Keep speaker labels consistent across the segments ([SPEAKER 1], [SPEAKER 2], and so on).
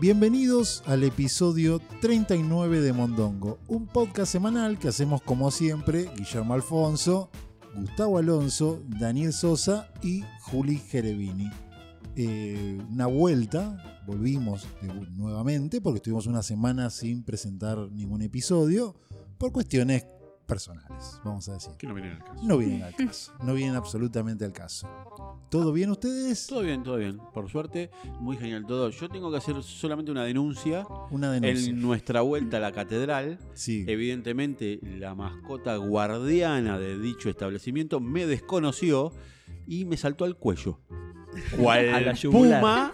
[SPEAKER 1] Bienvenidos al episodio 39 de Mondongo, un podcast semanal que hacemos como siempre Guillermo Alfonso, Gustavo Alonso, Daniel Sosa y Juli Gerevini. Eh, una vuelta, volvimos de- nuevamente porque estuvimos una semana sin presentar ningún episodio por cuestiones personales, vamos a decir.
[SPEAKER 2] Que no viene al caso.
[SPEAKER 1] No vienen al caso, no vienen absolutamente al caso. ¿Todo bien ustedes?
[SPEAKER 2] Todo bien, todo bien. Por suerte, muy genial todo. Yo tengo que hacer solamente una denuncia.
[SPEAKER 1] Una denuncia.
[SPEAKER 2] En nuestra vuelta a la catedral,
[SPEAKER 1] Sí.
[SPEAKER 2] evidentemente la mascota guardiana de dicho establecimiento me desconoció y me saltó al cuello.
[SPEAKER 3] A la
[SPEAKER 2] Cual
[SPEAKER 3] yugular.
[SPEAKER 2] puma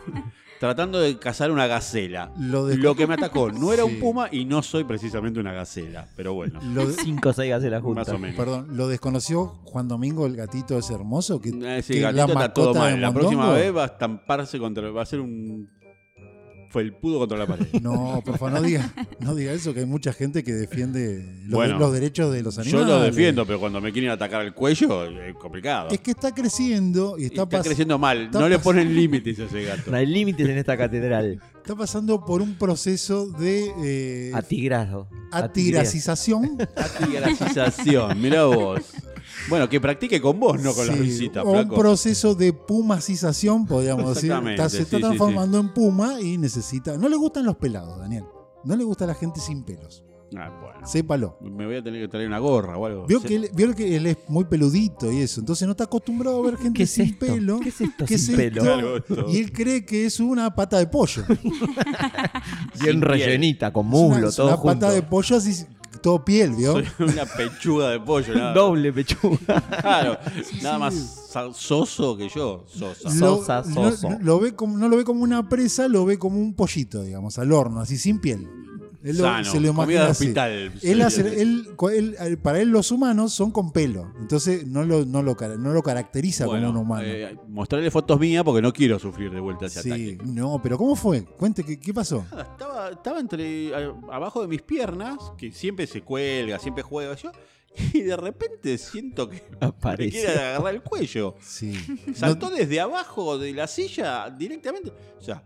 [SPEAKER 2] tratando de cazar una gacela.
[SPEAKER 1] Lo de
[SPEAKER 2] Lo que me atacó no era
[SPEAKER 1] Sí.
[SPEAKER 2] un puma y no soy precisamente una gacela, pero bueno,
[SPEAKER 1] Lo de-
[SPEAKER 3] 5 o 6 gacelas juntas.
[SPEAKER 2] más o menos.
[SPEAKER 1] Perdón, ¿lo desconoció Juan Domingo el gatito ese hermoso? Que,
[SPEAKER 2] Eh, sí,
[SPEAKER 1] que
[SPEAKER 2] gatito está todo
[SPEAKER 1] mascota de
[SPEAKER 2] mal. La próxima
[SPEAKER 1] Mondongo?
[SPEAKER 2] vez va a estamparse contra. Va a ser un. Fue el pudo contra la pared.
[SPEAKER 1] No, por favor, no diga, no diga eso, que hay mucha gente que defiende los,
[SPEAKER 2] Bueno,
[SPEAKER 1] los derechos de los
[SPEAKER 2] Yo
[SPEAKER 1] animales.
[SPEAKER 2] lo defiendo, pero cuando me quieren atacar el cuello, es complicado.
[SPEAKER 1] Es que está creciendo y está,
[SPEAKER 2] está
[SPEAKER 1] pas-
[SPEAKER 2] creciendo mal.
[SPEAKER 1] está
[SPEAKER 2] no le
[SPEAKER 1] pas-
[SPEAKER 2] ponen límites a ese gato.
[SPEAKER 3] No hay límites en esta catedral.
[SPEAKER 1] está pasando por un proceso de eh,
[SPEAKER 3] Atigrado. Atigrado.
[SPEAKER 1] atiracización.
[SPEAKER 2] Atigracización, mirá vos. Bueno, que practique con vos, no con las
[SPEAKER 1] Sí,
[SPEAKER 2] visitas,
[SPEAKER 1] o un
[SPEAKER 2] flaco.
[SPEAKER 1] proceso de pumacización, podríamos decir.
[SPEAKER 2] Exactamente,
[SPEAKER 1] Está- se está
[SPEAKER 2] sí, sí,
[SPEAKER 1] transformando en puma y necesita. No le gustan los pelados, Daniel. No le gusta la gente sin pelos.
[SPEAKER 2] Ah, bueno.
[SPEAKER 1] Sépalo.
[SPEAKER 2] Me voy a tener que traer una gorra o algo.
[SPEAKER 1] Vio,
[SPEAKER 2] Se-
[SPEAKER 1] que él, vio que él es muy peludito y eso. Entonces no está acostumbrado a ver gente
[SPEAKER 3] ¿Qué es
[SPEAKER 1] sin
[SPEAKER 3] esto?
[SPEAKER 1] pelo.
[SPEAKER 3] ¿Qué es esto
[SPEAKER 1] ¿Qué es
[SPEAKER 3] sin
[SPEAKER 1] esto?
[SPEAKER 3] pelo?
[SPEAKER 2] Claro, esto.
[SPEAKER 1] Y él cree que es una pata de pollo.
[SPEAKER 2] piel.
[SPEAKER 3] Bien rellenita, con
[SPEAKER 1] Es una,
[SPEAKER 3] muslo,
[SPEAKER 1] es
[SPEAKER 3] todo
[SPEAKER 1] una
[SPEAKER 3] junto.
[SPEAKER 1] pata de pollo así, todo piel, ¿vio?
[SPEAKER 2] Soy una pechuga de pollo. Nada,
[SPEAKER 3] Doble pechuga.
[SPEAKER 2] Claro, nada
[SPEAKER 1] sí.
[SPEAKER 2] más sal- soso que yo. Sosa.
[SPEAKER 3] Sosa,
[SPEAKER 1] no-
[SPEAKER 3] soso.
[SPEAKER 1] No, lo ve como, no lo ve como una presa, lo ve como un pollito, digamos, al horno, así sin piel. Él lo-
[SPEAKER 2] Sano,
[SPEAKER 1] se lo
[SPEAKER 2] comida
[SPEAKER 1] imagina
[SPEAKER 2] de
[SPEAKER 1] así.
[SPEAKER 2] hospital.
[SPEAKER 1] Él
[SPEAKER 2] Sí,
[SPEAKER 1] hace-
[SPEAKER 2] sí.
[SPEAKER 1] él- cu- él- al- para él los humanos son con pelo, entonces no lo, no lo, cara- no lo caracteriza
[SPEAKER 2] Bueno,
[SPEAKER 1] como un humano.
[SPEAKER 2] eh, mostrarle fotos mías porque no quiero sufrir de vuelta ese
[SPEAKER 1] sí,
[SPEAKER 2] ataque.
[SPEAKER 1] no, pero ¿cómo fue? Cuente, ¿qué, qué pasó?
[SPEAKER 2] Nada, Estaba, estaba entre a- abajo de mis piernas, que siempre se cuelga, siempre juega yo, y de repente siento que me quiere
[SPEAKER 3] Aparece.
[SPEAKER 2] agarrar el cuello.
[SPEAKER 1] Sí.
[SPEAKER 2] Saltó
[SPEAKER 1] No-
[SPEAKER 2] desde abajo de la silla directamente. O sea,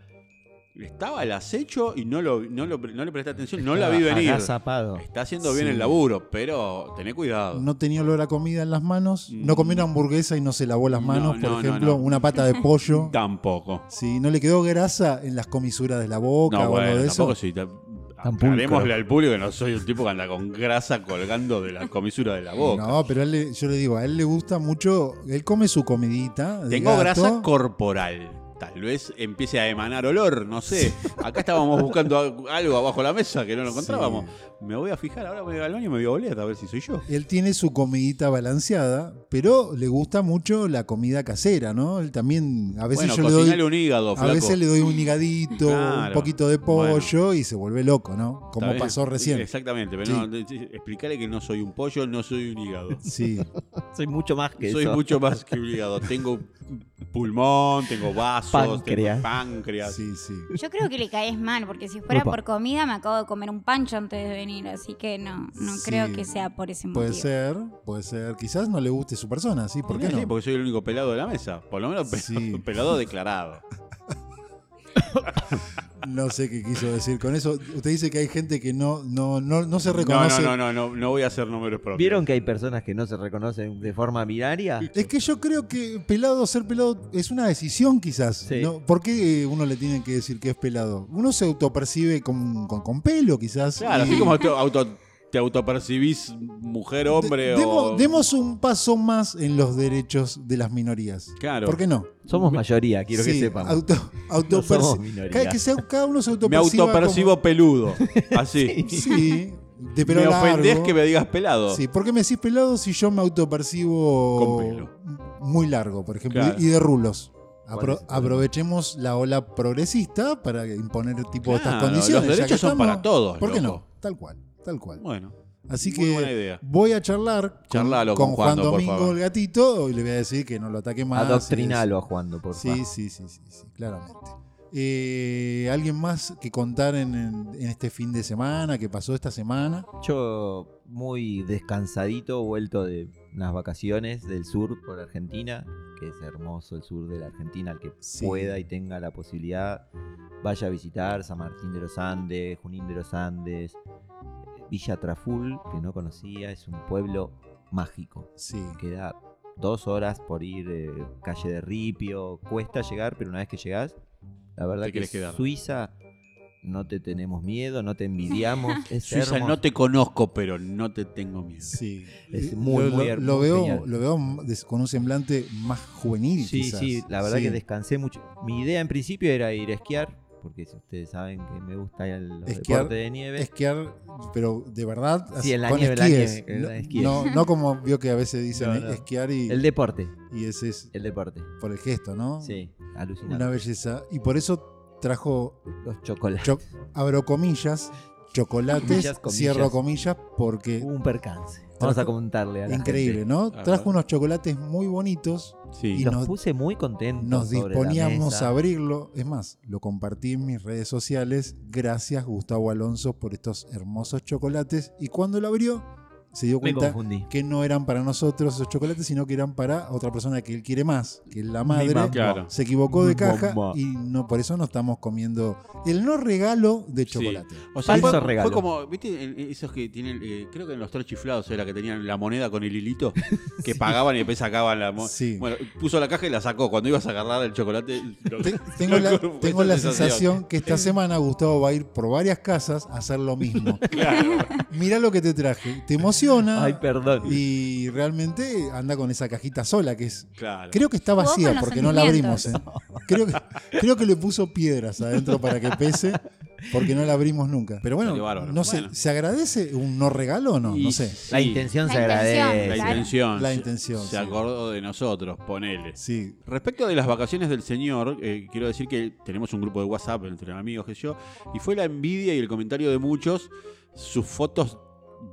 [SPEAKER 2] estaba al acecho y no, lo, no, lo- no le presté atención, no la vi
[SPEAKER 3] Ah,
[SPEAKER 2] venir.
[SPEAKER 3] Agazapado.
[SPEAKER 2] Está haciendo bien
[SPEAKER 1] Sí.
[SPEAKER 2] el laburo, pero tené cuidado.
[SPEAKER 1] no tenía olor a comida en las manos, no comió una hamburguesa y no se lavó las
[SPEAKER 2] Mm. No,
[SPEAKER 1] manos, por
[SPEAKER 2] no, no,
[SPEAKER 1] ejemplo,
[SPEAKER 2] no.
[SPEAKER 1] una pata de pollo.
[SPEAKER 2] Tampoco.
[SPEAKER 1] Sí, no le quedó grasa en las comisuras de la boca
[SPEAKER 2] No,
[SPEAKER 1] o algo
[SPEAKER 2] bueno,
[SPEAKER 1] de eso.
[SPEAKER 2] tampoco sí. ta-
[SPEAKER 3] pulcro.
[SPEAKER 2] Aclarémosle al público que no soy un tipo que anda con grasa colgando de la comisura de la boca.
[SPEAKER 1] No, pero a él le- yo le digo, a él le gusta mucho, él come su comidita. de
[SPEAKER 2] Tengo
[SPEAKER 1] gato.
[SPEAKER 2] grasa corporal. Tal vez empiece a emanar olor, no sé. Acá estábamos buscando al- algo abajo de la mesa que no lo encontrábamos. Me voy a fijar, ahora voy al baño y me voy a oler a ver si soy yo.
[SPEAKER 1] Él tiene su comidita balanceada, pero le gusta mucho la comida casera, ¿no? Él también, a veces
[SPEAKER 2] bueno,
[SPEAKER 1] yo le
[SPEAKER 2] cocinale
[SPEAKER 1] doy,
[SPEAKER 2] un hígado,
[SPEAKER 1] a
[SPEAKER 2] flaco.
[SPEAKER 1] veces le doy un higadito, un
[SPEAKER 2] Claro.
[SPEAKER 1] poquito de pollo y se vuelve loco, ¿no?
[SPEAKER 2] Está
[SPEAKER 1] Como
[SPEAKER 2] bien.
[SPEAKER 1] pasó recién.
[SPEAKER 2] Exactamente, pero
[SPEAKER 1] Sí.
[SPEAKER 2] no, explicarle que no soy un pollo, no soy un hígado.
[SPEAKER 1] Sí,
[SPEAKER 3] Soy mucho más que
[SPEAKER 2] Soy
[SPEAKER 3] eso.
[SPEAKER 2] mucho más que un hígado. Tengo pulmón, tengo vasos,
[SPEAKER 3] Páncreas.
[SPEAKER 2] tengo páncreas.
[SPEAKER 1] sí, sí.
[SPEAKER 4] Yo creo que le caes mal, porque si fuera
[SPEAKER 3] Upa.
[SPEAKER 4] por comida me acabo de comer un pancho antes de venir, así que no, no
[SPEAKER 1] Sí,
[SPEAKER 4] creo que sea por ese motivo.
[SPEAKER 1] Puede ser, puede ser. Quizás no le guste su persona, ¿sí? ¿Por qué
[SPEAKER 2] Sí,
[SPEAKER 1] no?
[SPEAKER 2] porque soy el único pelado de la mesa. Por lo menos pe-
[SPEAKER 1] Sí.
[SPEAKER 2] pelado declarado.
[SPEAKER 1] No sé qué quiso decir con eso. Usted dice que hay gente que no, no, no, no se reconoce.
[SPEAKER 2] No, no, no, no, no, no voy a hacer números propios.
[SPEAKER 3] ¿Vieron que hay personas que no se reconocen de forma binaria?
[SPEAKER 1] Es que yo creo que pelado, ser pelado es una decisión quizás.
[SPEAKER 3] Sí.
[SPEAKER 1] ¿no? ¿Por qué eh, uno le tiene que decir que es pelado? Uno se autopercibe con, con, con pelo quizás.
[SPEAKER 2] Claro,
[SPEAKER 1] y-
[SPEAKER 2] así como te, auto, te autopercibís mujer, hombre
[SPEAKER 1] De-
[SPEAKER 2] o.
[SPEAKER 1] demos, demos un paso más en los derechos de las minorías.
[SPEAKER 2] Claro.
[SPEAKER 1] ¿Por qué no?
[SPEAKER 3] Somos mayoría, quiero que
[SPEAKER 1] Sí,
[SPEAKER 3] sepan.
[SPEAKER 1] Auto,
[SPEAKER 3] No
[SPEAKER 1] autoperci-
[SPEAKER 3] somos
[SPEAKER 1] cada,
[SPEAKER 3] minoría.
[SPEAKER 1] que sea- cada uno se
[SPEAKER 2] me
[SPEAKER 1] autoperciba
[SPEAKER 2] autopercibo peludo. Así.
[SPEAKER 1] como- Sí, de pelo
[SPEAKER 2] me
[SPEAKER 1] largo.
[SPEAKER 2] ofendés que me digas pelado.
[SPEAKER 1] Sí, ¿por qué me decís pelado si yo me autopercibo
[SPEAKER 2] Con pelo.
[SPEAKER 1] muy largo, por ejemplo,
[SPEAKER 2] Claro.
[SPEAKER 1] y de rulos? Apro-
[SPEAKER 3] ¿Cuál es el problema?
[SPEAKER 1] aprovechemos la ola progresista para imponer tipo estas
[SPEAKER 2] Claro,
[SPEAKER 1] condiciones.
[SPEAKER 2] los
[SPEAKER 1] ya
[SPEAKER 2] derechos
[SPEAKER 1] que
[SPEAKER 2] son para todos,
[SPEAKER 1] ¿Por qué
[SPEAKER 2] loco.
[SPEAKER 1] no? Tal cual, tal cual.
[SPEAKER 2] Bueno,
[SPEAKER 1] Así
[SPEAKER 2] muy buena
[SPEAKER 1] que
[SPEAKER 2] idea.
[SPEAKER 1] voy a charlar con,
[SPEAKER 2] Charlalo
[SPEAKER 1] con
[SPEAKER 2] con
[SPEAKER 1] Juan
[SPEAKER 2] Juando, por
[SPEAKER 1] Domingo
[SPEAKER 2] favor.
[SPEAKER 1] el gatito y le voy a decir que no lo ataque más. y eso.
[SPEAKER 3] Adoctrinalo a Juan, por favor.
[SPEAKER 1] Sí, sí, sí, sí, sí, claramente. Eh, ¿Alguien más que contar en, en- en este fin de semana? ¿Qué pasó esta semana?
[SPEAKER 3] Yo muy descansadito, vuelto de unas vacaciones del sur por Argentina, que es hermoso el sur de la Argentina, al que
[SPEAKER 1] Sí.
[SPEAKER 3] pueda y tenga la posibilidad, vaya a visitar San Martín de los Andes, Junín de los Andes, Villa Traful, que no conocía, es un pueblo mágico.
[SPEAKER 1] Sí.
[SPEAKER 3] Queda dos horas por ir eh, calle de Ripio, cuesta llegar, pero una vez que llegás, la verdad
[SPEAKER 2] Te
[SPEAKER 3] que
[SPEAKER 2] querés quedar.
[SPEAKER 3] Suiza no te tenemos miedo, no te envidiamos. es
[SPEAKER 2] Suiza,
[SPEAKER 3] hermoso.
[SPEAKER 2] no te conozco, pero no te tengo miedo.
[SPEAKER 1] Sí.
[SPEAKER 3] Es
[SPEAKER 1] Eh,
[SPEAKER 3] muy,
[SPEAKER 1] lo,
[SPEAKER 3] muy
[SPEAKER 1] lo-
[SPEAKER 3] her-
[SPEAKER 1] lo
[SPEAKER 3] muy genial.
[SPEAKER 1] veo, lo veo m- des- con un semblante más juvenil.
[SPEAKER 3] Sí,
[SPEAKER 1] quizás.
[SPEAKER 3] sí, la verdad
[SPEAKER 1] Sí.
[SPEAKER 3] que descansé mucho. Mi idea en principio era ir a esquiar, porque si ustedes saben que me gusta el los
[SPEAKER 1] Esquiar
[SPEAKER 3] deportes de nieve.
[SPEAKER 1] Esquiar, pero de verdad,
[SPEAKER 3] Sí, en la
[SPEAKER 1] con
[SPEAKER 3] nieve, en la
[SPEAKER 1] esquíes.
[SPEAKER 3] nieve, en
[SPEAKER 1] No-
[SPEAKER 3] la esquíes.
[SPEAKER 1] No, no como vio que a veces dicen
[SPEAKER 3] No,
[SPEAKER 1] eh,
[SPEAKER 3] no.
[SPEAKER 1] esquiar y,
[SPEAKER 3] El deporte,
[SPEAKER 1] y ese es
[SPEAKER 3] el deporte.
[SPEAKER 1] por el gesto, ¿no?
[SPEAKER 3] Sí, alucinante.
[SPEAKER 1] Una belleza. Y por eso trajo,
[SPEAKER 3] Los chocolates.
[SPEAKER 1] cho- abro comillas, chocolates,
[SPEAKER 3] Comillas, comillas.
[SPEAKER 1] cierro comillas, porque
[SPEAKER 3] Hubo un percance. Vamos a contarle a la
[SPEAKER 1] increíble,
[SPEAKER 3] gente.
[SPEAKER 1] ¿no?
[SPEAKER 2] Ah,
[SPEAKER 1] Trajo
[SPEAKER 2] bueno.
[SPEAKER 1] unos chocolates muy bonitos,
[SPEAKER 2] Sí.
[SPEAKER 1] Y
[SPEAKER 3] Los
[SPEAKER 1] nos-
[SPEAKER 3] puse muy contentos.
[SPEAKER 1] nos
[SPEAKER 3] sobre la
[SPEAKER 1] disponíamos
[SPEAKER 3] mesa.
[SPEAKER 1] a abrirlo, es más, lo compartí en mis redes sociales, gracias Gustavo Alonso por estos hermosos chocolates, y cuando lo abrió, se dio
[SPEAKER 3] Me
[SPEAKER 1] cuenta
[SPEAKER 3] confundí.
[SPEAKER 1] que no eran para nosotros esos chocolates, sino que eran para otra persona que él quiere más, que es la madre.
[SPEAKER 3] mamá.
[SPEAKER 2] Claro.
[SPEAKER 1] Se equivocó de
[SPEAKER 3] Mi
[SPEAKER 1] caja
[SPEAKER 3] mamá.
[SPEAKER 1] y no por eso no estamos comiendo el no regalo de chocolate.
[SPEAKER 2] O sea,
[SPEAKER 3] Falso
[SPEAKER 2] fue,
[SPEAKER 3] regalo.
[SPEAKER 2] fue como, ¿viste? En- en Esos que tienen, eh, creo que en los tres chiflados era que tenían la moneda con el hilito, que pagaban y después sacaban la moneda.
[SPEAKER 1] Sí.
[SPEAKER 2] Bueno, puso la caja y la sacó. Cuando ibas a agarrar el chocolate, lo-
[SPEAKER 1] Te- tengo la,
[SPEAKER 2] Loco,
[SPEAKER 1] tengo
[SPEAKER 2] esa
[SPEAKER 1] la
[SPEAKER 2] sensación.
[SPEAKER 1] sensación que esta semana Gustavo va a ir por varias casas a hacer lo mismo.
[SPEAKER 2] claro.
[SPEAKER 1] Mirá lo que te traje. Te emociona
[SPEAKER 3] Ay, perdón.
[SPEAKER 1] y realmente anda con esa cajita sola que es...
[SPEAKER 2] claro.
[SPEAKER 1] Creo que está
[SPEAKER 4] Jugó
[SPEAKER 1] vacía
[SPEAKER 4] con los
[SPEAKER 1] porque no la abrimos. ¿eh? Creo, que, creo que le puso piedras adentro para que pese porque no la abrimos nunca. Pero bueno,
[SPEAKER 2] Qué bárbaro.
[SPEAKER 1] no sé,
[SPEAKER 2] Bueno.
[SPEAKER 1] ¿se agradece un no regalo o no?
[SPEAKER 2] Y
[SPEAKER 1] No sé.
[SPEAKER 2] sí,
[SPEAKER 3] La intención
[SPEAKER 4] La
[SPEAKER 3] se
[SPEAKER 4] intención,
[SPEAKER 3] agradece.
[SPEAKER 2] La
[SPEAKER 4] Claro.
[SPEAKER 2] intención.
[SPEAKER 1] La
[SPEAKER 2] se-
[SPEAKER 1] intención,
[SPEAKER 2] Se
[SPEAKER 1] sí.
[SPEAKER 2] acordó de nosotros, ponele.
[SPEAKER 1] Sí,
[SPEAKER 2] Respecto de las vacaciones del señor, eh, quiero decir que tenemos un grupo de WhatsApp entre amigos que yo, y fue la envidia y el comentario de muchos, sus fotos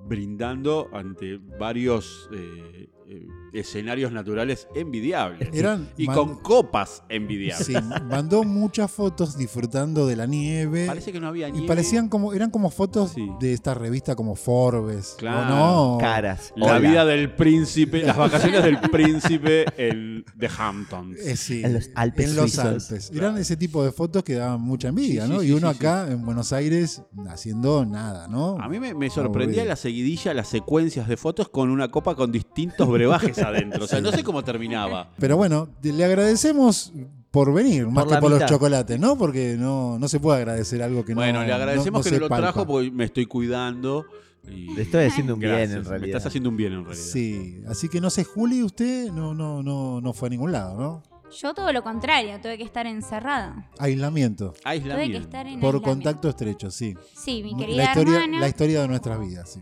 [SPEAKER 2] brindando ante varios eh, eh, escenarios naturales envidiables.
[SPEAKER 1] Eran
[SPEAKER 2] y
[SPEAKER 1] man-
[SPEAKER 2] con copas envidiables.
[SPEAKER 1] sí, mandó muchas fotos disfrutando de la nieve.
[SPEAKER 2] Parece que no había
[SPEAKER 1] y
[SPEAKER 2] nieve.
[SPEAKER 1] parecían como, eran como fotos
[SPEAKER 2] Sí.
[SPEAKER 1] de esta revista como Forbes. ¿o
[SPEAKER 2] Claro.
[SPEAKER 1] no?
[SPEAKER 3] Caras.
[SPEAKER 2] La
[SPEAKER 3] hola.
[SPEAKER 2] vida del príncipe, las vacaciones del príncipe en The Hamptons.
[SPEAKER 1] Eh, sí,
[SPEAKER 3] En los Alpes
[SPEAKER 1] en los
[SPEAKER 3] suizos.
[SPEAKER 1] Alpes. Eran ese tipo de fotos que daban mucha envidia,
[SPEAKER 2] Sí, sí,
[SPEAKER 1] ¿no?
[SPEAKER 2] sí,
[SPEAKER 1] y uno
[SPEAKER 2] sí, sí.
[SPEAKER 1] acá en Buenos Aires haciendo nada, ¿no?
[SPEAKER 2] A mí me, me sorprendía
[SPEAKER 1] Aburrido.
[SPEAKER 2] la seguidilla, las secuencias de fotos con una copa con distintos brebajes adentro. O sea, no sé cómo terminaba.
[SPEAKER 1] Pero bueno, te- le agradecemos por venir, más
[SPEAKER 3] Por
[SPEAKER 1] que
[SPEAKER 3] la
[SPEAKER 1] por los
[SPEAKER 3] mitad.
[SPEAKER 1] chocolates, ¿no? Porque no, no se puede agradecer algo que no
[SPEAKER 2] bueno, le agradecemos que
[SPEAKER 1] se
[SPEAKER 2] no lo
[SPEAKER 1] palpa.
[SPEAKER 2] trajo porque me estoy cuidando. Y...
[SPEAKER 3] Le estoy haciendo un
[SPEAKER 2] Gracias,
[SPEAKER 3] bien en
[SPEAKER 2] Me
[SPEAKER 3] realidad.
[SPEAKER 2] estás haciendo un bien en realidad.
[SPEAKER 1] Sí, así que no sé, Juli, usted no, no, no, no fue a ningún lado, ¿no?
[SPEAKER 4] Yo todo lo contrario, tuve que estar encerrada.
[SPEAKER 1] Aislamiento.
[SPEAKER 4] Tuve que
[SPEAKER 2] Aislamiento.
[SPEAKER 4] estar en
[SPEAKER 1] Por
[SPEAKER 4] aislamiento.
[SPEAKER 1] contacto estrecho, sí.
[SPEAKER 4] Sí, mi
[SPEAKER 1] la,
[SPEAKER 4] querida
[SPEAKER 1] historia,
[SPEAKER 4] hermana
[SPEAKER 1] la historia de nuestras vidas, sí.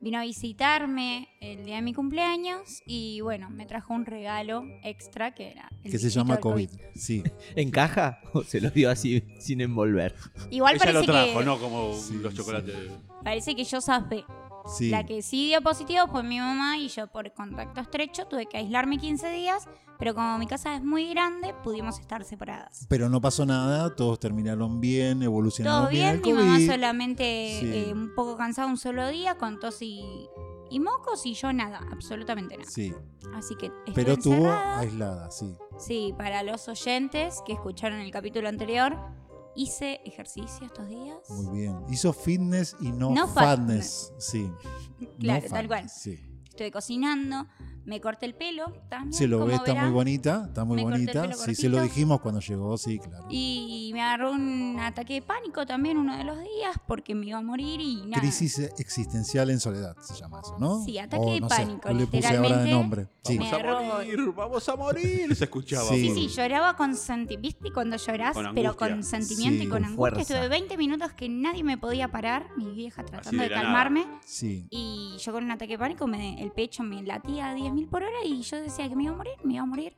[SPEAKER 4] vino a visitarme el día de mi cumpleaños y bueno, me trajo un regalo extra que era el
[SPEAKER 1] Que se
[SPEAKER 4] bichito
[SPEAKER 1] llama
[SPEAKER 4] del
[SPEAKER 1] COVID. Sí.
[SPEAKER 3] ¿En caja? ¿O se lo dio así sin envolver?
[SPEAKER 4] Igual
[SPEAKER 2] Ella
[SPEAKER 4] parece
[SPEAKER 2] lo trajo,
[SPEAKER 4] que
[SPEAKER 2] no como
[SPEAKER 1] Sí,
[SPEAKER 2] los
[SPEAKER 1] sí.
[SPEAKER 2] chocolates.
[SPEAKER 4] parece que yo zaspé.
[SPEAKER 1] Sí.
[SPEAKER 4] La que sí dio positivo fue mi mamá y yo por contacto estrecho tuve que aislarme 15 días, pero como mi casa es muy grande, pudimos estar separadas.
[SPEAKER 1] Pero no pasó nada, todos terminaron bien, evolucionaron
[SPEAKER 4] Todo bien, mi
[SPEAKER 1] el
[SPEAKER 4] mamá
[SPEAKER 1] COVID.
[SPEAKER 4] solamente
[SPEAKER 1] Sí.
[SPEAKER 4] eh, un poco cansada un solo día con tos y, y mocos y yo nada, absolutamente nada.
[SPEAKER 1] Sí,
[SPEAKER 4] Así que estuve
[SPEAKER 1] pero estuvo
[SPEAKER 4] encerrada.
[SPEAKER 1] aislada, sí.
[SPEAKER 4] Sí, para los oyentes que escucharon el capítulo anterior, hice ejercicio estos días.
[SPEAKER 1] Muy bien. Hizo fitness y no,
[SPEAKER 4] No
[SPEAKER 1] fatness. Sí.
[SPEAKER 4] Claro,
[SPEAKER 1] No fatness,
[SPEAKER 4] tal cual.
[SPEAKER 1] Sí.
[SPEAKER 4] Estuve cocinando, me corté el pelo también.
[SPEAKER 1] Se lo ve,
[SPEAKER 4] como
[SPEAKER 1] está
[SPEAKER 4] verán.
[SPEAKER 1] muy bonita, está muy
[SPEAKER 4] me corté el
[SPEAKER 1] bonita.
[SPEAKER 4] pelo
[SPEAKER 1] Sí, se lo
[SPEAKER 4] cortito.
[SPEAKER 1] dijimos cuando llegó, sí, claro.
[SPEAKER 4] Y me agarró un ataque de pánico también uno de los días porque me iba a morir y nada.
[SPEAKER 1] Crisis existencial en soledad se llama eso, ¿no?
[SPEAKER 4] Sí, ataque
[SPEAKER 1] O
[SPEAKER 4] de
[SPEAKER 1] no sé,
[SPEAKER 4] pánico,
[SPEAKER 1] le puse ahora de
[SPEAKER 4] literalmente.
[SPEAKER 1] nombre. Sí.
[SPEAKER 2] Vamos
[SPEAKER 4] Me
[SPEAKER 2] a
[SPEAKER 4] agarró-
[SPEAKER 2] morir, vamos a morir. Se escuchaba.
[SPEAKER 1] Sí.
[SPEAKER 4] Sí,
[SPEAKER 2] por-
[SPEAKER 4] sí, lloraba con sentimiento. ¿Viste cuando llorás?
[SPEAKER 2] Mm. Con
[SPEAKER 4] pero
[SPEAKER 2] angustia.
[SPEAKER 4] con sentimiento
[SPEAKER 1] Sí.
[SPEAKER 4] y con,
[SPEAKER 3] Con
[SPEAKER 4] angustia.
[SPEAKER 3] fuerza.
[SPEAKER 4] Estuve 20 minutos que nadie me podía parar, mi vieja tratando
[SPEAKER 2] de
[SPEAKER 4] de,
[SPEAKER 2] la nada.
[SPEAKER 4] calmarme.
[SPEAKER 1] Sí.
[SPEAKER 4] Y yo con un ataque de pánico, me, el pecho me latía a 10.000 por hora y yo decía que me iba a morir, me iba a morir.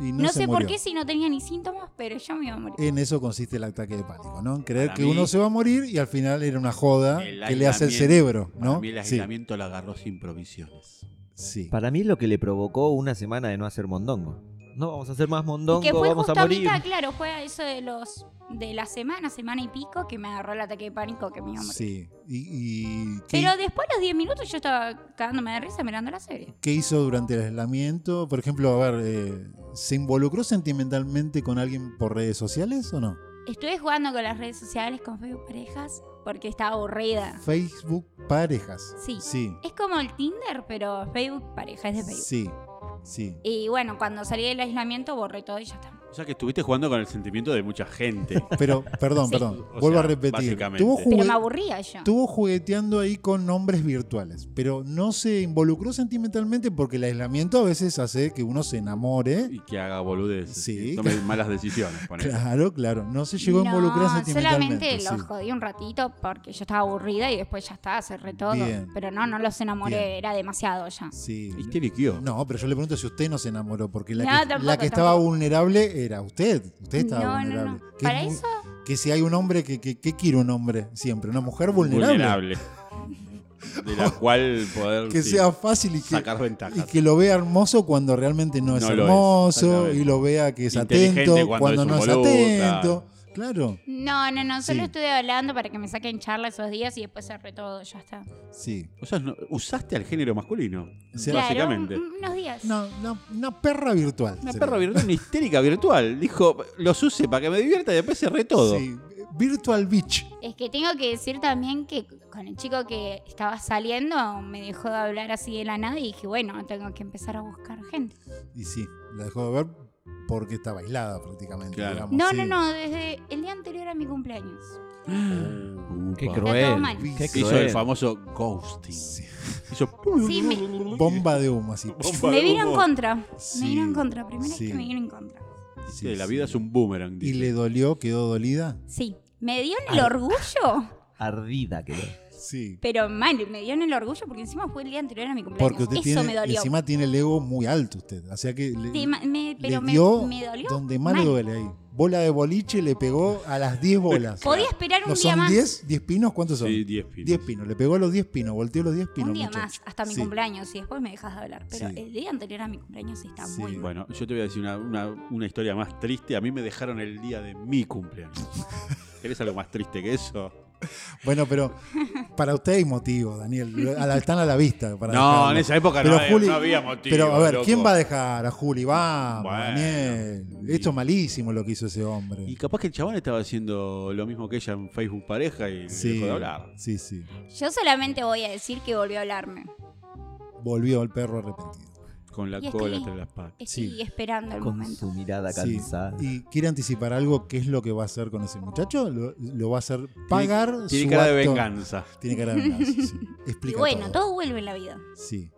[SPEAKER 1] Y no,
[SPEAKER 4] No,
[SPEAKER 1] se
[SPEAKER 4] sé
[SPEAKER 1] murió. Eh,
[SPEAKER 4] por qué si no tenía ni síntomas, pero yo me iba a morir.
[SPEAKER 1] En eso consiste el ataque de pánico, ¿no? En creer
[SPEAKER 2] Para
[SPEAKER 1] que
[SPEAKER 2] mí-
[SPEAKER 1] uno se va a morir y al final era una joda
[SPEAKER 2] El
[SPEAKER 1] que le hace el
[SPEAKER 2] aislamiento-
[SPEAKER 1] cerebro,
[SPEAKER 2] para
[SPEAKER 1] ¿no?
[SPEAKER 2] mí el
[SPEAKER 1] Sí.
[SPEAKER 2] aislamiento la agarró sin provisiones.
[SPEAKER 1] sí.
[SPEAKER 3] Para mí es lo que le provocó una semana de no hacer mondongo. no vamos a hacer más mondongo,
[SPEAKER 4] que fue
[SPEAKER 3] vamos
[SPEAKER 4] justo
[SPEAKER 3] a morir.
[SPEAKER 4] mitad, claro, fue a eso de los de la semana, semana y pico, que me agarró el ataque de pánico que me iba a morir.
[SPEAKER 1] Sí. ¿Y, y qué,
[SPEAKER 4] Pero después de los 10 minutos yo estaba cagándome de risa mirando la serie.
[SPEAKER 1] qué hizo durante el aislamiento? Por ejemplo, a ver, eh, ¿se involucró sentimentalmente con alguien por redes sociales o no?
[SPEAKER 4] Estuve jugando con las redes sociales con Facebook Parejas porque estaba aburrida.
[SPEAKER 1] Facebook parejas.
[SPEAKER 4] Sí.
[SPEAKER 1] Sí.
[SPEAKER 4] Es como el Tinder, pero Facebook Pareja es de Facebook.
[SPEAKER 1] Sí. Sí.
[SPEAKER 4] Y bueno, cuando salí del aislamiento borré todo y ya está.
[SPEAKER 2] O sea que estuviste jugando con el sentimiento de mucha gente.
[SPEAKER 1] Pero, perdón,
[SPEAKER 4] Sí.
[SPEAKER 1] perdón.
[SPEAKER 2] O
[SPEAKER 1] Vuelvo
[SPEAKER 2] sea,
[SPEAKER 1] a repetir.
[SPEAKER 2] básicamente.
[SPEAKER 1] Estuvo,
[SPEAKER 4] Pero
[SPEAKER 1] jugue-
[SPEAKER 4] me aburría yo.
[SPEAKER 1] estuvo jugueteando ahí con nombres virtuales, pero no se involucró sentimentalmente porque el aislamiento a veces hace que uno se enamore.
[SPEAKER 2] Y que haga boludeces.
[SPEAKER 1] Sí.
[SPEAKER 2] que Tome malas decisiones. ponele.
[SPEAKER 1] Claro, claro. No se llegó a involucrar
[SPEAKER 4] no,
[SPEAKER 1] sentimentalmente.
[SPEAKER 4] solamente
[SPEAKER 1] sí.
[SPEAKER 4] los jodí un ratito porque yo estaba aburrida y después ya está, cerré todo.
[SPEAKER 1] Bien.
[SPEAKER 4] Pero no, no los enamoré,
[SPEAKER 1] Bien.
[SPEAKER 4] era demasiado ya.
[SPEAKER 1] Sí.
[SPEAKER 2] Y te liquió.
[SPEAKER 1] No, pero yo le pregunto si usted no se enamoró, porque la,
[SPEAKER 4] No,
[SPEAKER 1] que,
[SPEAKER 4] tampoco,
[SPEAKER 1] la que estaba
[SPEAKER 4] tampoco.
[SPEAKER 1] vulnerable era usted. Usted estaba
[SPEAKER 4] No, no,
[SPEAKER 1] vulnerable.
[SPEAKER 4] no.
[SPEAKER 1] Que es
[SPEAKER 4] Para
[SPEAKER 1] mu-
[SPEAKER 4] eso,
[SPEAKER 1] Que si hay un hombre, que, que, que quiere un hombre siempre? Una mujer vulnerable.
[SPEAKER 2] Vulnerable. De la cual poder
[SPEAKER 1] Que
[SPEAKER 2] sí,
[SPEAKER 1] sea fácil y que,
[SPEAKER 2] sacar
[SPEAKER 1] Y
[SPEAKER 2] ventajas.
[SPEAKER 1] que lo vea hermoso cuando realmente no es
[SPEAKER 2] No lo es,
[SPEAKER 1] hermoso.
[SPEAKER 2] exactamente.
[SPEAKER 1] y lo vea que es
[SPEAKER 2] Inteligente
[SPEAKER 1] atento cuando,
[SPEAKER 2] cuando es
[SPEAKER 1] no
[SPEAKER 2] un
[SPEAKER 1] es
[SPEAKER 2] boludo,
[SPEAKER 1] atento. Claro,
[SPEAKER 4] no, no, no, solo
[SPEAKER 1] Sí.
[SPEAKER 4] estuve hablando para que me saquen charla esos días y después cerré todo, ya está.
[SPEAKER 1] sí.
[SPEAKER 2] O sea, no- usaste al género masculino.
[SPEAKER 1] O sea,
[SPEAKER 4] Claro, mm,
[SPEAKER 2] básicamente.
[SPEAKER 4] un- unos días.
[SPEAKER 1] Una, una- una perra virtual.
[SPEAKER 2] Una
[SPEAKER 1] sería.
[SPEAKER 2] perra virtual, una histérica virtual. Dijo, los use para que me divierta y después cerré todo.
[SPEAKER 1] Sí, Virtual Beach.
[SPEAKER 4] Es que tengo que decir también que con el chico que estaba saliendo me dejó de hablar así de la nada y dije, bueno, tengo que empezar a buscar gente.
[SPEAKER 1] Y sí, la dejó de ver porque está bailada prácticamente.
[SPEAKER 2] Claro.
[SPEAKER 1] digamos,
[SPEAKER 4] No,
[SPEAKER 1] sí.
[SPEAKER 4] no, no, desde el día anterior a mi cumpleaños.
[SPEAKER 3] Qué
[SPEAKER 2] Upa.
[SPEAKER 4] Está todo
[SPEAKER 3] cruel.
[SPEAKER 4] mal.
[SPEAKER 3] Qué
[SPEAKER 2] Que hizo
[SPEAKER 3] cruel.
[SPEAKER 2] el famoso ghosting.
[SPEAKER 1] Sí.
[SPEAKER 2] Hizo
[SPEAKER 4] Sí, me-
[SPEAKER 1] Bomba de humo, así.
[SPEAKER 2] Bomba
[SPEAKER 4] Me
[SPEAKER 2] de
[SPEAKER 4] vino en
[SPEAKER 2] humo.
[SPEAKER 4] contra.
[SPEAKER 1] Sí,
[SPEAKER 4] Me vino en contra. Primera
[SPEAKER 1] sí.
[SPEAKER 4] vez que me vino en contra.
[SPEAKER 1] Sí,
[SPEAKER 2] Sí, la
[SPEAKER 1] sí.
[SPEAKER 2] vida es un boomerang.
[SPEAKER 1] ¿Y
[SPEAKER 2] dice.
[SPEAKER 1] le dolió? ¿Quedó dolida?
[SPEAKER 4] Sí. Me dio en el orgullo,
[SPEAKER 3] Ardida quedó.
[SPEAKER 1] Sí.
[SPEAKER 4] pero mal, me dio en el orgullo porque encima fue el día anterior a mi cumpleaños.
[SPEAKER 1] Porque usted
[SPEAKER 4] Eso
[SPEAKER 1] tiene,
[SPEAKER 4] me dolió.
[SPEAKER 1] encima tiene el ego muy alto usted. O sea que le-
[SPEAKER 4] Te ma- me- pero
[SPEAKER 1] le
[SPEAKER 4] me,
[SPEAKER 1] dio
[SPEAKER 4] me dolió.
[SPEAKER 1] donde más le
[SPEAKER 4] mal.
[SPEAKER 1] duele ahí. Bola de boliche le pegó a las 10 bolas.
[SPEAKER 4] Podía esperar un
[SPEAKER 1] ¿No
[SPEAKER 4] día
[SPEAKER 1] son
[SPEAKER 4] más.
[SPEAKER 1] 10? ¿10 pinos? ¿Cuántos son?
[SPEAKER 2] Sí, 10
[SPEAKER 1] 10 pinos. Le pegó a los 10 pinos, volteó a los 10 pinos.
[SPEAKER 4] un día
[SPEAKER 1] muchacho.
[SPEAKER 4] más, hasta mi
[SPEAKER 1] Sí.
[SPEAKER 4] cumpleaños, y después me dejas de hablar. Pero
[SPEAKER 1] Sí.
[SPEAKER 4] el día anterior a mi cumpleaños está
[SPEAKER 1] Sí.
[SPEAKER 4] muy mal.
[SPEAKER 2] Bueno, yo te voy a decir una, una- una historia más triste. A mí me dejaron el día de mi cumpleaños. ¿Querés algo más triste que eso?
[SPEAKER 1] Bueno, pero para usted hay motivo, Daniel. A la- están a la vista. Para
[SPEAKER 2] no, en
[SPEAKER 1] dejarlo.
[SPEAKER 2] esa época
[SPEAKER 1] Pero
[SPEAKER 2] no, había-
[SPEAKER 1] Juli-
[SPEAKER 2] no había motivo.
[SPEAKER 1] Pero a ver,
[SPEAKER 2] loco.
[SPEAKER 1] ¿quién va a dejar a Juli? Vamos,
[SPEAKER 2] Bueno.
[SPEAKER 1] Daniel. Esto es malísimo lo que hizo ese hombre.
[SPEAKER 2] Y capaz que el chabón estaba haciendo lo mismo que ella en Facebook pareja y
[SPEAKER 1] sí,
[SPEAKER 2] dejó de hablar.
[SPEAKER 1] sí, sí.
[SPEAKER 4] Yo solamente voy a decir que volvió a hablarme.
[SPEAKER 1] Volvió el perro arrepentido.
[SPEAKER 2] Con la
[SPEAKER 4] Y estoy-
[SPEAKER 2] cola entre las patas.
[SPEAKER 4] Estoy
[SPEAKER 1] Sí.
[SPEAKER 4] esperando el
[SPEAKER 3] Con
[SPEAKER 4] momento.
[SPEAKER 3] su mirada
[SPEAKER 1] Sí.
[SPEAKER 3] cansada.
[SPEAKER 1] ¿Y quiere anticipar algo? ¿Qué es lo que va a hacer con ese muchacho? Lo, lo va a hacer pagar
[SPEAKER 2] Tiene
[SPEAKER 1] su
[SPEAKER 2] cara de
[SPEAKER 1] acto-
[SPEAKER 2] venganza.
[SPEAKER 1] Tiene cara de venganza, sí.
[SPEAKER 4] Y
[SPEAKER 1] Explica
[SPEAKER 4] bueno, todo. vuelve en la vida.
[SPEAKER 1] Sí.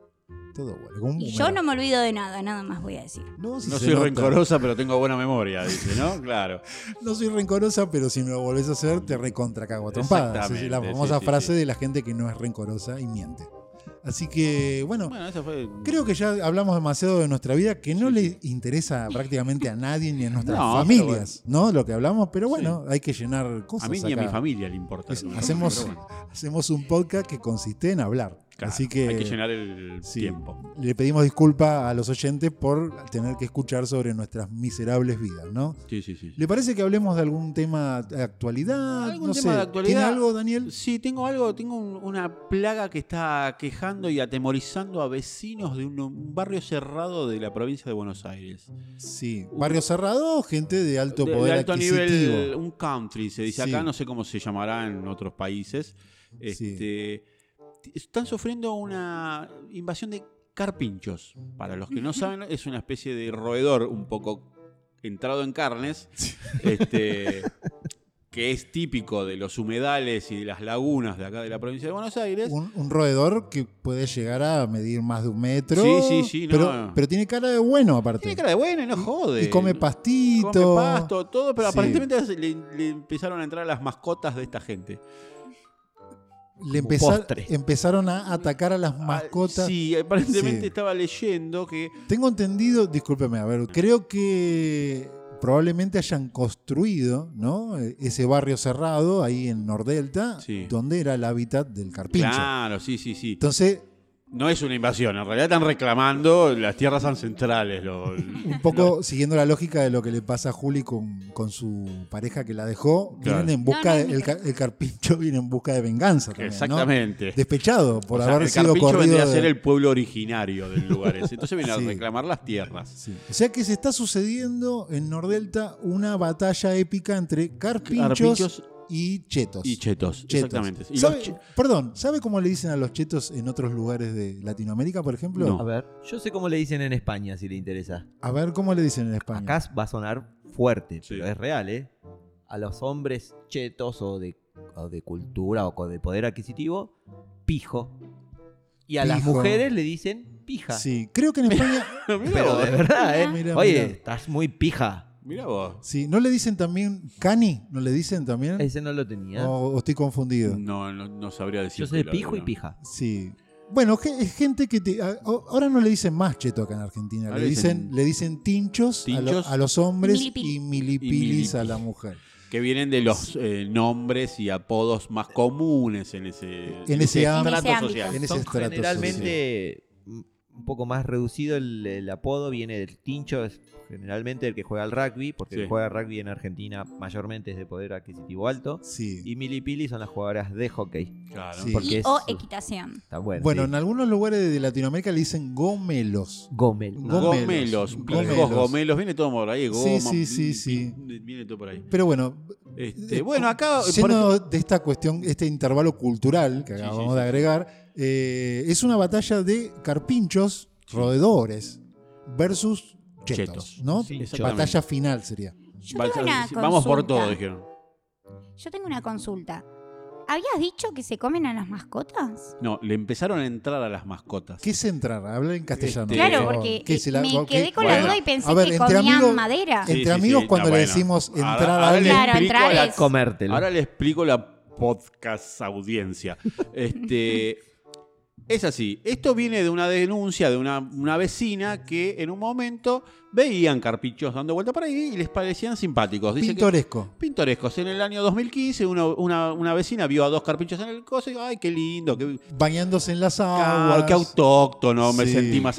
[SPEAKER 1] Todo bueno. como un
[SPEAKER 4] Y yo no
[SPEAKER 1] boomerang.
[SPEAKER 4] me olvido de nada, nada más voy a decir.
[SPEAKER 1] No, si
[SPEAKER 2] No
[SPEAKER 1] se
[SPEAKER 2] soy
[SPEAKER 1] nota.
[SPEAKER 2] rencorosa, pero tengo buena memoria, dice, ¿no? Claro.
[SPEAKER 1] No soy rencorosa, pero si me lo volvés a hacer, te recontra cago a trompadas. Es la
[SPEAKER 2] Exactamente,
[SPEAKER 1] famosa
[SPEAKER 2] sí, sí,
[SPEAKER 1] frase
[SPEAKER 2] sí.
[SPEAKER 1] de la gente que no es rencorosa y miente. Así que, bueno,
[SPEAKER 2] Bueno, esa fue.
[SPEAKER 1] creo que ya hablamos demasiado de nuestra vida, que no le interesa prácticamente a nadie ni a nuestras
[SPEAKER 2] No, pero
[SPEAKER 1] familias, ¿no? Lo que hablamos, pero bueno, hay que llenar cosas.
[SPEAKER 2] A mí ni a
[SPEAKER 1] acá.
[SPEAKER 2] mi familia le importa.
[SPEAKER 1] Es-
[SPEAKER 2] ¿no?
[SPEAKER 1] hacemos-
[SPEAKER 2] Pero bueno,
[SPEAKER 1] Hacemos un podcast que consiste en hablar.
[SPEAKER 2] claro,
[SPEAKER 1] Así que,
[SPEAKER 2] Hay que llenar el
[SPEAKER 1] sí,
[SPEAKER 2] tiempo.
[SPEAKER 1] le pedimos disculpas a los oyentes por tener que escuchar sobre nuestras miserables vidas, ¿no?
[SPEAKER 2] Sí, sí, sí.
[SPEAKER 1] ¿Le parece que hablemos de algún tema de actualidad?
[SPEAKER 2] ¿Algún
[SPEAKER 1] no
[SPEAKER 2] tema
[SPEAKER 1] sé.
[SPEAKER 2] de actualidad?
[SPEAKER 1] ¿Tiene algo, Daniel?
[SPEAKER 2] Sí, tengo algo, tengo un- una plaga que está quejando y atemorizando a vecinos de un, un barrio cerrado de la provincia de Buenos Aires.
[SPEAKER 1] Sí. ¿Barrio cerrado o gente de alto
[SPEAKER 2] De- de
[SPEAKER 1] poder
[SPEAKER 2] alto
[SPEAKER 1] adquisitivo?
[SPEAKER 2] nivel, un country, se dice
[SPEAKER 1] Sí.
[SPEAKER 2] acá, no sé cómo se llamará en otros países.
[SPEAKER 1] Sí.
[SPEAKER 2] Este, t- Están sufriendo una invasión de carpinchos. Para los que no saben, es una especie de roedor un poco entrado en carnes, este, que es típico de los humedales y de las lagunas de acá de la provincia de Buenos Aires.
[SPEAKER 1] Un, un roedor que puede llegar a medir más de un metro.
[SPEAKER 2] Sí, sí, sí, no.
[SPEAKER 1] Pero, pero tiene cara de bueno aparte.
[SPEAKER 2] Tiene cara de bueno y no jode.
[SPEAKER 1] y come pastito.
[SPEAKER 2] Come pasto, todo, pero
[SPEAKER 1] Sí.
[SPEAKER 2] aparentemente le, le empezaron a entrar las mascotas de esta gente.
[SPEAKER 1] Le empeza-
[SPEAKER 3] Postre.
[SPEAKER 1] empezaron a atacar a las
[SPEAKER 2] Ah,
[SPEAKER 1] mascotas.
[SPEAKER 2] Sí, aparentemente
[SPEAKER 1] Sí.
[SPEAKER 2] estaba leyendo que.
[SPEAKER 1] Tengo entendido, discúlpeme, a ver, creo que probablemente hayan construido, ¿no? E- Ese barrio cerrado ahí en Nordelta,
[SPEAKER 2] Sí.
[SPEAKER 1] donde era el hábitat del carpincho.
[SPEAKER 2] Claro, sí, sí, sí.
[SPEAKER 1] Entonces,
[SPEAKER 2] No es una invasión, en realidad están reclamando las tierras ancestrales. lo-
[SPEAKER 1] Un poco siguiendo la lógica de lo que le pasa a Juli con, con su pareja que la dejó,
[SPEAKER 2] Claro.
[SPEAKER 1] vienen en busca
[SPEAKER 4] No, no
[SPEAKER 1] de-
[SPEAKER 4] es mi
[SPEAKER 1] el, ca- el carpincho viene en busca de venganza también, ¿no?
[SPEAKER 2] Exactamente.
[SPEAKER 1] Despechado por
[SPEAKER 2] O sea,
[SPEAKER 1] haber
[SPEAKER 2] el
[SPEAKER 1] sido
[SPEAKER 2] Carpincho
[SPEAKER 1] corrido.
[SPEAKER 2] vendría a
[SPEAKER 1] de-
[SPEAKER 2] ser el pueblo originario del lugar ese. Entonces vienen
[SPEAKER 1] Sí.
[SPEAKER 2] a reclamar las tierras.
[SPEAKER 1] Sí. O sea que se está sucediendo en Nordelta una batalla épica entre carpinchos,
[SPEAKER 2] Carpinchos
[SPEAKER 1] y chetos.
[SPEAKER 2] y chetos.
[SPEAKER 1] Chetos.
[SPEAKER 2] Exactamente. Y
[SPEAKER 1] ¿Sabe-
[SPEAKER 2] los che-
[SPEAKER 1] Perdón, ¿sabe cómo le dicen a los chetos en otros lugares de Latinoamérica, por ejemplo?
[SPEAKER 2] No.
[SPEAKER 3] A ver, yo sé cómo le dicen en España, si le interesa.
[SPEAKER 1] A ver cómo le dicen en España.
[SPEAKER 3] Acá va a sonar fuerte,
[SPEAKER 2] Sí.
[SPEAKER 3] pero es real, ¿eh? A los hombres chetos o de, o de cultura o co- de poder adquisitivo, pijo. Y a las
[SPEAKER 1] Pijo.
[SPEAKER 3] mujeres le dicen pija.
[SPEAKER 1] Sí, creo que en España.
[SPEAKER 2] Mirá
[SPEAKER 3] Pero
[SPEAKER 2] vos.
[SPEAKER 3] de verdad, ¿eh?
[SPEAKER 1] Mirá,
[SPEAKER 3] Oye,
[SPEAKER 1] mirá.
[SPEAKER 3] estás muy pija.
[SPEAKER 2] Mirá vos.
[SPEAKER 1] sí, ¿no le dicen también cani? ¿No le dicen también?
[SPEAKER 3] Ese no lo tenía.
[SPEAKER 1] O, o estoy confundido.
[SPEAKER 3] Mm.
[SPEAKER 2] No, no, no sabría decir.
[SPEAKER 3] Yo sé pijo y pija.
[SPEAKER 1] Sí. Bueno, ge- es gente que te- a- o- ahora no le dicen más cheto acá en Argentina,
[SPEAKER 2] Ahora
[SPEAKER 1] le dicen,
[SPEAKER 2] dicen-
[SPEAKER 1] le dicen tinchos, a, lo-
[SPEAKER 2] Tinchos.
[SPEAKER 1] a los hombres
[SPEAKER 4] Milipili.
[SPEAKER 1] y milipilis a la mujer.
[SPEAKER 2] Que vienen de los eh, nombres y apodos más comunes en ese,
[SPEAKER 1] En ese am-
[SPEAKER 2] estrato
[SPEAKER 4] En ese
[SPEAKER 2] social.
[SPEAKER 1] En ese
[SPEAKER 3] Son
[SPEAKER 1] estrato social.
[SPEAKER 3] generalmente mm, un poco más reducido el, el apodo, viene del tincho, es generalmente el que juega al rugby, porque el
[SPEAKER 2] Sí.
[SPEAKER 3] que juega al rugby en Argentina mayormente es de poder adquisitivo alto.
[SPEAKER 1] Sí.
[SPEAKER 3] Y Milipili son las jugadoras de hockey.
[SPEAKER 2] Claro.
[SPEAKER 1] Sí.
[SPEAKER 3] Porque
[SPEAKER 4] Y
[SPEAKER 3] es-
[SPEAKER 4] o equitación.
[SPEAKER 3] Está bueno.
[SPEAKER 1] bueno,
[SPEAKER 3] sí.
[SPEAKER 1] en algunos lugares de Latinoamérica le dicen gomelos.
[SPEAKER 3] Gomel.
[SPEAKER 1] Go-
[SPEAKER 2] Gomelos,
[SPEAKER 1] Gomelos.
[SPEAKER 2] pijos,
[SPEAKER 1] Gomelos.
[SPEAKER 2] gomelos. viene todo por ahí, goma,
[SPEAKER 1] sí, sí, sí.
[SPEAKER 2] Viene todo por ahí.
[SPEAKER 1] Pero bueno,
[SPEAKER 2] Este,
[SPEAKER 1] eh,
[SPEAKER 2] bueno, acá por
[SPEAKER 1] lleno
[SPEAKER 2] ejemplo,
[SPEAKER 1] de esta cuestión, este intervalo cultural que
[SPEAKER 2] Sí,
[SPEAKER 1] acabamos
[SPEAKER 2] sí,
[SPEAKER 1] de
[SPEAKER 2] sí.
[SPEAKER 1] agregar, eh, es una batalla de carpinchos, roedores, versus chetos,
[SPEAKER 2] Chetos.
[SPEAKER 1] ¿no?
[SPEAKER 3] Sí,
[SPEAKER 2] exactamente.
[SPEAKER 1] batalla final sería.
[SPEAKER 4] Yo
[SPEAKER 2] va-
[SPEAKER 4] tengo una
[SPEAKER 2] vamos por
[SPEAKER 4] consulta.
[SPEAKER 2] todo, dijeron.
[SPEAKER 4] Yo tengo una consulta. ¿Habías dicho que se comen a las mascotas?
[SPEAKER 2] No, le empezaron a entrar a las mascotas.
[SPEAKER 1] ¿Qué es entrar? Hablar en castellano.
[SPEAKER 2] Este,
[SPEAKER 1] por
[SPEAKER 4] claro,
[SPEAKER 1] favor.
[SPEAKER 4] porque eh,
[SPEAKER 1] ¿Qué se la-
[SPEAKER 4] me
[SPEAKER 1] qué-
[SPEAKER 4] quedé con la
[SPEAKER 2] Bueno.
[SPEAKER 4] duda y pensé
[SPEAKER 1] A ver,
[SPEAKER 4] que
[SPEAKER 1] entre
[SPEAKER 4] comían
[SPEAKER 1] amigos- eh,
[SPEAKER 4] madera.
[SPEAKER 1] Entre amigos, cuando le decimos entrar a alguien-
[SPEAKER 4] Claro, entrar
[SPEAKER 2] la-
[SPEAKER 4] es-
[SPEAKER 3] Comértelo.
[SPEAKER 2] ahora le explico la podcast audiencia. Este, es así. Esto viene de una denuncia de una, una vecina que en un momento veían carpichos dando vuelta por ahí y les parecían simpáticos. Dice que-
[SPEAKER 1] Pintoresco.
[SPEAKER 2] pintorescos. En el año 2015 uno- una, una vecina vio a dos carpichos en el coso y dijo, ay, qué lindo, qué,
[SPEAKER 1] Bañándose en las
[SPEAKER 2] Ah,
[SPEAKER 1] aguas.
[SPEAKER 2] qué autóctono, me
[SPEAKER 1] Sí.
[SPEAKER 2] sentí más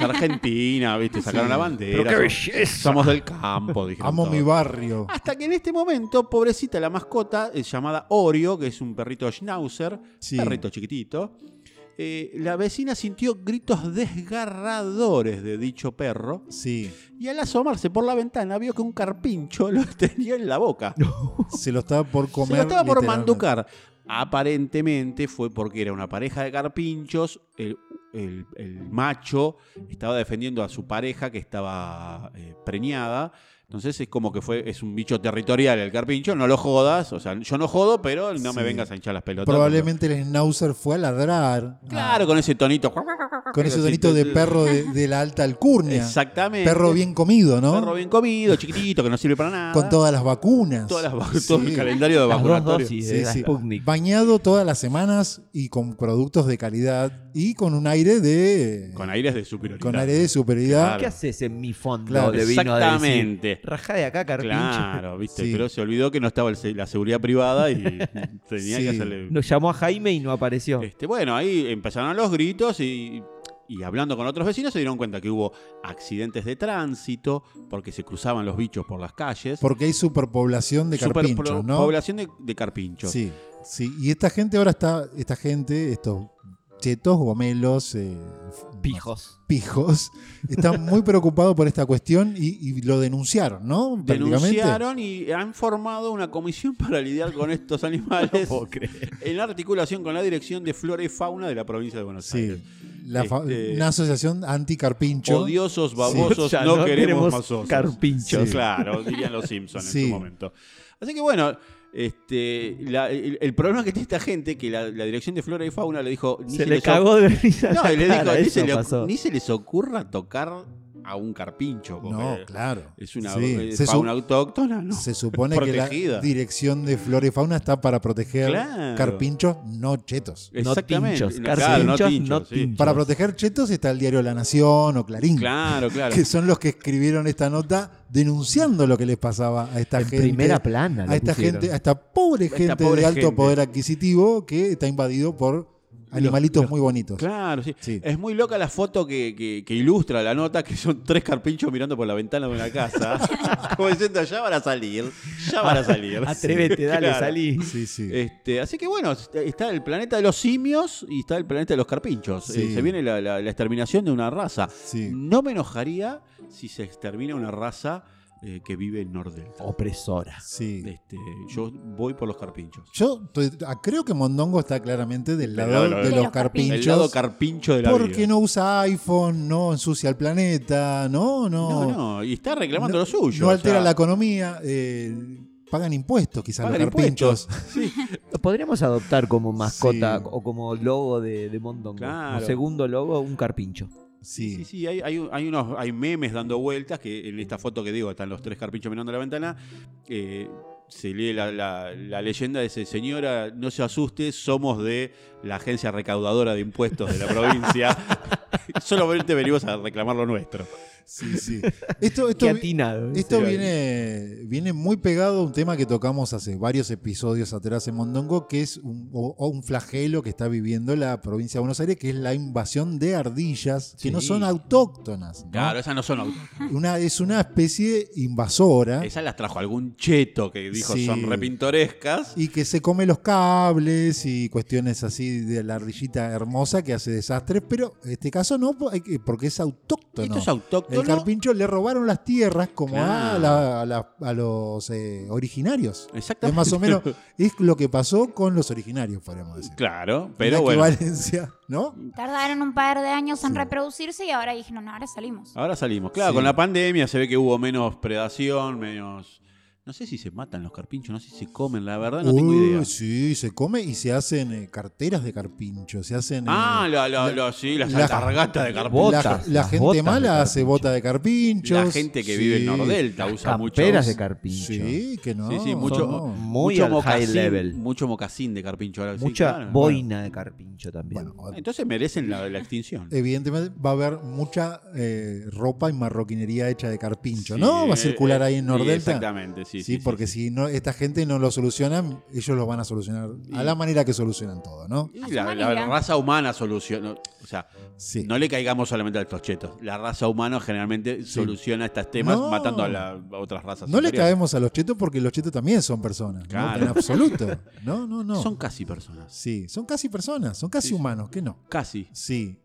[SPEAKER 2] argentina, ¿viste? Sacaron la bandera. som- Somos del campo, dijeron.
[SPEAKER 1] Amo
[SPEAKER 2] todos.
[SPEAKER 1] mi barrio.
[SPEAKER 2] Hasta que en este momento, pobrecita, la mascota eh, llamada Oreo, que es un perrito schnauzer,
[SPEAKER 1] Sí.
[SPEAKER 2] perrito chiquitito, eh, la vecina sintió gritos desgarradores de dicho perro
[SPEAKER 1] Sí,
[SPEAKER 2] y al asomarse por la ventana vio que un carpincho lo tenía en la boca.
[SPEAKER 1] se lo estaba por comer.
[SPEAKER 2] Se lo estaba por
[SPEAKER 1] literalmente.
[SPEAKER 2] manducar. Aparentemente fue porque era una pareja de carpinchos. El, el- el macho estaba defendiendo a su pareja que estaba eh, preñada. Entonces es como que fue, es un bicho territorial el carpincho, no lo jodas, o sea, yo no jodo, pero no me
[SPEAKER 1] Sí.
[SPEAKER 2] vengas a hinchar las pelotas.
[SPEAKER 1] Probablemente el schnauzer fue a ladrar.
[SPEAKER 2] Porque- Claro, con ese tonito.
[SPEAKER 1] Ah, con ese tonito de perro de, de la alta alcurnia.
[SPEAKER 2] Exactamente.
[SPEAKER 1] Perro bien comido, ¿no?
[SPEAKER 2] Perro bien comido, chiquitito, que no sirve para nada.
[SPEAKER 1] Con todas las vacunas.
[SPEAKER 2] Todas las vacu-
[SPEAKER 1] Sí.
[SPEAKER 2] todo el calendario de
[SPEAKER 3] Las dos
[SPEAKER 2] vacunatorio.
[SPEAKER 3] dosis de
[SPEAKER 1] Sí,
[SPEAKER 3] la
[SPEAKER 1] sí.
[SPEAKER 3] Sputnik.
[SPEAKER 1] Bañado todas las semanas y con productos de calidad y con un aire de.
[SPEAKER 2] Con aires de superioridad.
[SPEAKER 1] con aire de superioridad.
[SPEAKER 3] ¿Qué haces en mi fondo
[SPEAKER 1] Claro.
[SPEAKER 3] de vino de decir,
[SPEAKER 2] Exactamente.
[SPEAKER 3] Rajá de acá, carpincho.
[SPEAKER 2] Claro, viste,
[SPEAKER 1] Sí.
[SPEAKER 2] pero se olvidó que no estaba el se- la seguridad privada y tenía
[SPEAKER 1] Sí.
[SPEAKER 2] que hacerle.
[SPEAKER 3] Nos llamó a Jaime y no apareció.
[SPEAKER 2] Este, bueno, ahí empezaron los gritos y, y hablando con otros vecinos se dieron cuenta que hubo accidentes de tránsito porque se cruzaban los bichos por las calles.
[SPEAKER 1] Porque hay superpoblación de carpinchos,
[SPEAKER 2] Superpro-
[SPEAKER 1] ¿no?
[SPEAKER 2] Población de, de carpinchos.
[SPEAKER 1] Sí, sí. Y esta gente ahora está, esta gente, estos chetos, gomelos, eh,
[SPEAKER 3] Pijos.
[SPEAKER 1] pijos, están muy preocupados por esta cuestión y, y lo denunciaron, ¿no? Prácticamente.
[SPEAKER 2] Denunciaron y han formado una comisión para lidiar con estos animales en articulación con la Dirección de Flora y Fauna de la provincia de Buenos Aires.
[SPEAKER 1] Sí. La fa-
[SPEAKER 2] Este-
[SPEAKER 1] Una asociación anticarpincho.
[SPEAKER 2] Odiosos, babosos,
[SPEAKER 3] Ya
[SPEAKER 2] no, queremos, más osos.
[SPEAKER 3] carpinchos.
[SPEAKER 1] Sí.
[SPEAKER 2] Claro, dirían los Simpsons
[SPEAKER 1] Sí.
[SPEAKER 2] en su momento. Así que bueno, este, la- el, el problema que tiene esta gente que la, la dirección de Flora y Fauna le dijo. Ni
[SPEAKER 3] Se le
[SPEAKER 2] les
[SPEAKER 3] cagó de risa.
[SPEAKER 2] oc- No,
[SPEAKER 3] la
[SPEAKER 2] y le dijo,
[SPEAKER 3] cara,
[SPEAKER 2] ni
[SPEAKER 3] eso
[SPEAKER 2] se, le oc-
[SPEAKER 3] pasó.
[SPEAKER 2] ni se les ocurra tocar a un carpincho. porque
[SPEAKER 1] No, claro.
[SPEAKER 2] Es una
[SPEAKER 1] Sí.
[SPEAKER 2] eh,
[SPEAKER 1] se, su-
[SPEAKER 2] fauna autóctona, ¿no?
[SPEAKER 1] se supone que la
[SPEAKER 2] Protegida.
[SPEAKER 1] dirección de flora y fauna está para proteger
[SPEAKER 2] Claro. Eh,
[SPEAKER 1] carpinchos, no chetos.
[SPEAKER 3] No tinchos,
[SPEAKER 2] Claro, no
[SPEAKER 3] carpinchos, no
[SPEAKER 2] tinchos, sí.
[SPEAKER 3] tinchos.
[SPEAKER 1] Para proteger chetos está el diario La Nación o Clarín.
[SPEAKER 2] Claro, claro.
[SPEAKER 1] que son los que escribieron esta nota denunciando lo que les pasaba a esta
[SPEAKER 3] En
[SPEAKER 1] gente.
[SPEAKER 3] primera plana. lo
[SPEAKER 1] a esta
[SPEAKER 3] pusieron.
[SPEAKER 1] gente, a esta pobre
[SPEAKER 2] esta
[SPEAKER 1] gente
[SPEAKER 2] pobre
[SPEAKER 1] de alto
[SPEAKER 2] gente.
[SPEAKER 1] poder adquisitivo que está invadido por Animalitos
[SPEAKER 2] los-
[SPEAKER 1] muy bonitos.
[SPEAKER 2] Claro, sí.
[SPEAKER 1] Sí.
[SPEAKER 2] Es muy loca la foto que, que- que ilustra la nota, que son tres carpinchos mirando por la ventana de una casa. como diciendo, ya van a salir, ya
[SPEAKER 1] Ah,
[SPEAKER 2] van a salir.
[SPEAKER 3] Atrévete, dale,
[SPEAKER 2] Claro.
[SPEAKER 3] salí.
[SPEAKER 1] Sí, sí.
[SPEAKER 2] Este, así que bueno, est- está el planeta de los simios y está el planeta de los carpinchos.
[SPEAKER 1] Sí.
[SPEAKER 2] Eh, se viene la, la- la exterminación de una raza.
[SPEAKER 1] sí.
[SPEAKER 2] No me enojaría si se extermina una raza eh, que vive en Nordelta.
[SPEAKER 3] Opresora.
[SPEAKER 1] sí.
[SPEAKER 2] Este, yo voy por los carpinchos.
[SPEAKER 1] Yo estoy- ah, creo que Mondongo está claramente del
[SPEAKER 2] Del
[SPEAKER 1] lado
[SPEAKER 2] lado
[SPEAKER 1] de
[SPEAKER 2] de
[SPEAKER 1] los
[SPEAKER 4] los
[SPEAKER 1] carpinchos.
[SPEAKER 2] el lado carpincho de la
[SPEAKER 1] porque
[SPEAKER 2] vida.
[SPEAKER 1] no usa iPhone, no ensucia el planeta, no, no.
[SPEAKER 2] No, no, y está reclamando lo suyo.
[SPEAKER 1] No
[SPEAKER 2] o
[SPEAKER 1] altera
[SPEAKER 2] sea,
[SPEAKER 1] la economía. eh, pagan impuestos, quizás
[SPEAKER 2] pagan
[SPEAKER 1] los carpinchos.
[SPEAKER 2] impuestos. Sí.
[SPEAKER 3] Podríamos adoptar como mascota
[SPEAKER 1] Sí.
[SPEAKER 3] o como logo de, de Mondongo.
[SPEAKER 2] Claro.
[SPEAKER 3] Como segundo logo, un carpincho.
[SPEAKER 1] Sí.
[SPEAKER 2] Sí, sí, hay, hay, hay unos hay memes dando vueltas que en esta foto que digo están los tres carpinchos mirando la ventana. eh, se lee la, la- la leyenda de ese señora, no se asuste, somos de la agencia recaudadora de impuestos de la provincia. Solamente venimos a reclamar lo nuestro.
[SPEAKER 1] sí, sí. Esto, esto,
[SPEAKER 3] Qué atinado. ¿eh?
[SPEAKER 1] Esto
[SPEAKER 2] Sí,
[SPEAKER 1] viene, viene muy pegado a un tema que tocamos hace varios episodios atrás en Mondongo, que es un, o- o un flagelo que está viviendo la provincia de Buenos Aires, que es la invasión de ardillas, que no
[SPEAKER 2] Sí.
[SPEAKER 1] son autóctonas. ¿no?
[SPEAKER 2] Claro, esas no son. au-
[SPEAKER 1] Una, es una especie invasora
[SPEAKER 2] Esas las trajo algún cheto que dijo
[SPEAKER 1] Sí.
[SPEAKER 2] son repintorescas.
[SPEAKER 1] y que se come los cables y cuestiones así de la ardillita hermosa que hace desastres, pero en este caso no, po- hay que- porque es autóctono.
[SPEAKER 2] Esto es autóctono.
[SPEAKER 1] el carpincho le robaron las tierras como a,
[SPEAKER 2] Claro.
[SPEAKER 1] la- a la- a los eh, originarios. Es
[SPEAKER 2] Exactamente.
[SPEAKER 1] más o menos es lo que pasó con los originarios, podríamos decir.
[SPEAKER 2] Claro, pero
[SPEAKER 1] La
[SPEAKER 2] bueno.
[SPEAKER 1] equivalencia, ¿no?
[SPEAKER 4] Tardaron un par de años en
[SPEAKER 1] Sí.
[SPEAKER 4] reproducirse y ahora dijeron, no, ahora salimos.
[SPEAKER 2] Ahora salimos. Claro,
[SPEAKER 1] Sí.
[SPEAKER 2] con la pandemia se ve que hubo menos predación, menos. No sé si se matan los carpinchos, no sé si se comen, la verdad, no tengo
[SPEAKER 1] Uy,
[SPEAKER 2] idea.
[SPEAKER 1] Sí, se come y se hacen eh, carteras de carpincho, se hacen eh,
[SPEAKER 2] Ah, la, la- la- sí, las
[SPEAKER 1] la-
[SPEAKER 2] alpargatas de carpincho.
[SPEAKER 1] la,
[SPEAKER 3] botas,
[SPEAKER 1] la
[SPEAKER 3] las botas
[SPEAKER 1] gente
[SPEAKER 3] de
[SPEAKER 1] mala hace
[SPEAKER 3] carpincho.
[SPEAKER 1] bota de carpincho.
[SPEAKER 2] La gente que vive en Nordelta usa mucho.
[SPEAKER 3] Camperas de carpincho.
[SPEAKER 1] Sí, que no.
[SPEAKER 2] Sí, sí, mucho-
[SPEAKER 1] no.
[SPEAKER 3] Muy
[SPEAKER 2] mucho
[SPEAKER 3] al high level.
[SPEAKER 2] Mucho mocasín de carpincho. ahora sí,
[SPEAKER 3] Mucha
[SPEAKER 2] claro.
[SPEAKER 3] boina de carpincho también.
[SPEAKER 1] Bueno,
[SPEAKER 2] Entonces merecen la, la extinción.
[SPEAKER 1] Eh, evidentemente va a haber mucha eh, ropa y marroquinería hecha de carpincho,
[SPEAKER 2] Sí,
[SPEAKER 1] ¿no? Va a
[SPEAKER 2] eh,
[SPEAKER 1] circular
[SPEAKER 2] eh,
[SPEAKER 1] ahí en
[SPEAKER 2] sí,
[SPEAKER 1] Nordelta.
[SPEAKER 2] exactamente, sí.
[SPEAKER 1] Sí,
[SPEAKER 2] sí, sí,
[SPEAKER 1] porque
[SPEAKER 2] sí.
[SPEAKER 1] si no, esta gente no lo solucionan, ellos lo van a solucionar a
[SPEAKER 2] Y-
[SPEAKER 1] la manera que solucionan todo, ¿no?
[SPEAKER 2] Y
[SPEAKER 4] A su
[SPEAKER 2] La, la
[SPEAKER 4] manera.
[SPEAKER 2] raza humana soluciona. O sea,
[SPEAKER 1] Sí.
[SPEAKER 2] no le caigamos solamente a estos chetos. La raza humana generalmente soluciona estos temas
[SPEAKER 1] No.
[SPEAKER 2] matando a, la- a otras razas.
[SPEAKER 1] No le
[SPEAKER 2] superiores.
[SPEAKER 1] caemos a los chetos porque los chetos también son personas, ¿no?
[SPEAKER 2] Claro.
[SPEAKER 1] En absoluto. No, no, no.
[SPEAKER 2] Son casi personas.
[SPEAKER 1] Sí, son casi personas, son casi
[SPEAKER 2] Sí, sí.
[SPEAKER 1] humanos, ¿qué no?
[SPEAKER 2] Casi.
[SPEAKER 1] Sí.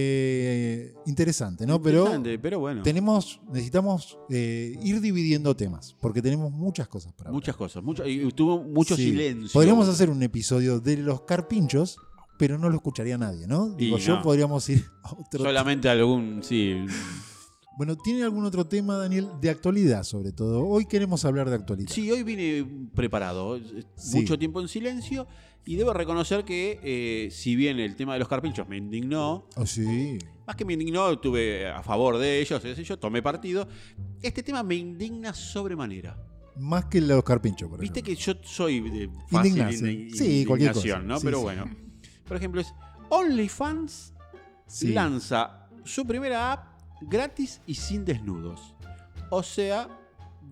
[SPEAKER 1] Eh, interesante, ¿no? Pero
[SPEAKER 2] Interesante, pero bueno.
[SPEAKER 1] tenemos, necesitamos eh, ir dividiendo temas, porque tenemos muchas cosas para hablar.
[SPEAKER 2] Muchas cosas. Mucho, y tuvo mucho
[SPEAKER 1] Sí.
[SPEAKER 2] silencio.
[SPEAKER 1] Podríamos hacer un episodio de los carpinchos, pero no lo escucharía nadie, ¿no?
[SPEAKER 2] Y
[SPEAKER 1] Digo, yo
[SPEAKER 2] no.
[SPEAKER 1] podríamos ir a otro
[SPEAKER 2] Solamente algún. Sí.
[SPEAKER 1] Bueno, ¿tiene algún otro tema, Daniel? De actualidad, sobre todo. Hoy queremos hablar de actualidad.
[SPEAKER 2] Sí, hoy vine preparado.
[SPEAKER 1] Sí.
[SPEAKER 2] Mucho tiempo en silencio. Y debo reconocer que, eh, si bien el tema de los carpinchos me indignó,
[SPEAKER 1] Oh, sí.
[SPEAKER 2] más que me indignó, estuve a favor de ellos, qué sé yo, tomé partido. Este tema me indigna sobremanera.
[SPEAKER 1] Más que los carpinchos, por
[SPEAKER 2] Viste
[SPEAKER 1] ejemplo.
[SPEAKER 2] que yo soy de fácil
[SPEAKER 1] Indignación.
[SPEAKER 2] indi-
[SPEAKER 1] Sí, cualquier cosa.
[SPEAKER 2] indignación, ¿no?
[SPEAKER 1] Sí,
[SPEAKER 2] Pero
[SPEAKER 1] sí.
[SPEAKER 2] bueno. Por ejemplo, es OnlyFans
[SPEAKER 1] Sí.
[SPEAKER 2] lanza su primera app gratis y sin desnudos. O sea,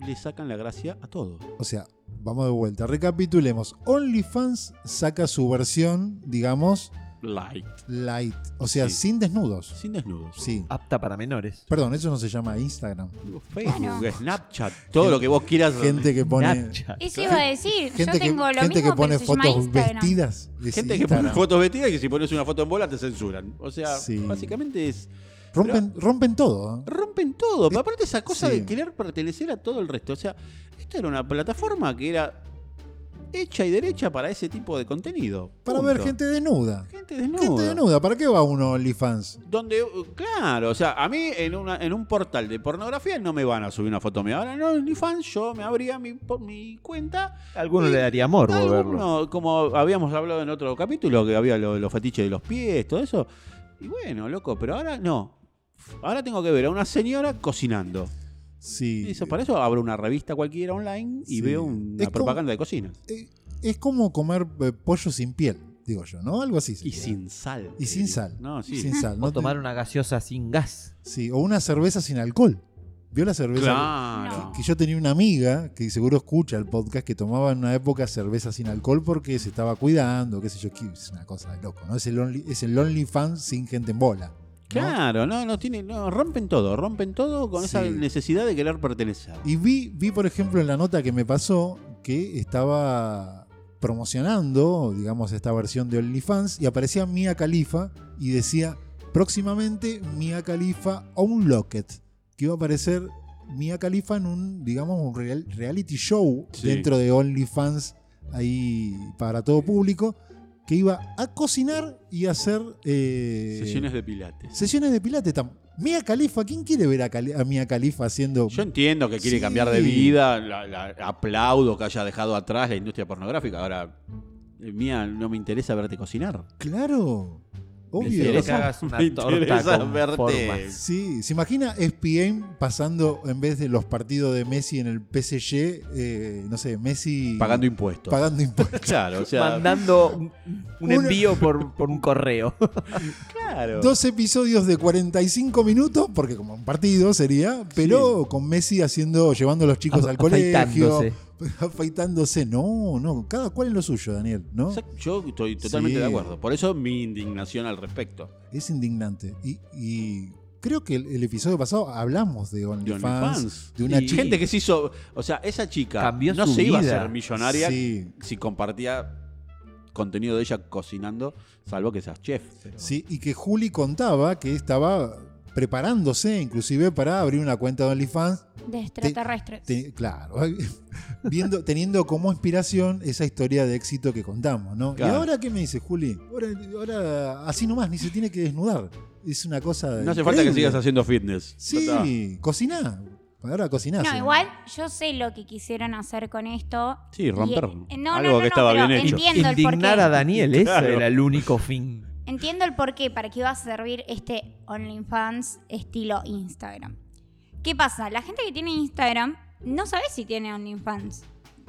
[SPEAKER 2] le sacan la gracia a todo.
[SPEAKER 1] O sea, vamos de vuelta. Recapitulemos. OnlyFans saca su versión, digamos,
[SPEAKER 2] Light.
[SPEAKER 1] light. O sea,
[SPEAKER 2] Sí. Ah.
[SPEAKER 1] sin desnudos.
[SPEAKER 2] Sin desnudos.
[SPEAKER 1] Sí.
[SPEAKER 3] Apta para menores.
[SPEAKER 1] Perdón, eso no se llama Instagram.
[SPEAKER 2] Facebook, Snapchat, todo lo que vos quieras.
[SPEAKER 1] Gente que pone.
[SPEAKER 3] Nacha.
[SPEAKER 4] Eso iba a decir, yo
[SPEAKER 1] Gente que,
[SPEAKER 4] tengo lo
[SPEAKER 1] gente
[SPEAKER 4] mismo,
[SPEAKER 1] que pone
[SPEAKER 4] pero se llama
[SPEAKER 1] fotos
[SPEAKER 4] Instagram.
[SPEAKER 1] vestidas. es
[SPEAKER 2] Gente que pone
[SPEAKER 1] Instagram.
[SPEAKER 2] fotos vestidas y que si pones una foto en bola te censuran. O sea,
[SPEAKER 1] Sí.
[SPEAKER 2] básicamente es.
[SPEAKER 1] Rompen, rompen todo. ¿eh?
[SPEAKER 2] Rompen todo. Pero aparte esa cosa
[SPEAKER 1] Sí.
[SPEAKER 2] de querer pertenecer a todo el resto. O sea, esta era una plataforma que era hecha y derecha para ese tipo de contenido.
[SPEAKER 1] Para
[SPEAKER 2] Punto.
[SPEAKER 1] ver gente desnuda.
[SPEAKER 2] Gente desnuda.
[SPEAKER 1] Gente desnuda. ¿Para qué va uno a OnlyFans?
[SPEAKER 2] Donde, eh, claro, o sea, a mí en, una, en un portal de pornografía no me van a subir una foto mía. Ahora no, ni fan, yo me abría mi, por- mi cuenta.
[SPEAKER 3] Alguno
[SPEAKER 2] Y
[SPEAKER 3] le daría morbo verlo.
[SPEAKER 2] Alguno, como habíamos hablado en otro capítulo, que había lo- los fetiches de los pies, todo eso. Y bueno, loco, pero ahora no. Ahora tengo que ver a una señora cocinando.
[SPEAKER 1] Sí.
[SPEAKER 2] Y eso, para eso abro una revista cualquiera online y
[SPEAKER 1] Sí.
[SPEAKER 2] veo una
[SPEAKER 1] Es como-
[SPEAKER 2] propaganda de cocina.
[SPEAKER 1] Eh, es como comer eh, pollo sin piel, digo yo, ¿no? Algo así.
[SPEAKER 2] Y
[SPEAKER 1] sería.
[SPEAKER 2] sin sal.
[SPEAKER 1] Y sin sal.
[SPEAKER 2] No, sí.
[SPEAKER 1] Sin sal.
[SPEAKER 3] O
[SPEAKER 1] te-
[SPEAKER 3] tomar una gaseosa sin gas.
[SPEAKER 1] Sí, o una cerveza sin alcohol. ¿Vio la cerveza?
[SPEAKER 2] Claro.
[SPEAKER 1] Que yo tenía una amiga que seguro escucha el podcast que tomaba en una época cerveza sin alcohol porque se estaba cuidando, qué sé yo, que es una cosa de loco, ¿no? Es el only, es el only fan sin gente en bola. ¿no?
[SPEAKER 2] Claro, no, no tiene, no, rompen todo, rompen todo con esa
[SPEAKER 1] Sí.
[SPEAKER 2] necesidad de querer pertenecer.
[SPEAKER 1] Y vi, vi, por ejemplo, en la nota que me pasó que estaba promocionando, digamos, esta versión de OnlyFans y aparecía Mia Khalifa y decía próximamente Mia Khalifa Unlocked, que iba a aparecer Mia Khalifa en un, digamos, un real- reality show
[SPEAKER 2] Sí.
[SPEAKER 1] dentro de OnlyFans ahí para todo público, que iba a cocinar y a hacer eh,
[SPEAKER 2] Sesiones de pilates.
[SPEAKER 1] sesiones de pilates. Tam- Mia Khalifa, ¿quién quiere ver a, Cali- a Mia Khalifa haciendo
[SPEAKER 2] Yo entiendo que quiere
[SPEAKER 1] Sí.
[SPEAKER 2] cambiar de vida, la- la- aplaudo que haya dejado atrás la industria pornográfica. Ahora, eh, mía, no me interesa verte cocinar.
[SPEAKER 1] Claro,
[SPEAKER 3] Me quiero
[SPEAKER 1] obvio.
[SPEAKER 3] que hagas una
[SPEAKER 2] Me interesa
[SPEAKER 3] torta con
[SPEAKER 2] verte.
[SPEAKER 3] formas.
[SPEAKER 1] Sí, se imagina ESPN pasando en vez de los partidos de Messi en el PSG, eh, no sé, Messi
[SPEAKER 2] Pagando impuestos.
[SPEAKER 1] pagando impuestos.
[SPEAKER 2] Claro, o sea,
[SPEAKER 3] Mandando un, un
[SPEAKER 1] Una-
[SPEAKER 3] envío por, por un correo.
[SPEAKER 2] claro.
[SPEAKER 1] Dos episodios de 45 minutos, porque como un partido sería, pero con Messi haciendo, llevando a los chicos al colegio,
[SPEAKER 3] Afeitándose.
[SPEAKER 1] afeitándose. No, no, cada cual en lo suyo, Daniel, ¿no?
[SPEAKER 2] Exacto, Yo estoy totalmente
[SPEAKER 1] Sí.
[SPEAKER 2] de acuerdo. Por eso mi indignación al respecto.
[SPEAKER 1] Es indignante. Y, y creo que el, el episodio pasado hablamos de
[SPEAKER 2] De
[SPEAKER 1] OnlyFans,
[SPEAKER 2] OnlyFans.
[SPEAKER 1] de una
[SPEAKER 2] Y
[SPEAKER 1] chica.
[SPEAKER 2] Gente que se hizo. O sea, esa chica
[SPEAKER 3] Cambió
[SPEAKER 2] no
[SPEAKER 3] su
[SPEAKER 2] se iba a
[SPEAKER 3] vida.
[SPEAKER 2] ser millonaria
[SPEAKER 1] Sí.
[SPEAKER 2] si compartía contenido de ella cocinando, salvo que seas chef. pero-
[SPEAKER 1] Sí, y que Juli contaba que estaba preparándose inclusive para abrir una cuenta de OnlyFans.
[SPEAKER 4] De extraterrestres.
[SPEAKER 1] Te- claro, viendo, teniendo como inspiración esa historia de éxito que contamos, ¿no? ¿Y
[SPEAKER 2] Claro.
[SPEAKER 1] ahora qué me dice Juli? Ahora, ahora así nomás, ni se tiene que desnudar. Es una cosa.
[SPEAKER 2] No hace falta que
[SPEAKER 1] increíble.
[SPEAKER 2] sigas haciendo fitness. Ya está.
[SPEAKER 1] Sí, cociná. Ahora cocinás.
[SPEAKER 4] No,
[SPEAKER 1] eh.
[SPEAKER 4] igual yo sé lo que quisieron hacer con esto.
[SPEAKER 2] Sí, romper.
[SPEAKER 4] Y- eh, no,
[SPEAKER 2] algo
[SPEAKER 4] no, no,
[SPEAKER 2] que
[SPEAKER 4] no,
[SPEAKER 2] estaba
[SPEAKER 4] pero
[SPEAKER 2] bien hecho.
[SPEAKER 4] Entiendo el
[SPEAKER 3] Indignar
[SPEAKER 4] porqué.
[SPEAKER 3] a Daniel, ese
[SPEAKER 2] Claro.
[SPEAKER 3] era el único fin.
[SPEAKER 4] Entiendo el porqué, para qué va a servir este OnlyFans estilo Instagram. ¿Qué pasa? La gente que tiene Instagram no sabe si tiene OnlyFans.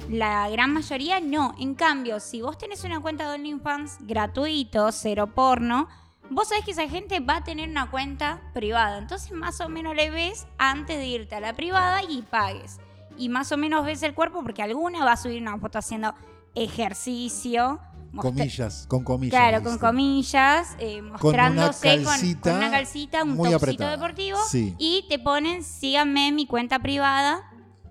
[SPEAKER 4] La gran mayoría no. En cambio, si vos tenés una cuenta de OnlyFans gratuito, cero porno, vos sabés que esa gente va a tener una cuenta privada. Entonces más o menos le ves antes de irte a la privada y pagues. Y más o menos ves el cuerpo porque alguna va a subir una foto haciendo ejercicio. mostra-
[SPEAKER 1] Comillas, con comillas.
[SPEAKER 4] Claro, con
[SPEAKER 1] dice.
[SPEAKER 4] comillas, eh, mostrándose con con una calcita,
[SPEAKER 1] calcita
[SPEAKER 4] un
[SPEAKER 1] muy
[SPEAKER 4] topsito
[SPEAKER 1] apretada.
[SPEAKER 4] deportivo.
[SPEAKER 1] Sí.
[SPEAKER 4] Y te ponen, síganme en mi cuenta privada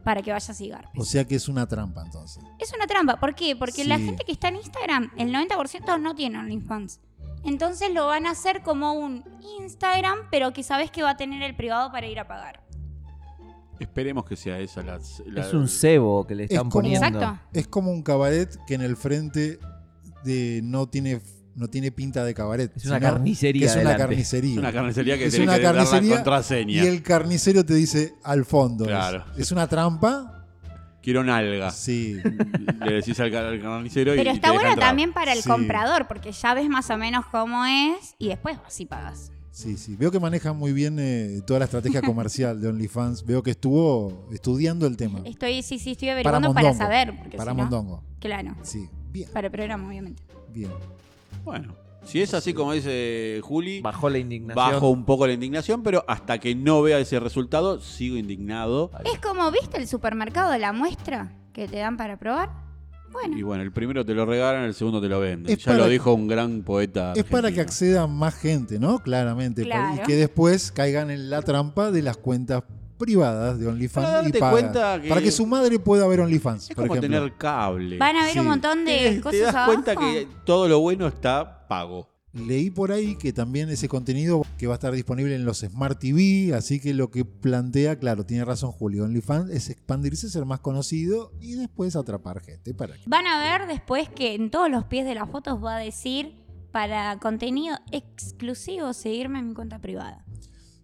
[SPEAKER 4] para que vayas a cigar.
[SPEAKER 1] O sea que es una trampa entonces.
[SPEAKER 4] Es una trampa. ¿Por qué? Porque la
[SPEAKER 1] Sí.
[SPEAKER 4] gente que está en Instagram, el 90% no tiene OnlyFans. Entonces lo van a hacer como un Instagram, pero que sabes que va a tener el privado para ir a pagar.
[SPEAKER 2] Esperemos que sea esa la. la-
[SPEAKER 3] Es un cebo que le
[SPEAKER 1] Es
[SPEAKER 3] están
[SPEAKER 1] como-
[SPEAKER 3] poniendo.
[SPEAKER 4] Exacto.
[SPEAKER 1] Es como un cabaret que en el frente de no tiene no tiene pinta de cabaret.
[SPEAKER 3] Es una
[SPEAKER 1] sino
[SPEAKER 3] carnicería
[SPEAKER 1] que es una
[SPEAKER 3] adelante.
[SPEAKER 2] es
[SPEAKER 1] carnicería.
[SPEAKER 2] una carnicería que
[SPEAKER 1] Es
[SPEAKER 2] tiene
[SPEAKER 1] una
[SPEAKER 2] que dar
[SPEAKER 1] carnicería
[SPEAKER 2] la contraseña.
[SPEAKER 1] y el carnicero te dice al fondo.
[SPEAKER 2] Claro. Ah.
[SPEAKER 1] Es, es una trampa.
[SPEAKER 2] Quiero un alga.
[SPEAKER 1] Sí.
[SPEAKER 2] Le decís al, car- al carnicero y.
[SPEAKER 4] Pero
[SPEAKER 2] y
[SPEAKER 4] está
[SPEAKER 2] te deja
[SPEAKER 4] bueno
[SPEAKER 2] entrar.
[SPEAKER 4] también para el
[SPEAKER 1] Sí.
[SPEAKER 4] comprador, porque ya ves más o menos cómo es y después así pagas.
[SPEAKER 1] Sí, sí. Veo que manejan muy bien eh, toda la estrategia comercial de OnlyFans. Veo que estuvo estudiando el tema.
[SPEAKER 4] Estoy, sí, sí, estoy averiguando para,
[SPEAKER 1] Mondongo.
[SPEAKER 4] saber. Porque
[SPEAKER 1] Para
[SPEAKER 4] si no-
[SPEAKER 1] Mondongo.
[SPEAKER 4] Claro,
[SPEAKER 1] Sí. Bien,
[SPEAKER 4] para el programa, obviamente.
[SPEAKER 1] bien.
[SPEAKER 2] Bueno, si es así como dice Juli,
[SPEAKER 3] Bajó la indignación.
[SPEAKER 2] bajo un poco la indignación, pero hasta que no vea ese resultado, sigo indignado.
[SPEAKER 4] Es como, ¿viste el supermercado de la muestra que te dan para probar?
[SPEAKER 2] Y
[SPEAKER 4] Bueno,
[SPEAKER 2] bueno, el primero te lo regalan, el segundo te lo venden.
[SPEAKER 1] Es
[SPEAKER 2] ya
[SPEAKER 1] para-
[SPEAKER 2] lo dijo un gran poeta.
[SPEAKER 1] Es para que
[SPEAKER 2] argentino.
[SPEAKER 1] acceda más gente, ¿no? Claramente.
[SPEAKER 4] Claro.
[SPEAKER 1] Y que después caigan en la trampa de las cuentas privadas de
[SPEAKER 2] Para
[SPEAKER 1] OnlyFans
[SPEAKER 2] darte
[SPEAKER 1] y pagas.
[SPEAKER 2] cuenta que-
[SPEAKER 1] Para que su madre pueda ver OnlyFans,
[SPEAKER 2] Es
[SPEAKER 1] por
[SPEAKER 2] como
[SPEAKER 1] ejemplo.
[SPEAKER 2] tener cable.
[SPEAKER 4] van a ver
[SPEAKER 1] sí.
[SPEAKER 4] un montón de
[SPEAKER 2] Te-
[SPEAKER 4] cosas
[SPEAKER 2] te das
[SPEAKER 4] abajo.
[SPEAKER 2] cuenta que todo lo bueno está pago.
[SPEAKER 1] Leí por ahí que también ese contenido que va a estar disponible en los Smart TV, así que lo que plantea, claro, tiene razón Julio, OnlyFans es expandirse, ser más conocido y después atrapar gente. ¿Para qué?
[SPEAKER 4] Van a ver después que en todos los pies de las fotos va a decir para contenido exclusivo seguirme en mi cuenta privada.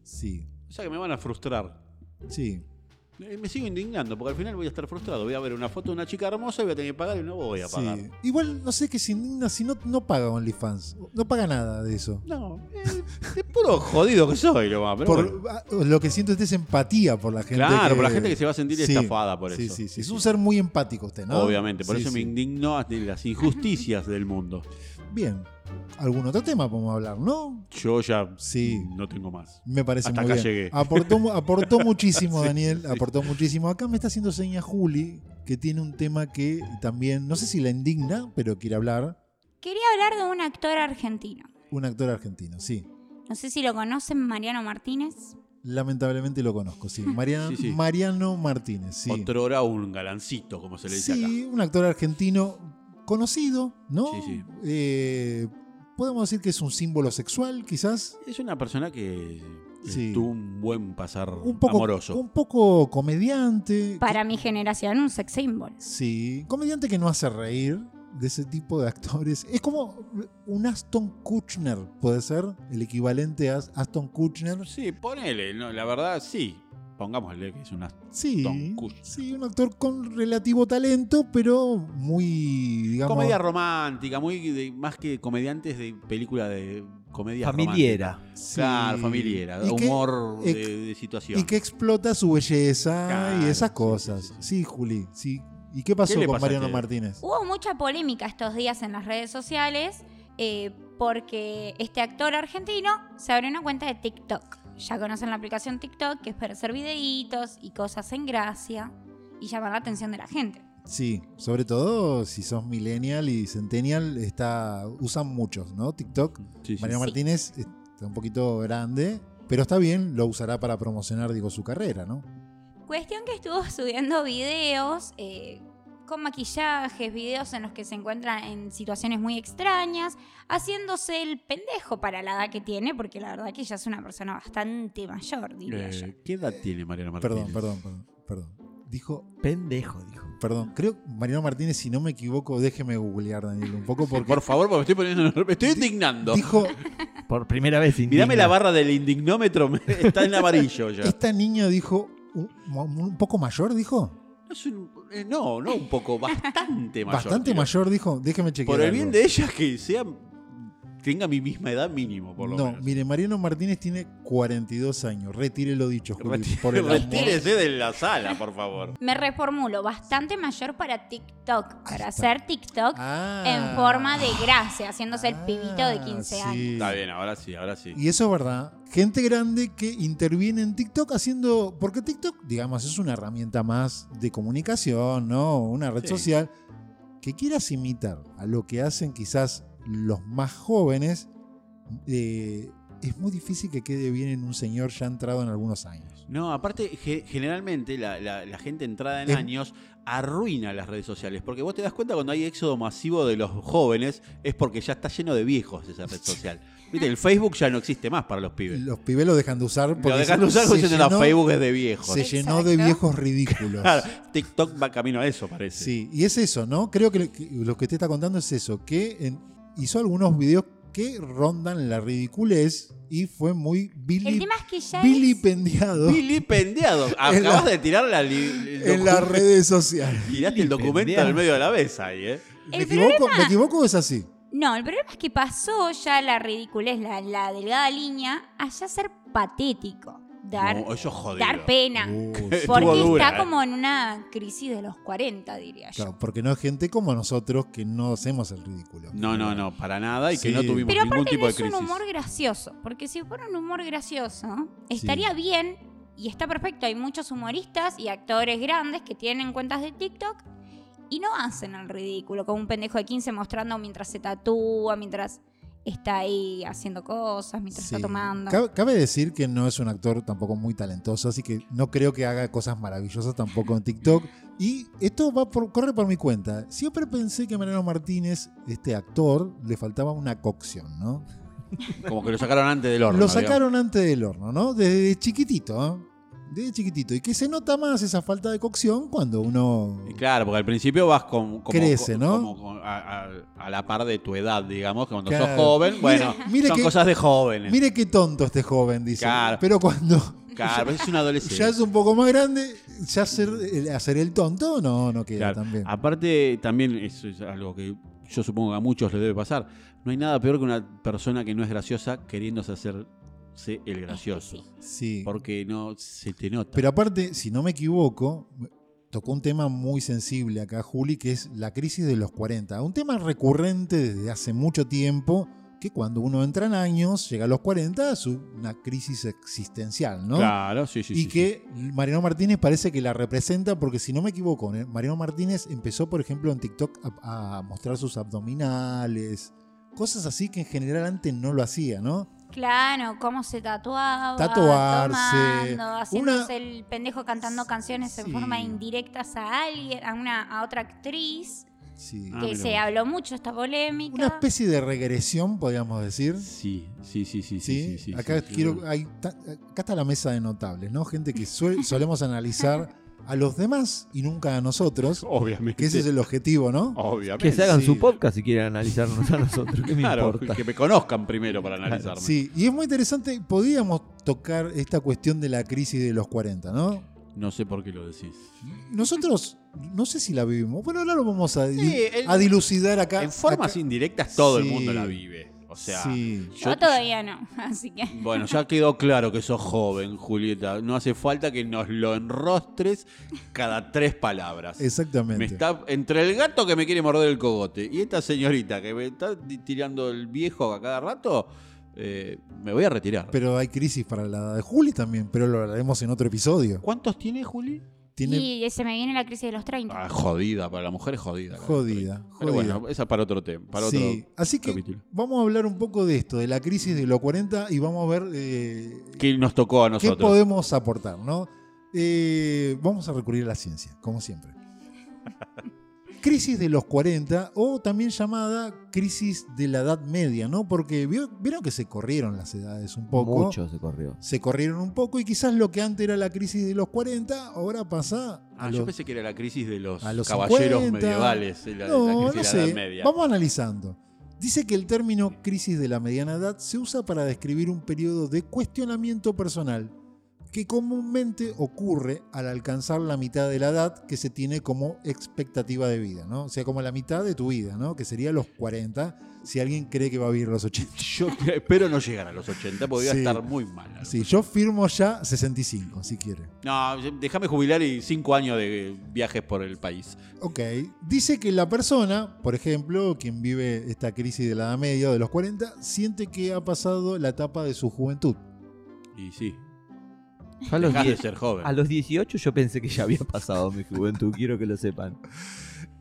[SPEAKER 1] Sí,
[SPEAKER 2] O sea que me van a frustrar.
[SPEAKER 1] sí.
[SPEAKER 2] Eh, Me sigo indignando, porque al final voy a estar frustrado. Voy a ver una foto de una chica hermosa y voy a tener que pagar y no voy a
[SPEAKER 1] sí.
[SPEAKER 2] pagar.
[SPEAKER 1] Igual no sé qué se indigna si no, no paga OnlyFans. No paga nada de eso.
[SPEAKER 2] No, eh, es puro jodido que soy, lo más. Pero
[SPEAKER 1] Por-
[SPEAKER 2] bueno.
[SPEAKER 1] ah, Lo que siento es desempatía por la gente.
[SPEAKER 2] Claro,
[SPEAKER 1] que-
[SPEAKER 2] por la gente que se va a sentir
[SPEAKER 1] Sí,
[SPEAKER 2] estafada por
[SPEAKER 1] sí,
[SPEAKER 2] eso.
[SPEAKER 1] Sí, sí, es
[SPEAKER 2] Sí,
[SPEAKER 1] un
[SPEAKER 2] sí.
[SPEAKER 1] ser muy empático usted, ¿no?
[SPEAKER 2] Obviamente, por
[SPEAKER 1] Sí,
[SPEAKER 2] eso me
[SPEAKER 1] sí.
[SPEAKER 2] indigno de las injusticias del mundo.
[SPEAKER 1] Bien, algún otro tema podemos hablar, ¿no?
[SPEAKER 2] Yo ya
[SPEAKER 1] Sí.
[SPEAKER 2] no tengo más.
[SPEAKER 1] Me parece
[SPEAKER 2] Hasta
[SPEAKER 1] muy
[SPEAKER 2] acá
[SPEAKER 1] bien.
[SPEAKER 2] llegué.
[SPEAKER 1] Aportó, mu- aportó muchísimo,
[SPEAKER 2] Sí,
[SPEAKER 1] Daniel.
[SPEAKER 2] sí.
[SPEAKER 1] Aportó muchísimo. Acá me está haciendo seña Juli, que tiene un tema que también, no sé si la indigna, pero quiere hablar.
[SPEAKER 4] Quería hablar de un actor argentino.
[SPEAKER 1] Un actor argentino, sí.
[SPEAKER 4] No sé si lo conocen, Mariano Martínez.
[SPEAKER 1] Lamentablemente lo conozco, sí. Mariano,
[SPEAKER 2] Sí, sí.
[SPEAKER 1] Mariano Martínez, sí.
[SPEAKER 2] Otro era un galancito, como se le dice acá.
[SPEAKER 1] Sí, un actor argentino conocido, ¿no?
[SPEAKER 2] Sí, sí.
[SPEAKER 1] Eh, Podemos decir que es un símbolo sexual, quizás.
[SPEAKER 2] Es una persona que
[SPEAKER 1] Sí.
[SPEAKER 2] tuvo un buen pasar
[SPEAKER 1] Un poco,
[SPEAKER 2] amoroso.
[SPEAKER 1] un poco comediante.
[SPEAKER 4] Para mi generación, un sex symbol.
[SPEAKER 1] Sí, comediante que no hace reír de ese tipo de actores. Es como un Aston Kutcher, puede ser el equivalente a Aston Kutcher.
[SPEAKER 2] Sí, ponele, no, la verdad sí. Pongámosle que es una.
[SPEAKER 1] Sí,
[SPEAKER 2] Aston Kutcher.
[SPEAKER 1] sí, un actor con relativo talento, pero muy, digamos,
[SPEAKER 2] Comedia romántica, muy de- más que comediantes de película de comedia
[SPEAKER 3] Familiera.
[SPEAKER 1] sí.
[SPEAKER 2] Claro, familiera,
[SPEAKER 1] Y que-
[SPEAKER 2] humor
[SPEAKER 1] y-
[SPEAKER 2] de, de situación.
[SPEAKER 1] y que explota su belleza
[SPEAKER 2] Claro,
[SPEAKER 1] y esas
[SPEAKER 2] sí,
[SPEAKER 1] cosas.
[SPEAKER 2] sí,
[SPEAKER 1] Sí,
[SPEAKER 2] sí,
[SPEAKER 1] Juli, sí. ¿Y qué pasó
[SPEAKER 2] ¿Qué le
[SPEAKER 1] con
[SPEAKER 2] pasa a
[SPEAKER 1] Mariano
[SPEAKER 2] este?
[SPEAKER 1] Martínez?
[SPEAKER 4] Hubo mucha polémica estos días en las redes sociales eh, porque este actor argentino se abrió una cuenta de TikTok. Ya conocen la aplicación TikTok, que es para hacer videitos y cosas en gracia y llamar la atención de la gente.
[SPEAKER 1] Sí, sobre todo si sos millennial y centennial, está, usan muchos, ¿no? TikTok.
[SPEAKER 2] Sí, sí.
[SPEAKER 1] Mariano
[SPEAKER 4] Sí.
[SPEAKER 1] Martínez está un poquito grande, pero está bien, lo usará para promocionar, digo, su carrera, ¿no?
[SPEAKER 4] Cuestión que estuvo subiendo videos eh, con maquillajes, videos en los que se encuentran en situaciones muy extrañas, haciéndose el pendejo para la edad que tiene, porque la verdad que ella es una persona bastante mayor, diría yo.
[SPEAKER 2] Eh, ¿Qué edad tiene Mariano Martínez?
[SPEAKER 1] Perdón, perdón, perdón, perdón. Dijo,
[SPEAKER 3] Pendejo, dijo.
[SPEAKER 1] perdón, creo Mariano Martínez, si no me equivoco, déjeme googlear, Daniel, un poco porque
[SPEAKER 2] Por favor, porque me estoy poniendo. Me estoy indignando.
[SPEAKER 1] dijo,
[SPEAKER 3] Por primera vez indigna.
[SPEAKER 2] Mirame la barra del indignómetro, me- está en amarillo ya.
[SPEAKER 1] esta niña dijo, un, un poco mayor, dijo.
[SPEAKER 2] No, es un- eh, no, no un poco, bastante mayor.
[SPEAKER 1] Bastante
[SPEAKER 2] tío.
[SPEAKER 1] mayor, dijo, déjeme chequear.
[SPEAKER 2] Por el
[SPEAKER 1] algo.
[SPEAKER 2] bien de ella, que sea tenga mi misma edad mínimo, por lo
[SPEAKER 1] no,
[SPEAKER 2] menos.
[SPEAKER 1] mire, Mariano Martínez tiene 42 años. Retire lo dicho, Juli,
[SPEAKER 2] Reti-
[SPEAKER 1] por el amor.
[SPEAKER 2] Retírese de la sala, por favor.
[SPEAKER 4] Me reformulo, bastante mayor para TikTok,
[SPEAKER 1] está.
[SPEAKER 4] para hacer TikTok
[SPEAKER 1] Ah.
[SPEAKER 4] en forma de gracia, haciéndose el
[SPEAKER 1] Ah,
[SPEAKER 4] pibito de 15
[SPEAKER 1] sí.
[SPEAKER 4] años.
[SPEAKER 2] Está bien, ahora sí, ahora sí.
[SPEAKER 1] Y eso es verdad. Gente grande que interviene en TikTok haciendo. Porque TikTok, digamos, es una herramienta más de comunicación, ¿no? Una red
[SPEAKER 2] Sí.
[SPEAKER 1] social. Que quieras imitar a lo que hacen quizás los más jóvenes, eh, es muy difícil que quede bien en un señor ya entrado en algunos años.
[SPEAKER 2] No, aparte, ge- generalmente la, la- la gente entrada en
[SPEAKER 1] Es-
[SPEAKER 2] años arruina las redes sociales. Porque vos te das cuenta cuando hay éxodo masivo de los jóvenes, es porque ya está lleno de viejos esa red social. Viste, el Facebook ya no existe más para los pibes.
[SPEAKER 1] Los pibes lo dejan de usar porque
[SPEAKER 2] Lo dejan de usar
[SPEAKER 1] se
[SPEAKER 2] porque dicen, "No,
[SPEAKER 1] llenó-
[SPEAKER 2] Facebook es de viejos.
[SPEAKER 1] Se llenó de
[SPEAKER 4] Exacto.
[SPEAKER 1] viejos ridículos.
[SPEAKER 2] Claro, TikTok va camino a eso, parece.
[SPEAKER 1] Sí, y es eso, ¿no? Creo que lo que- lo que te está contando es eso, que en- hizo algunos videos que rondan la ridiculez y fue muy
[SPEAKER 4] El
[SPEAKER 1] vili-
[SPEAKER 4] tema es que ya es-
[SPEAKER 1] vilipendiado
[SPEAKER 2] Vilipendiado. Ah,
[SPEAKER 1] En
[SPEAKER 2] Acabas
[SPEAKER 1] la-
[SPEAKER 2] de tirar la li- el
[SPEAKER 1] en las
[SPEAKER 2] docu-
[SPEAKER 1] redes sociales.
[SPEAKER 2] Tiraste el documento
[SPEAKER 3] Vilipendiado.
[SPEAKER 2] al medio de la mesa ahí, ¿eh?
[SPEAKER 1] ¿Me
[SPEAKER 4] El
[SPEAKER 1] equivoco, ¿Me equivoco o es así?
[SPEAKER 4] No, el problema es que pasó ya la ridiculez, la, la delgada línea, a ya ser patético, dar,
[SPEAKER 2] No, eso es jodido.
[SPEAKER 4] dar pena.
[SPEAKER 1] Uh,
[SPEAKER 4] Porque
[SPEAKER 2] Estuvo dura,
[SPEAKER 4] está
[SPEAKER 2] eh.
[SPEAKER 4] como en una crisis de los 40, diría yo.
[SPEAKER 1] claro, porque no hay gente como nosotros que no hacemos el ridículo.
[SPEAKER 2] No, no, no, para nada y
[SPEAKER 1] Sí.
[SPEAKER 2] que no tuvimos
[SPEAKER 4] Pero
[SPEAKER 2] ningún
[SPEAKER 4] aparte
[SPEAKER 2] tipo
[SPEAKER 4] no
[SPEAKER 2] de
[SPEAKER 4] es un
[SPEAKER 2] crisis.
[SPEAKER 4] humor gracioso, porque si fuera un humor gracioso, estaría bien y está perfecto. Hay muchos humoristas y actores grandes que tienen cuentas de TikTok y no hacen el ridículo, como un pendejo de 15 mostrando mientras se tatúa, mientras está ahí haciendo cosas, mientras
[SPEAKER 1] Sí.
[SPEAKER 4] está tomando.
[SPEAKER 1] Cabe, cabe decir que no es un actor tampoco muy talentoso, así que no creo que haga cosas maravillosas tampoco en TikTok. Y esto va por, corre por mi cuenta. Siempre pensé que a Mariano Martínez, este actor, le faltaba una cocción, ¿no?
[SPEAKER 2] Como que lo sacaron antes del horno.
[SPEAKER 1] Lo
[SPEAKER 2] digamos.
[SPEAKER 1] sacaron antes del horno, ¿no? Desde chiquitito, ¿eh? Desde chiquitito. Y que se nota más esa falta de cocción cuando uno...
[SPEAKER 2] Y Claro, porque al principio vas con- como,
[SPEAKER 1] Crece, ¿no?
[SPEAKER 2] como con- a, a- a la par de tu edad, digamos, que cuando sos
[SPEAKER 1] Claro.
[SPEAKER 2] joven,
[SPEAKER 1] Mire-
[SPEAKER 2] bueno,
[SPEAKER 1] mire
[SPEAKER 2] son
[SPEAKER 1] que-
[SPEAKER 2] cosas de jóvenes.
[SPEAKER 1] Mire qué tonto este joven, dice.
[SPEAKER 2] Claro.
[SPEAKER 1] Pero cuando
[SPEAKER 2] Claro, es un adolescente.
[SPEAKER 1] ya es un poco más grande, ya ser, el- hacer el tonto no, no queda
[SPEAKER 2] Claro. Ah,
[SPEAKER 1] también.
[SPEAKER 2] Aparte, también eso es algo que yo supongo que a muchos les debe pasar. No hay nada peor que una persona que no es graciosa queriéndose hacerse el gracioso.
[SPEAKER 4] Sí.
[SPEAKER 1] Sí.
[SPEAKER 2] Porque no se te nota.
[SPEAKER 1] Pero aparte, si no me equivoco, tocó un tema muy sensible acá, Juli, que es la crisis de los 40. Un tema recurrente desde hace mucho tiempo, que cuando uno entra en años, llega a los 40, es una crisis existencial, ¿no?
[SPEAKER 2] Claro, sí, sí.
[SPEAKER 1] y
[SPEAKER 2] sí,
[SPEAKER 1] que Mariano Martínez parece que la representa, porque si no me equivoco, ¿eh? Mariano Martínez empezó, por ejemplo, en TikTok a, a mostrar sus abdominales, cosas así que en general antes no lo hacía, ¿no?
[SPEAKER 4] Claro, cómo se tatuaba.
[SPEAKER 1] Tatuarse.
[SPEAKER 4] Tomando, haciéndose
[SPEAKER 1] Una-
[SPEAKER 4] el pendejo cantando canciones en
[SPEAKER 1] Sí.
[SPEAKER 4] forma indirectas a alguien, a, una, a otra actriz.
[SPEAKER 1] Sí.
[SPEAKER 2] Ah,
[SPEAKER 4] que
[SPEAKER 2] mira
[SPEAKER 4] se
[SPEAKER 2] vos.
[SPEAKER 4] habló mucho esta polémica.
[SPEAKER 1] Una especie de regresión, podríamos decir.
[SPEAKER 2] sí. Sí, sí, sí, sí.
[SPEAKER 1] Sí,
[SPEAKER 2] sí, sí,
[SPEAKER 1] acá
[SPEAKER 2] sí, sí,
[SPEAKER 1] quiero,
[SPEAKER 2] bueno.
[SPEAKER 1] hay ta- acá está la mesa de notables, ¿no? Gente que suel- solemos analizar a los demás y nunca a nosotros,
[SPEAKER 2] Obviamente.
[SPEAKER 1] que ese es el objetivo, ¿no?
[SPEAKER 2] Obviamente.
[SPEAKER 3] Que se hagan
[SPEAKER 1] Sí.
[SPEAKER 3] su podcast si quieren analizarnos a nosotros. ¿Qué me
[SPEAKER 2] Claro,
[SPEAKER 3] importa?
[SPEAKER 2] que me conozcan primero para analizarme.
[SPEAKER 1] Sí, y es muy interesante, podíamos tocar esta cuestión de la crisis de los 40, ¿no?
[SPEAKER 2] No sé por qué lo decís.
[SPEAKER 1] Nosotros, no sé si la vivimos, bueno, ahora lo vamos a, di-
[SPEAKER 2] Sí, el-
[SPEAKER 1] a dilucidar acá.
[SPEAKER 2] En formas
[SPEAKER 1] acá-
[SPEAKER 2] indirectas todo el
[SPEAKER 1] Sí.
[SPEAKER 2] mundo la vive. O sea,
[SPEAKER 1] Sí.
[SPEAKER 4] Yo, todavía no, así que.
[SPEAKER 2] Bueno, ya quedó claro que sos joven, Julieta. No hace falta que nos lo enrostres cada tres palabras. Me
[SPEAKER 1] Exactamente.
[SPEAKER 2] está entre el gato que me quiere morder el cogote y esta señorita que me está di- tirando el viejo a cada rato, eh, me voy a retirar.
[SPEAKER 1] Pero hay crisis para la edad de Juli también, pero lo hablaremos en otro episodio.
[SPEAKER 2] ¿Cuántos tiene Juli?
[SPEAKER 1] Tiene
[SPEAKER 4] Y se me viene la crisis de los 30.
[SPEAKER 2] Ah, jodida, para la mujer es jodida. la
[SPEAKER 1] Jodida,
[SPEAKER 2] mujer. Pero
[SPEAKER 1] jodida.
[SPEAKER 2] bueno, esa es para otro tema, para otro
[SPEAKER 1] Sí, así que
[SPEAKER 2] capítulo.
[SPEAKER 1] vamos a hablar un poco de esto, de la crisis de los 40 y vamos a ver eh,
[SPEAKER 2] Que nos tocó a
[SPEAKER 1] qué
[SPEAKER 2] nosotros.
[SPEAKER 1] podemos aportar, ¿no? Eh, vamos a recurrir a la ciencia, como siempre. crisis de los 40 o también llamada crisis de la Edad Media, ¿no? Porque vio- vieron que se corrieron las edades un poco.
[SPEAKER 3] Mucho se corrió.
[SPEAKER 1] Se corrieron un poco y quizás lo que antes era la crisis de los 40 ahora pasa a
[SPEAKER 2] Ah,
[SPEAKER 1] los
[SPEAKER 2] yo pensé que era la crisis de los,
[SPEAKER 1] a los
[SPEAKER 2] caballeros
[SPEAKER 1] 50.
[SPEAKER 2] medievales, eh, la, la
[SPEAKER 1] No, no
[SPEAKER 2] crisis de la
[SPEAKER 1] sé.
[SPEAKER 2] Edad Media.
[SPEAKER 1] Vamos analizando. Dice que el término crisis de la mediana edad se usa para describir un periodo de cuestionamiento personal que comúnmente ocurre al alcanzar la mitad de la edad que se tiene como expectativa de vida, ¿no? O sea, como la mitad de tu vida, ¿no? Que sería los 40 si alguien cree que va a vivir los 80.
[SPEAKER 2] Yo espero no llegar a los 80 porque
[SPEAKER 1] Sí.
[SPEAKER 2] voy a estar muy mal.
[SPEAKER 1] Sí, yo firmo ya 65, si quiere.
[SPEAKER 2] No, déjame jubilar y 5 años de viajes por el país.
[SPEAKER 1] Ok. Dice que la persona, por ejemplo, quien vive esta crisis de la edad media o de los 40, siente que ha pasado la etapa de su juventud.
[SPEAKER 2] Y sí,
[SPEAKER 3] Yo A los,
[SPEAKER 2] dejás de
[SPEAKER 3] 10
[SPEAKER 2] ser joven.
[SPEAKER 3] a los 18 yo pensé que ya había pasado mi juventud, quiero que lo sepan.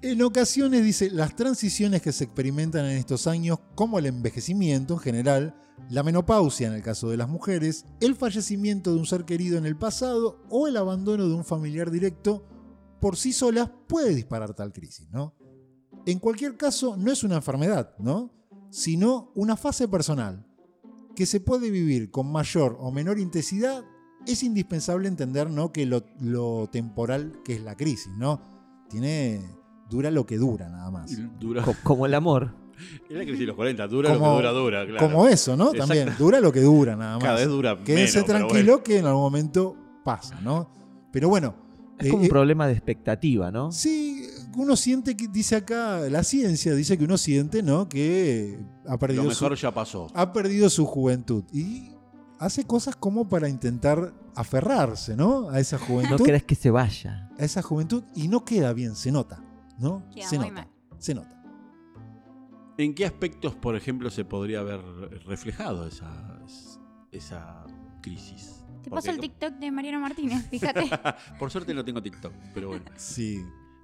[SPEAKER 1] En ocasiones, dice, las transiciones que se experimentan en estos años, como el envejecimiento en general, la menopausia en el caso de las mujeres, el fallecimiento de un ser querido en el pasado o el abandono de un familiar directo, por sí solas puede disparar tal crisis, ¿no? En cualquier caso, no es una enfermedad, ¿no? Sino una fase personal que se puede vivir con mayor o menor intensidad. Es indispensable entender, ¿no? Que lo, lo temporal que es la crisis, ¿no? Tiene dura lo que dura, nada más.
[SPEAKER 2] Dura,
[SPEAKER 3] Co- como el amor.
[SPEAKER 2] es la crisis de los 40, dura lo
[SPEAKER 1] Como-
[SPEAKER 2] que dura, dura, claro.
[SPEAKER 1] Como eso, ¿no?
[SPEAKER 2] Exacto.
[SPEAKER 1] También, dura lo que dura, nada más.
[SPEAKER 2] Cada vez dura menos.
[SPEAKER 1] Quédense
[SPEAKER 2] pero bueno.
[SPEAKER 1] tranquilo que en algún momento pasa, ¿no? Pero bueno.
[SPEAKER 3] Es
[SPEAKER 1] eh,
[SPEAKER 3] como un
[SPEAKER 1] eh,
[SPEAKER 3] problema de expectativa, ¿no?
[SPEAKER 1] Sí, uno siente que, dice acá, la ciencia dice que uno siente, ¿no? Que ha perdido,
[SPEAKER 2] Lo
[SPEAKER 1] su-
[SPEAKER 2] mejor ya pasó.
[SPEAKER 1] ha perdido su juventud. Y hace cosas como para intentar aferrarse, ¿no? A esa
[SPEAKER 3] No
[SPEAKER 1] juventud.
[SPEAKER 3] crees que se vaya.
[SPEAKER 1] a esa juventud y no queda bien, se nota, ¿no?
[SPEAKER 4] Queda
[SPEAKER 1] se
[SPEAKER 4] muy
[SPEAKER 1] nota.
[SPEAKER 4] mal.
[SPEAKER 1] Se nota.
[SPEAKER 2] ¿En qué aspectos, por ejemplo, se podría haber reflejado esa, esa crisis?
[SPEAKER 4] Te
[SPEAKER 2] Porque-
[SPEAKER 4] paso el TikTok de Mariano Martínez, fíjate.
[SPEAKER 2] Por suerte no tengo TikTok, pero bueno.
[SPEAKER 1] Sí.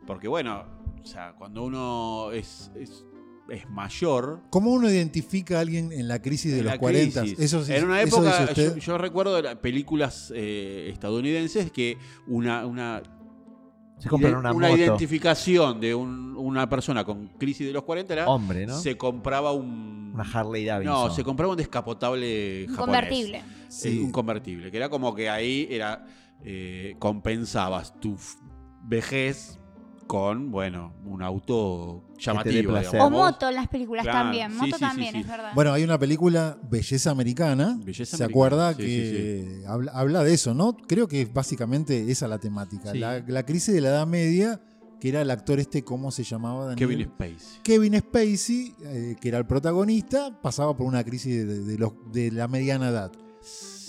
[SPEAKER 2] Porque bueno, o sea, cuando uno es, es, es mayor,
[SPEAKER 1] ¿Cómo uno identifica a alguien en la crisis de
[SPEAKER 2] en
[SPEAKER 1] los
[SPEAKER 2] la
[SPEAKER 1] 40?
[SPEAKER 2] crisis.
[SPEAKER 1] Eso, sí-
[SPEAKER 2] en una
[SPEAKER 1] eso
[SPEAKER 2] época,
[SPEAKER 1] dice usted.
[SPEAKER 2] yo, yo recuerdo de las películas eh, estadounidenses que una, una,
[SPEAKER 3] Se compran
[SPEAKER 2] ide-
[SPEAKER 3] una,
[SPEAKER 2] ¿Eh? una
[SPEAKER 3] moto.
[SPEAKER 2] identificación de un- una persona con crisis de los 40 era
[SPEAKER 3] Hombre, ¿no?
[SPEAKER 2] se compraba un...
[SPEAKER 3] Una Harley Davidson.
[SPEAKER 2] no, se compraba un descapotable
[SPEAKER 4] Un
[SPEAKER 2] japonés.
[SPEAKER 4] convertible.
[SPEAKER 1] Sí.
[SPEAKER 2] Eh, un convertible, que era como que ahí era eh, compensabas tu f- vejez con, bueno, un auto
[SPEAKER 3] dé
[SPEAKER 2] llamativo.
[SPEAKER 3] placer.
[SPEAKER 2] digamos.
[SPEAKER 4] O moto en las películas
[SPEAKER 2] Claro,
[SPEAKER 4] también.
[SPEAKER 2] sí,
[SPEAKER 4] Moto
[SPEAKER 2] sí, sí,
[SPEAKER 4] también,
[SPEAKER 2] sí.
[SPEAKER 4] es verdad.
[SPEAKER 1] Bueno, hay una película Belleza Americana.
[SPEAKER 2] Belleza
[SPEAKER 1] ¿Se
[SPEAKER 2] Americana,
[SPEAKER 1] acuerda?
[SPEAKER 2] sí,
[SPEAKER 1] que Habla, habla de eso, ¿no? Creo que es básicamente esa la temática.
[SPEAKER 2] Sí.
[SPEAKER 1] La, la crisis de la Edad Media, que era el actor este, ¿cómo se llamaba? Daniel?
[SPEAKER 2] Kevin Spacey.
[SPEAKER 1] Kevin Spacey, eh, que era el protagonista, pasaba por una crisis de, de los- de la mediana edad.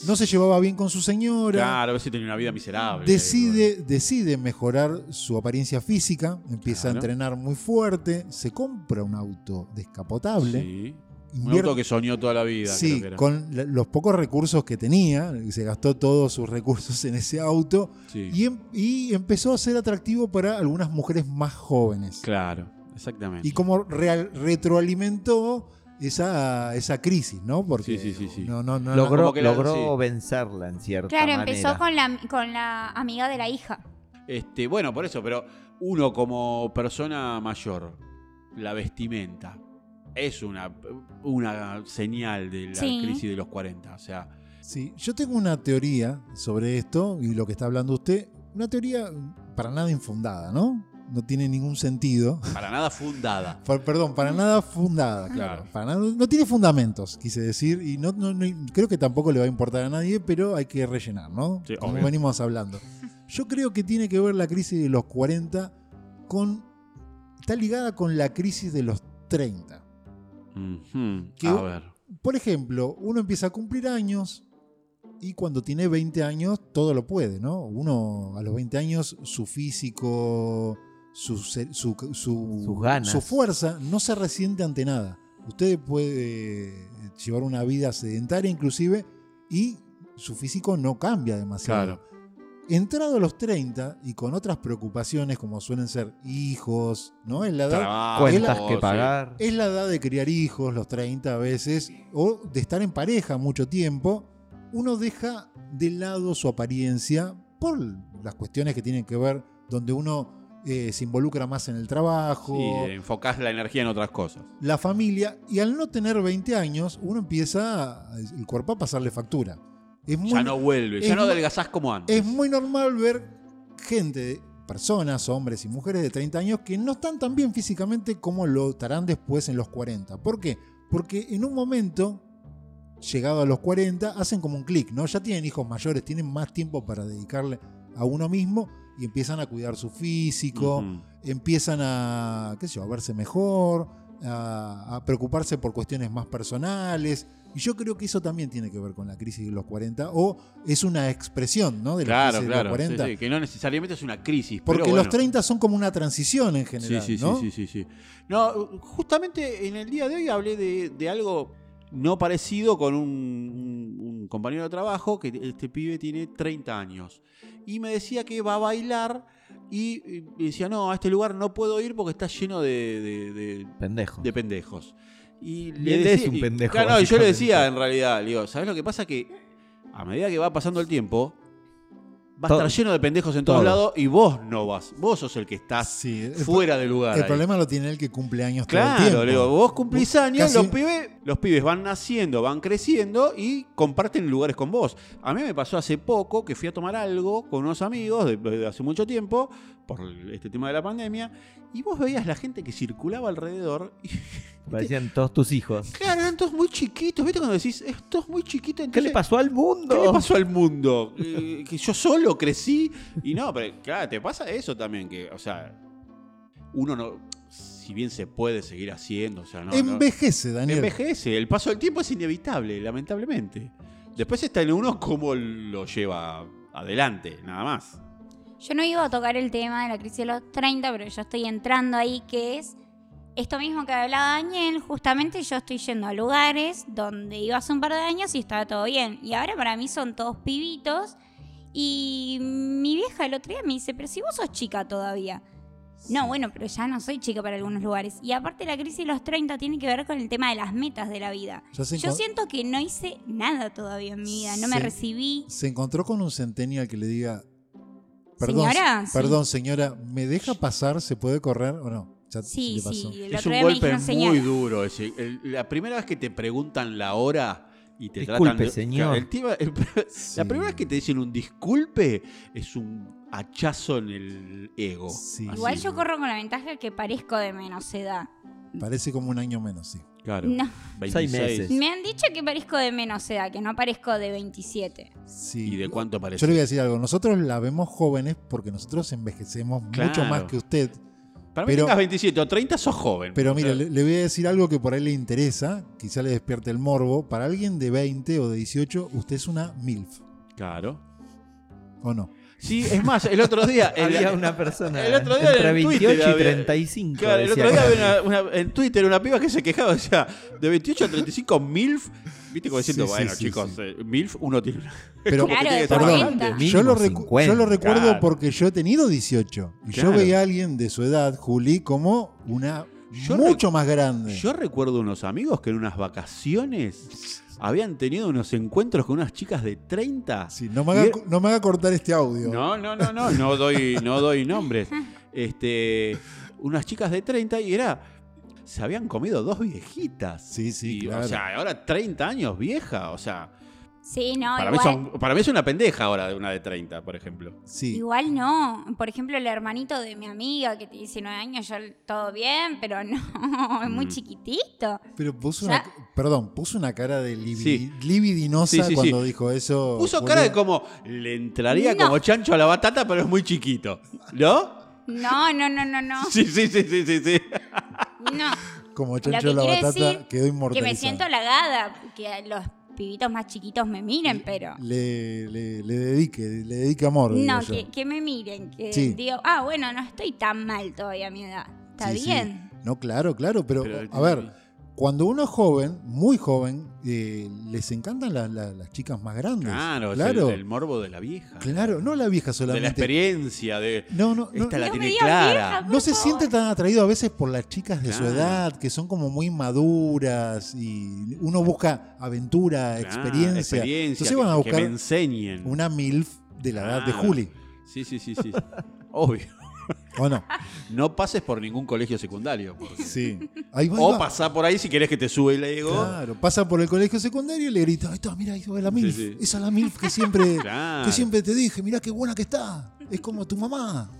[SPEAKER 1] No se llevaba bien con su señora.
[SPEAKER 2] Claro, a ver si tenía una vida miserable.
[SPEAKER 1] Decide, decide mejorar su apariencia física, empieza
[SPEAKER 2] Claro.
[SPEAKER 1] a entrenar muy fuerte, se compra un auto descapotable,
[SPEAKER 2] Sí. Un
[SPEAKER 1] invierte-
[SPEAKER 2] auto que soñó toda la vida. creo
[SPEAKER 1] Sí,
[SPEAKER 2] que era.
[SPEAKER 1] con la- los pocos recursos que tenía, se gastó todos sus recursos en ese auto
[SPEAKER 2] Sí.
[SPEAKER 1] y, em- y empezó a ser atractivo para algunas mujeres más jóvenes.
[SPEAKER 2] Claro, exactamente.
[SPEAKER 1] Y cómo real- retroalimentó esa, esa crisis, ¿no? Porque
[SPEAKER 2] Sí, sí, sí, sí.
[SPEAKER 1] No, no, no, no,
[SPEAKER 2] como
[SPEAKER 3] Logró,
[SPEAKER 2] que la-
[SPEAKER 3] logró
[SPEAKER 2] sí.
[SPEAKER 3] vencerla en cierta
[SPEAKER 4] Claro,
[SPEAKER 3] manera.
[SPEAKER 4] empezó con la, con la amiga de la hija.
[SPEAKER 2] Este, bueno, por eso, pero uno como persona mayor, la vestimenta es una, una señal de la
[SPEAKER 4] Sí.
[SPEAKER 2] crisis de los 40. O sea,
[SPEAKER 1] Sí, yo tengo una teoría sobre esto y lo que está hablando usted, una teoría para nada infundada, ¿no? No tiene ningún sentido.
[SPEAKER 2] para nada fundada.
[SPEAKER 1] Pa- perdón, para nada fundada, claro.
[SPEAKER 2] Claro.
[SPEAKER 1] Para nada- no tiene fundamentos, quise decir, y no, no- no- creo que tampoco le va a importar a nadie, pero hay que rellenar, ¿no?
[SPEAKER 2] Sí,
[SPEAKER 1] Como
[SPEAKER 2] obvio.
[SPEAKER 1] venimos hablando. Yo creo que tiene que ver la crisis de los 40 con... Está ligada con la crisis de los 30.
[SPEAKER 2] Ujú,
[SPEAKER 1] Que-
[SPEAKER 2] A ver.
[SPEAKER 1] Por ejemplo, uno empieza a cumplir años y cuando tiene 20 años todo lo puede, ¿no? Uno a los 20 años su físico, su, se- su, su-
[SPEAKER 3] Sus ganas.
[SPEAKER 1] su fuerza no se resiente ante nada. Usted puede eh, llevar una vida sedentaria inclusive y su físico no cambia demasiado.
[SPEAKER 2] Claro.
[SPEAKER 1] Entrado a los 30 y con otras preocupaciones como suelen ser hijos, ¿no? Es la edad
[SPEAKER 2] Trabajo,
[SPEAKER 3] Cuentas que
[SPEAKER 2] sí.
[SPEAKER 3] pagar.
[SPEAKER 1] es la edad de criar hijos, los 30 a veces, o de estar en pareja mucho tiempo, uno deja de lado su apariencia por las cuestiones que tienen que ver donde uno eh, se involucra más en el trabajo,
[SPEAKER 2] Sí, eh. enfocás la energía en otras cosas.
[SPEAKER 1] la familia, y al no tener 20 años, uno empieza a- el cuerpo a pasarle factura. Es muy,
[SPEAKER 2] ya no vuelve,
[SPEAKER 1] es
[SPEAKER 2] ya no
[SPEAKER 1] mu-
[SPEAKER 2] adelgazás como antes.
[SPEAKER 1] es muy normal ver gente, personas, hombres y mujeres de 30 años que no están tan bien físicamente como lo estarán después en los 40. ¿Por qué? Porque en un momento, llegado a los 40, hacen como un clic, ¿no? Ya tienen hijos mayores, tienen más tiempo para dedicarle a uno mismo y empiezan a cuidar su físico,
[SPEAKER 2] Ujú.
[SPEAKER 1] empiezan a, qué sé yo, a verse mejor, a, a preocuparse por cuestiones más personales. Y yo creo que eso también tiene que ver con la crisis de los 40, o es una expresión ¿no? de la
[SPEAKER 2] Claro,
[SPEAKER 1] crisis de
[SPEAKER 2] claro.
[SPEAKER 1] los
[SPEAKER 2] sí,
[SPEAKER 1] 40.
[SPEAKER 2] sí, que no necesariamente es una crisis.
[SPEAKER 1] Porque
[SPEAKER 2] pero
[SPEAKER 1] los
[SPEAKER 2] bueno.
[SPEAKER 1] 30 son como una transición en general,
[SPEAKER 2] sí, sí,
[SPEAKER 1] ¿no?
[SPEAKER 2] sí, sí, sí, sí. No, justamente en el día de hoy hablé de, de algo no parecido con un, un- un compañero de trabajo que este pibe tiene 30 años. Y me decía que va a bailar y eh, me decía, no, a este lugar no puedo ir porque está lleno de- de- de,
[SPEAKER 3] Pendejo.
[SPEAKER 2] de pendejos. Y
[SPEAKER 3] Y
[SPEAKER 2] le
[SPEAKER 3] él
[SPEAKER 2] decía,
[SPEAKER 3] es un
[SPEAKER 2] y-
[SPEAKER 3] pendejo,
[SPEAKER 2] claro, no, y yo le
[SPEAKER 3] básicamente.
[SPEAKER 2] decía en realidad, le digo, ¿sabes lo que pasa? Que a medida que va pasando el tiempo, va a
[SPEAKER 3] Todo.
[SPEAKER 2] estar lleno de pendejos en todos
[SPEAKER 3] Todo.
[SPEAKER 2] lados y vos no vas. Vos sos el que estás
[SPEAKER 1] Ah, Sí, el,
[SPEAKER 2] fuera de lugar.
[SPEAKER 1] el
[SPEAKER 2] ahí.
[SPEAKER 1] problema lo tiene el que cumple años todo el
[SPEAKER 2] Claro,
[SPEAKER 1] tiempo.
[SPEAKER 2] le digo, vos cumplís años,
[SPEAKER 1] Casi-
[SPEAKER 2] los, pibes, los pibes van naciendo, van creciendo y comparten lugares con vos. A mí me pasó hace poco que fui a tomar algo con unos amigos de, de hace mucho tiempo, por este tema de la pandemia, y vos veías la gente que circulaba alrededor y
[SPEAKER 3] Parecían todos tus hijos.
[SPEAKER 2] Claro, eran todos muy chiquitos. ¿Viste cuando decís, esto es muy chiquito?
[SPEAKER 3] ¿Qué le
[SPEAKER 2] entonces,
[SPEAKER 3] pasó al mundo?
[SPEAKER 2] ¿Qué le pasó al mundo? Eh, que yo solo crecí. Y no, pero claro, te pasa eso también, que, o sea, uno no, si bien se puede seguir haciendo, o sea, no. no-
[SPEAKER 1] Envejece, Daniel.
[SPEAKER 2] envejece. El paso del tiempo es inevitable, lamentablemente. Después está en uno cómo lo lleva adelante, nada más.
[SPEAKER 4] Yo no iba a tocar el tema de la crisis de los 30, pero yo estoy entrando ahí, que es esto mismo que hablaba Daniel. Justamente yo estoy yendo a lugares donde iba hace un par de años y estaba todo bien. Y ahora para mí son todos pibitos. Y mi vieja el otro día me dice, pero si vos sos chica todavía. No, bueno, pero ya no soy chica para algunos lugares. Y aparte la crisis de los 30 tiene que ver con el tema de las metas de la vida.
[SPEAKER 1] Ya se
[SPEAKER 4] Yo
[SPEAKER 1] encon-
[SPEAKER 4] siento que no hice nada todavía en mi vida. No me
[SPEAKER 1] Sí.
[SPEAKER 4] recibí.
[SPEAKER 1] Se encontró con un centennial que le diga, perdón,
[SPEAKER 4] Señora, sí.
[SPEAKER 1] perdón señora, ¿me deja pasar? ¿Se puede correr o no? Ya
[SPEAKER 4] Sí,
[SPEAKER 1] le pasó.
[SPEAKER 4] sí. El
[SPEAKER 2] Es
[SPEAKER 4] otro
[SPEAKER 2] un
[SPEAKER 4] día me
[SPEAKER 2] golpe
[SPEAKER 4] dijeron,
[SPEAKER 2] muy
[SPEAKER 4] señora.
[SPEAKER 2] duro ese. El- la primera vez que te preguntan la hora y te
[SPEAKER 3] Disculpe,
[SPEAKER 2] tratan de-
[SPEAKER 3] señor.
[SPEAKER 2] Claro, el tema- el-
[SPEAKER 1] Sí.
[SPEAKER 2] la primera vez que te dicen un disculpe es un hachazo en el ego.
[SPEAKER 1] Sí.
[SPEAKER 2] Así.
[SPEAKER 4] Igual yo corro con la ventaja que parezco de menos edad.
[SPEAKER 1] Parece como un año menos, sí.
[SPEAKER 2] Claro,
[SPEAKER 4] No,
[SPEAKER 2] 26.
[SPEAKER 3] Seis meses.
[SPEAKER 4] me han dicho que parezco de menos edad, que no parezco de 27.
[SPEAKER 1] Sí.
[SPEAKER 2] ¿Y de cuánto
[SPEAKER 1] Yo le
[SPEAKER 2] parece?
[SPEAKER 1] voy a decir algo. Nosotros la vemos jóvenes porque nosotros envejecemos mucho
[SPEAKER 2] Claro.
[SPEAKER 1] más que usted.
[SPEAKER 2] Para mí
[SPEAKER 1] pero-
[SPEAKER 2] tengas 27 o 30 sos joven.
[SPEAKER 1] Pero mire,
[SPEAKER 2] O sea,
[SPEAKER 1] le, le voy a decir algo que por ahí le interesa, quizá le despierte el morbo. Para alguien de 20 o de 18, usted es una MILF,
[SPEAKER 2] Claro.
[SPEAKER 1] ¿o no?
[SPEAKER 2] Sí, es más, el otro día. el-
[SPEAKER 3] Había una persona
[SPEAKER 2] el otro día
[SPEAKER 3] entre
[SPEAKER 2] en
[SPEAKER 3] 28
[SPEAKER 2] Twitter
[SPEAKER 3] y
[SPEAKER 2] había-
[SPEAKER 3] 35.
[SPEAKER 2] Claro, el
[SPEAKER 3] decía
[SPEAKER 2] otro día
[SPEAKER 3] Gaby.
[SPEAKER 2] había una- una- en Twitter una piba que se quejaba, o sea, de 28 a 35 MILF. Viste como diciendo,
[SPEAKER 1] Sí, sí,
[SPEAKER 2] bueno,
[SPEAKER 1] sí,
[SPEAKER 2] chicos,
[SPEAKER 1] sí.
[SPEAKER 2] eh, MILF uno tiene una.
[SPEAKER 1] Pero
[SPEAKER 2] Porque
[SPEAKER 4] Claro,
[SPEAKER 2] tiene que
[SPEAKER 4] de
[SPEAKER 2] estar
[SPEAKER 1] perdón,
[SPEAKER 2] bastante.
[SPEAKER 4] 40.
[SPEAKER 1] yo lo, recu- yo lo
[SPEAKER 3] 50,
[SPEAKER 1] recuerdo
[SPEAKER 2] claro.
[SPEAKER 1] porque yo he tenido 18. Y
[SPEAKER 2] Claro.
[SPEAKER 1] yo veía a alguien de su edad, Juli, como una
[SPEAKER 2] Yo
[SPEAKER 1] mucho más grande.
[SPEAKER 2] Yo recuerdo unos amigos que en unas vacaciones habían tenido unos encuentros con unas chicas de 30.
[SPEAKER 1] Sí, no, me haga,
[SPEAKER 2] Y-
[SPEAKER 1] co- no me haga cortar este audio.
[SPEAKER 2] No, no, no, no, no doy, no doy nombres. Este, unas chicas de 30 y era. Se habían comido dos viejitas.
[SPEAKER 1] Sí, sí,
[SPEAKER 2] Y,
[SPEAKER 1] claro.
[SPEAKER 2] O sea, ahora 30 años vieja. O sea,
[SPEAKER 4] Sí, no,
[SPEAKER 2] para mí,
[SPEAKER 4] igual.
[SPEAKER 2] son- para mí es una pendeja ahora de una de 30, por ejemplo.
[SPEAKER 1] Sí.
[SPEAKER 4] Igual no. Por ejemplo, el hermanito de mi amiga que tiene 19 años, yo todo bien, pero no, es muy
[SPEAKER 2] Mm.
[SPEAKER 4] chiquitito.
[SPEAKER 1] Pero puso
[SPEAKER 4] Ya.
[SPEAKER 1] una, perdón, puso una cara de libi-
[SPEAKER 2] Sí.
[SPEAKER 1] libidinosa
[SPEAKER 2] Sí, sí, sí.
[SPEAKER 1] cuando dijo eso.
[SPEAKER 2] Puso
[SPEAKER 1] Juli.
[SPEAKER 2] cara de como. Le entraría
[SPEAKER 4] No.
[SPEAKER 2] como chancho a la batata, pero es muy chiquito. ¿No?
[SPEAKER 4] No, no, no, no, no.
[SPEAKER 2] Sí, sí, sí, sí, sí. sí.
[SPEAKER 4] No.
[SPEAKER 1] Como
[SPEAKER 4] Lo que
[SPEAKER 1] chancho de la
[SPEAKER 4] quiero
[SPEAKER 1] batata,
[SPEAKER 4] decir
[SPEAKER 1] quedó
[SPEAKER 4] que
[SPEAKER 1] inmortalizado.
[SPEAKER 4] me siento halagada, que los pibitos más chiquitos me miren, pero...
[SPEAKER 1] le, le, le dedique, le dedique amor. digo
[SPEAKER 4] No,
[SPEAKER 1] yo.
[SPEAKER 4] que, que me miren, que
[SPEAKER 1] Sí.
[SPEAKER 4] digo, ah, bueno, no estoy tan mal todavía a mi edad. Está
[SPEAKER 1] Sí, sí.
[SPEAKER 4] bien.
[SPEAKER 1] No, claro, claro, pero,
[SPEAKER 2] Pero-
[SPEAKER 1] a ver, cuando uno es joven, muy joven, eh, les encantan la- la- las chicas más grandes.
[SPEAKER 2] Claro, es
[SPEAKER 1] claro,
[SPEAKER 2] El, el morbo de la vieja.
[SPEAKER 1] claro, no la vieja
[SPEAKER 2] De la
[SPEAKER 1] solamente.
[SPEAKER 2] experiencia, de.
[SPEAKER 1] no, no, no,
[SPEAKER 2] Esta la
[SPEAKER 4] No me
[SPEAKER 2] tiene
[SPEAKER 4] digas
[SPEAKER 2] clara.
[SPEAKER 4] vieja.
[SPEAKER 1] no se siente tan atraído a veces por las chicas de
[SPEAKER 2] Claro.
[SPEAKER 1] su edad, que son como muy maduras y uno busca aventura,
[SPEAKER 2] Claro,
[SPEAKER 1] experiencia. Entonces
[SPEAKER 2] que-
[SPEAKER 1] van a
[SPEAKER 2] Ah, que me
[SPEAKER 1] buscar
[SPEAKER 2] enseñen.
[SPEAKER 1] una MILF de la edad de
[SPEAKER 2] Claro.
[SPEAKER 1] Juli,
[SPEAKER 2] Sí, sí, sí, sí. Obvio.
[SPEAKER 1] ¿o no?
[SPEAKER 2] No pases por ningún colegio secundario. porque-
[SPEAKER 1] Sí. Ahí va, ahí
[SPEAKER 2] O
[SPEAKER 1] va.
[SPEAKER 2] pasá por ahí si querés que te sube el ego.
[SPEAKER 1] Claro, pasa por el colegio secundario y le grita, ahí está, mira, ahí va la
[SPEAKER 2] Sí,
[SPEAKER 1] MILF,
[SPEAKER 2] sí.
[SPEAKER 1] esa es la MILF que siempre,
[SPEAKER 2] Claro.
[SPEAKER 1] que siempre te dije, mirá qué buena que está, es como tu mamá.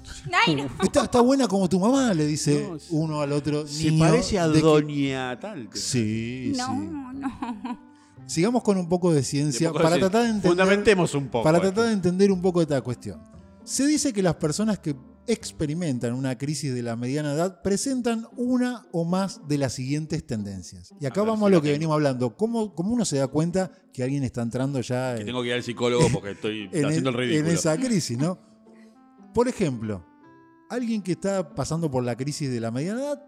[SPEAKER 4] Ay, no.
[SPEAKER 1] Está, está buena como tu mamá, le dice
[SPEAKER 2] No, se-
[SPEAKER 1] uno al otro.
[SPEAKER 2] Se
[SPEAKER 1] niño
[SPEAKER 2] parece a
[SPEAKER 1] de que-
[SPEAKER 2] Doña Tal.
[SPEAKER 1] Sí, sí.
[SPEAKER 4] No, no.
[SPEAKER 1] Sigamos con un poco de ciencia
[SPEAKER 2] De poco
[SPEAKER 1] para
[SPEAKER 2] sí.
[SPEAKER 1] tratar de entender,
[SPEAKER 2] Fundamentemos un poco.
[SPEAKER 1] para
[SPEAKER 2] esto.
[SPEAKER 1] tratar de entender un poco esta cuestión. Se dice que las personas que experimentan una crisis de la mediana edad presentan una o más de las siguientes tendencias. Y acá
[SPEAKER 2] A ver,
[SPEAKER 1] vamos
[SPEAKER 2] si
[SPEAKER 1] a lo
[SPEAKER 2] la
[SPEAKER 1] que
[SPEAKER 2] tengo.
[SPEAKER 1] venimos hablando. ¿Cómo, cómo uno se da cuenta que alguien está entrando ya
[SPEAKER 2] Que
[SPEAKER 1] en-
[SPEAKER 2] tengo que ir al psicólogo porque estoy
[SPEAKER 1] en, e-
[SPEAKER 2] haciendo el
[SPEAKER 1] en
[SPEAKER 2] ridículo.
[SPEAKER 1] esa crisis, ¿no? Por ejemplo, alguien que está pasando por la crisis de la mediana edad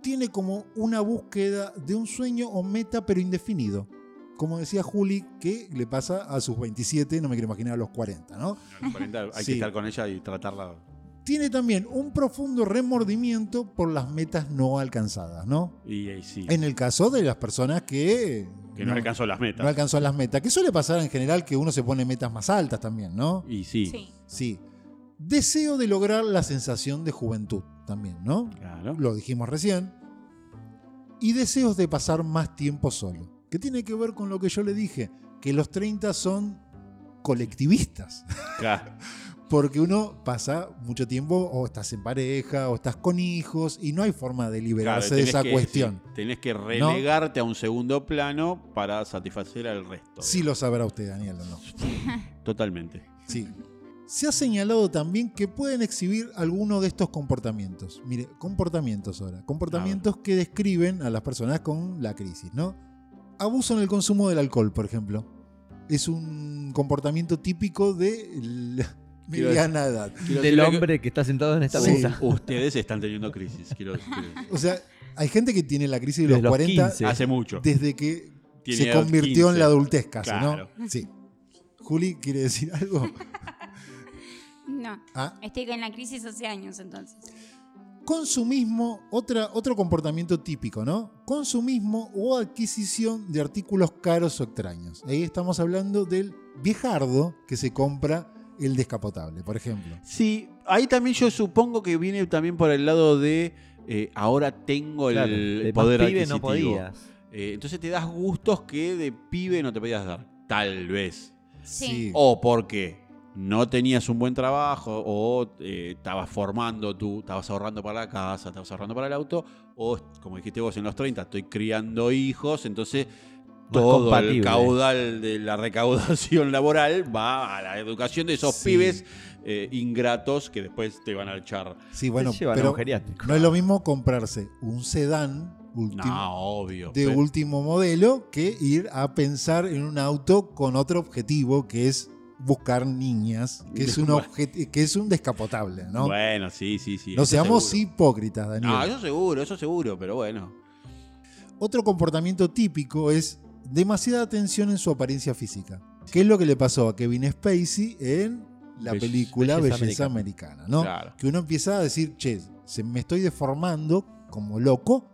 [SPEAKER 1] tiene como una búsqueda de un sueño o meta, pero indefinido. Como decía Juli, que le pasa a sus 27, no me quiero imaginar a los 40, ¿no?
[SPEAKER 2] No, no, 40,
[SPEAKER 1] Sí.
[SPEAKER 2] Hay que estar con ella y tratarla.
[SPEAKER 1] Tiene también un profundo remordimiento por las metas no alcanzadas, ¿no?
[SPEAKER 2] Y ahí sí.
[SPEAKER 1] En el caso de las personas que,
[SPEAKER 2] que no, alcanzó las metas.
[SPEAKER 1] no alcanzó las metas, que suele pasar en general que uno se pone metas más altas también, ¿no?
[SPEAKER 2] Y sí.
[SPEAKER 4] Sí.
[SPEAKER 1] Sí. Deseo de lograr la sensación de juventud también, ¿no?
[SPEAKER 2] Claro.
[SPEAKER 1] Lo dijimos recién. Y deseos de pasar más tiempo solo. Que tiene que ver con lo que yo le dije, que los 30 son colectivistas.
[SPEAKER 2] Claro.
[SPEAKER 1] Porque uno pasa mucho tiempo o estás en pareja o estás con hijos y no hay forma de
[SPEAKER 2] Claro,
[SPEAKER 1] liberarse de
[SPEAKER 2] tenés
[SPEAKER 1] esa
[SPEAKER 2] que-
[SPEAKER 1] cuestión.
[SPEAKER 2] sí, tenés que relegarte a un segundo plano para satisfacer al resto.
[SPEAKER 1] Sí lo sabrá usted, Daniel, ¿o no?
[SPEAKER 2] Totalmente.
[SPEAKER 1] Sí. Se ha señalado también que pueden exhibir alguno de estos comportamientos. Mire, comportamientos ahora. Comportamientos que describen a las personas con la crisis, ¿no? Abuso en el consumo del alcohol, por ejemplo. Es un comportamiento típico de la
[SPEAKER 2] Quiero
[SPEAKER 1] mediana edad.
[SPEAKER 2] Quiero
[SPEAKER 3] Del
[SPEAKER 2] decirle que-
[SPEAKER 3] hombre que está sentado en esta
[SPEAKER 1] Sí.
[SPEAKER 3] mesa.
[SPEAKER 2] Ustedes están teniendo crisis, quiero decir.
[SPEAKER 1] O sea, hay gente que tiene la crisis de los,
[SPEAKER 3] Desde los
[SPEAKER 1] 40
[SPEAKER 3] 15.
[SPEAKER 2] Hace mucho.
[SPEAKER 1] desde que
[SPEAKER 2] Tiene
[SPEAKER 1] se
[SPEAKER 2] edad
[SPEAKER 1] convirtió
[SPEAKER 2] 15.
[SPEAKER 1] en la adultez casi,
[SPEAKER 2] Claro.
[SPEAKER 1] ¿no? Sí. Juli, ¿quiere decir algo?
[SPEAKER 4] No.
[SPEAKER 1] Ah,
[SPEAKER 4] Estoy en la crisis hace años entonces.
[SPEAKER 1] Consumismo, otra, otro comportamiento típico, ¿no? Consumismo o adquisición de artículos caros o extraños. Ahí estamos hablando del viejardo que se compra el descapotable, por ejemplo.
[SPEAKER 2] Sí, ahí también yo supongo que viene también por el lado de eh, ahora tengo el
[SPEAKER 3] Claro, de más
[SPEAKER 2] poder
[SPEAKER 3] pibe
[SPEAKER 2] adquisitivo.
[SPEAKER 3] no podías.
[SPEAKER 2] Eh, entonces te das gustos que de pibe no te podías dar, tal vez.
[SPEAKER 4] Sí.
[SPEAKER 2] O porque no tenías un buen trabajo, o eh, estabas formando tú, estabas ahorrando para la casa, estabas ahorrando para el auto, o como dijiste vos en los 30, estoy criando hijos, entonces todo el
[SPEAKER 3] compatible.
[SPEAKER 2] caudal de la recaudación laboral va a la educación de esos
[SPEAKER 1] Sí.
[SPEAKER 2] pibes eh, ingratos que después te van a echar.
[SPEAKER 1] Sí,
[SPEAKER 3] Bueno,
[SPEAKER 1] bueno,
[SPEAKER 3] llevan a
[SPEAKER 1] pero
[SPEAKER 3] un geriátrico.
[SPEAKER 1] no es lo mismo comprarse un sedán ultim-
[SPEAKER 2] No, obvio.
[SPEAKER 1] de
[SPEAKER 2] pero-
[SPEAKER 1] último modelo que ir a pensar en un auto con otro objetivo que es buscar niñas, que es un, objet- que es un descapotable, ¿no?
[SPEAKER 2] Bueno, sí, sí, sí.
[SPEAKER 1] no
[SPEAKER 2] eso
[SPEAKER 1] seamos
[SPEAKER 2] seguro.
[SPEAKER 1] hipócritas, Daniel.
[SPEAKER 2] No, eso seguro, eso seguro, pero bueno.
[SPEAKER 1] Otro comportamiento típico es demasiada atención en su apariencia física. ¿Qué es lo que le pasó a Kevin Spacey en la
[SPEAKER 2] Belle-
[SPEAKER 1] película Belleza,
[SPEAKER 3] Belleza
[SPEAKER 1] Americana? ¿no?
[SPEAKER 2] Claro.
[SPEAKER 1] Que uno empieza a decir, che, se me estoy deformando como loco.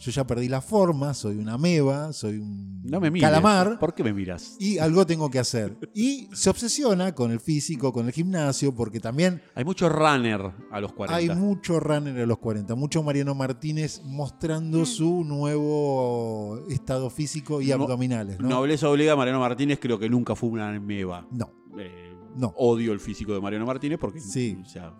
[SPEAKER 1] Yo ya perdí la forma, soy una ameba, soy un
[SPEAKER 2] No me miras.
[SPEAKER 1] calamar
[SPEAKER 2] ¿Por qué me miras?
[SPEAKER 1] y algo tengo que hacer. Y se obsesiona con el físico, con el gimnasio, porque también
[SPEAKER 2] Hay mucho runner a los 40.
[SPEAKER 1] hay mucho runner a los 40, mucho Mariano Martínez mostrando
[SPEAKER 4] Mm.
[SPEAKER 1] su nuevo estado físico y
[SPEAKER 2] No-
[SPEAKER 1] abdominales, ¿no? No,
[SPEAKER 2] Nobleza obliga a Mariano Martínez, creo que nunca fue una meba.
[SPEAKER 1] no.
[SPEAKER 2] Eh, Odio el físico de Mariano Martínez porque.
[SPEAKER 1] Sí.
[SPEAKER 2] o sea,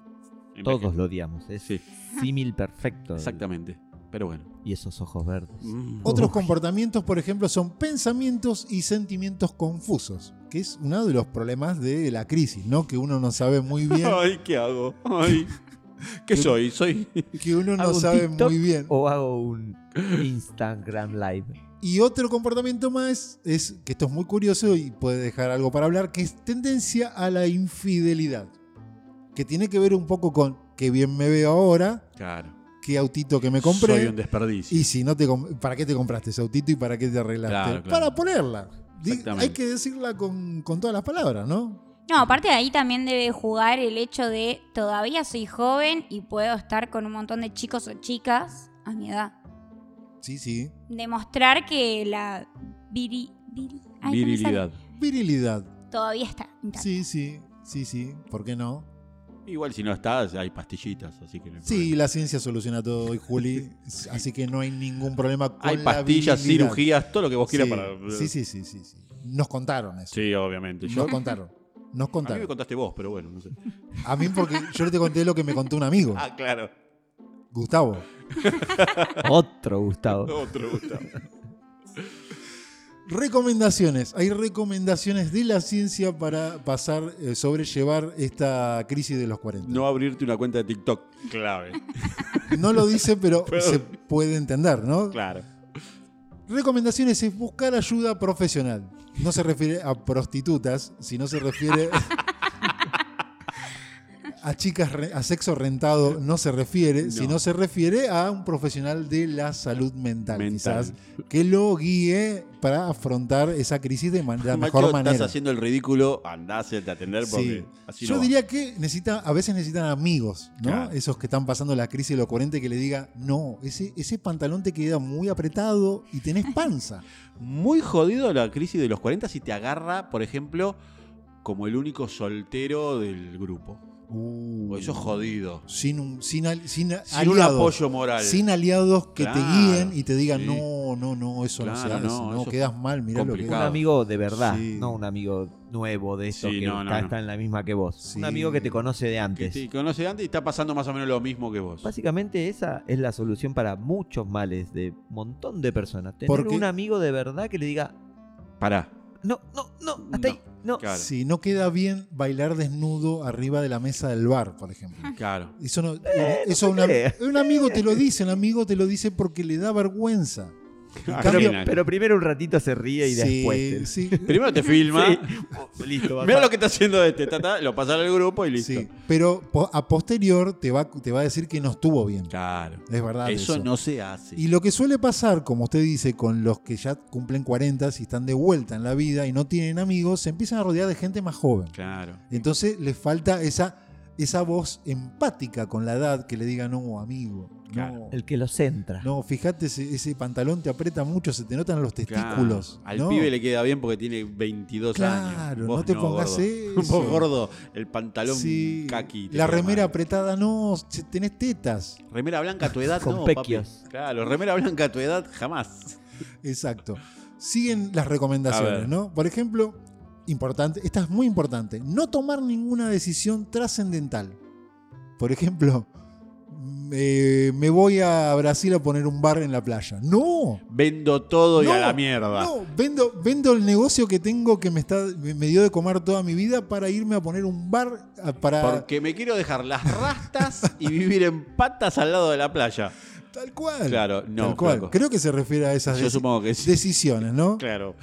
[SPEAKER 3] Todos
[SPEAKER 2] enveje-
[SPEAKER 3] lo odiamos. Es
[SPEAKER 2] Sí,
[SPEAKER 3] símil perfecto.
[SPEAKER 2] exactamente. Pero bueno.
[SPEAKER 3] Y esos ojos verdes.
[SPEAKER 2] Mm.
[SPEAKER 1] Otros
[SPEAKER 3] Uy.
[SPEAKER 1] comportamientos, por ejemplo, son pensamientos y sentimientos confusos, que es uno de los problemas de la crisis, ¿no? Que uno no sabe muy bien,
[SPEAKER 2] Ay, ¿qué hago? Ay. ¿Qué soy? Soy.
[SPEAKER 1] que uno no
[SPEAKER 3] ¿Hago un
[SPEAKER 1] sabe
[SPEAKER 3] TikTok Oh.
[SPEAKER 1] muy bien.
[SPEAKER 3] O hago un Instagram Live.
[SPEAKER 1] Y otro comportamiento más es, que esto es muy curioso y puede dejar algo para hablar, que es tendencia a la infidelidad. Que tiene que ver un poco con qué bien me veo ahora,
[SPEAKER 2] Claro.
[SPEAKER 1] qué autito que me compré.
[SPEAKER 2] Soy un desperdicio.
[SPEAKER 1] Y si no te com- ¿para qué te compraste ese autito y para qué te arreglaste?
[SPEAKER 2] Claro, claro.
[SPEAKER 1] Para ponerla. Di-
[SPEAKER 2] Exactamente.
[SPEAKER 1] Hay que decirla con, con todas las palabras, ¿no?
[SPEAKER 4] No, aparte de ahí también debe jugar el hecho de todavía soy joven y puedo estar con un montón de chicos o chicas a mi edad.
[SPEAKER 1] Sí, sí.
[SPEAKER 4] Demostrar que la viri- viri- ay, no me sale.
[SPEAKER 2] Virilidad.
[SPEAKER 1] Virilidad.
[SPEAKER 4] todavía está intacta.
[SPEAKER 1] Sí, sí. Sí, sí. ¿Por qué no?
[SPEAKER 2] Igual si no estás, hay pastillitas, así que no hay
[SPEAKER 1] Sí, la ciencia soluciona todo hoy, Juli. así que no hay ningún problema con
[SPEAKER 2] Hay
[SPEAKER 1] la
[SPEAKER 2] pastillas,
[SPEAKER 1] virilidad.
[SPEAKER 2] cirugías, todo lo que vos quieras
[SPEAKER 1] sí,
[SPEAKER 2] para.
[SPEAKER 1] Sí, sí, sí, sí, sí. Nos contaron eso.
[SPEAKER 2] Sí, obviamente. Yo,
[SPEAKER 1] Nos contaron. Nos
[SPEAKER 2] a mí me
[SPEAKER 1] contaron.
[SPEAKER 2] contaste vos, pero bueno, no sé.
[SPEAKER 1] A mí porque yo te conté lo que me contó un amigo,
[SPEAKER 2] Ah, claro.
[SPEAKER 1] Gustavo.
[SPEAKER 3] Otro Gustavo.
[SPEAKER 2] Otro Gustavo.
[SPEAKER 1] Recomendaciones. Hay recomendaciones de la ciencia para pasar, eh, sobrellevar esta crisis de los 40.
[SPEAKER 2] No abrirte una cuenta de TikTok. Clave.
[SPEAKER 1] No lo dice, pero
[SPEAKER 2] Pero-
[SPEAKER 1] se puede entender, ¿no?
[SPEAKER 2] Claro.
[SPEAKER 1] Recomendaciones es buscar ayuda profesional. No se refiere a prostitutas, sino se refiere a chicas, re- a sexo rentado no se refiere,
[SPEAKER 2] No.
[SPEAKER 1] sino se refiere a un profesional de la salud mental,
[SPEAKER 2] Mental.
[SPEAKER 1] quizás, que lo guíe para afrontar esa crisis de man- la
[SPEAKER 2] Macho,
[SPEAKER 1] mejor manera.
[SPEAKER 2] Estás haciendo el ridículo, andás a atender porque
[SPEAKER 1] Sí.
[SPEAKER 2] así
[SPEAKER 1] Yo
[SPEAKER 2] no va.
[SPEAKER 1] diría que necesita, a veces necesitan amigos, ¿no?
[SPEAKER 2] Claro.
[SPEAKER 1] Esos que están pasando la crisis de los 40 que le diga, no, ese, ese pantalón te queda muy apretado y tenés panza.
[SPEAKER 2] Muy jodido la crisis de los 40 si te agarra, por ejemplo, como el único soltero del grupo.
[SPEAKER 1] Uh.
[SPEAKER 2] Eso es jodido.
[SPEAKER 1] Sin, un, sin, al- sin a-
[SPEAKER 2] Sin un
[SPEAKER 1] aliados.
[SPEAKER 2] apoyo moral.
[SPEAKER 1] Sin aliados que te
[SPEAKER 2] Claro,
[SPEAKER 1] guíen y te digan,
[SPEAKER 2] sí.
[SPEAKER 1] no, no, no, eso no se
[SPEAKER 2] Claro,
[SPEAKER 1] hace, no,
[SPEAKER 2] no, eso
[SPEAKER 1] quedas mal, mirá lo que
[SPEAKER 3] Un
[SPEAKER 2] complicado.
[SPEAKER 3] amigo de verdad,
[SPEAKER 1] Sí.
[SPEAKER 3] no un amigo nuevo de estos
[SPEAKER 2] Sí,
[SPEAKER 3] que
[SPEAKER 2] no, no,
[SPEAKER 3] está,
[SPEAKER 2] no.
[SPEAKER 3] está en la misma que vos.
[SPEAKER 1] Sí.
[SPEAKER 3] Un amigo que te conoce de
[SPEAKER 2] Que
[SPEAKER 3] antes.
[SPEAKER 2] te conoce de antes y está pasando más o menos lo mismo que vos.
[SPEAKER 3] Básicamente esa es la solución para muchos males de un montón de personas. Tener
[SPEAKER 1] Porque-
[SPEAKER 3] un amigo de verdad que le diga,
[SPEAKER 2] Pará.
[SPEAKER 3] no, no, no,
[SPEAKER 2] No.
[SPEAKER 3] hasta ahí, no.
[SPEAKER 2] Claro.
[SPEAKER 1] Si no queda bien bailar desnudo arriba de la mesa del bar, por ejemplo.
[SPEAKER 2] Claro.
[SPEAKER 1] Eso no,
[SPEAKER 2] Eh,
[SPEAKER 1] eso
[SPEAKER 3] no
[SPEAKER 1] un,
[SPEAKER 3] se
[SPEAKER 1] am-
[SPEAKER 3] crea.
[SPEAKER 1] un amigo te lo dice, un amigo te lo dice porque le da vergüenza.
[SPEAKER 2] Al
[SPEAKER 1] cambio-
[SPEAKER 2] final.
[SPEAKER 3] Pero primero un ratito se ríe y
[SPEAKER 1] Sí,
[SPEAKER 3] después... te-
[SPEAKER 1] sí,
[SPEAKER 2] Primero te filma.
[SPEAKER 3] Sí. Listo, baja.
[SPEAKER 2] Mira lo que está haciendo este. ta, ta, lo pasar al grupo y listo.
[SPEAKER 1] sí. Pero po- a posterior te va, te va a decir que no estuvo bien.
[SPEAKER 2] Claro.
[SPEAKER 1] Es verdad.
[SPEAKER 2] Eso,
[SPEAKER 1] eso.
[SPEAKER 2] no se hace.
[SPEAKER 1] Y lo que suele pasar, como usted dice, con los que ya cumplen 40 y están de vuelta en la vida y no tienen amigos, se empiezan a rodear de gente más joven.
[SPEAKER 2] Claro.
[SPEAKER 1] Entonces les falta esa, esa voz empática con la edad que le diga, no, amigo, no,
[SPEAKER 2] Claro.
[SPEAKER 3] El que lo centra.
[SPEAKER 1] no, fíjate, ese, ese pantalón te aprieta mucho, se te notan los
[SPEAKER 2] Claro.
[SPEAKER 1] testículos.
[SPEAKER 2] Al
[SPEAKER 1] ¿no?
[SPEAKER 2] pibe le queda bien porque tiene 22 años.
[SPEAKER 1] Claro,
[SPEAKER 2] Vos
[SPEAKER 1] no te pongas
[SPEAKER 2] gordo.
[SPEAKER 1] eso.
[SPEAKER 2] Vos gordo, el pantalón
[SPEAKER 1] Sí.
[SPEAKER 2] kaki. te
[SPEAKER 1] La
[SPEAKER 2] queda
[SPEAKER 1] remera
[SPEAKER 2] mal.
[SPEAKER 1] apretada, no, se- tenés tetas.
[SPEAKER 2] Remera blanca a tu edad,
[SPEAKER 3] Con
[SPEAKER 2] no,
[SPEAKER 3] pequios.
[SPEAKER 2] papi. Claro, remera blanca a tu edad, jamás.
[SPEAKER 1] Exacto. Siguen las
[SPEAKER 2] A
[SPEAKER 1] recomendaciones,
[SPEAKER 2] ver.
[SPEAKER 1] ¿no? Por ejemplo, importante, esta es muy importante, no tomar ninguna decisión trascendental. Por ejemplo, me, me voy a Brasil a poner un bar en la playa. No.
[SPEAKER 2] Vendo todo y
[SPEAKER 1] No,
[SPEAKER 2] a la mierda.
[SPEAKER 1] No, vendo, vendo el negocio que tengo que me, está, me me dio de comer toda mi vida para irme a poner un bar a- para...
[SPEAKER 2] Porque me quiero dejar las rastas y vivir en patas al lado de la playa.
[SPEAKER 1] Tal cual.
[SPEAKER 2] Claro, no,
[SPEAKER 1] Tal cual.
[SPEAKER 2] flaco.
[SPEAKER 1] Creo que se refiere a esas
[SPEAKER 2] Yo
[SPEAKER 1] deci-
[SPEAKER 2] supongo que sí.
[SPEAKER 1] decisiones, ¿no?
[SPEAKER 2] Claro.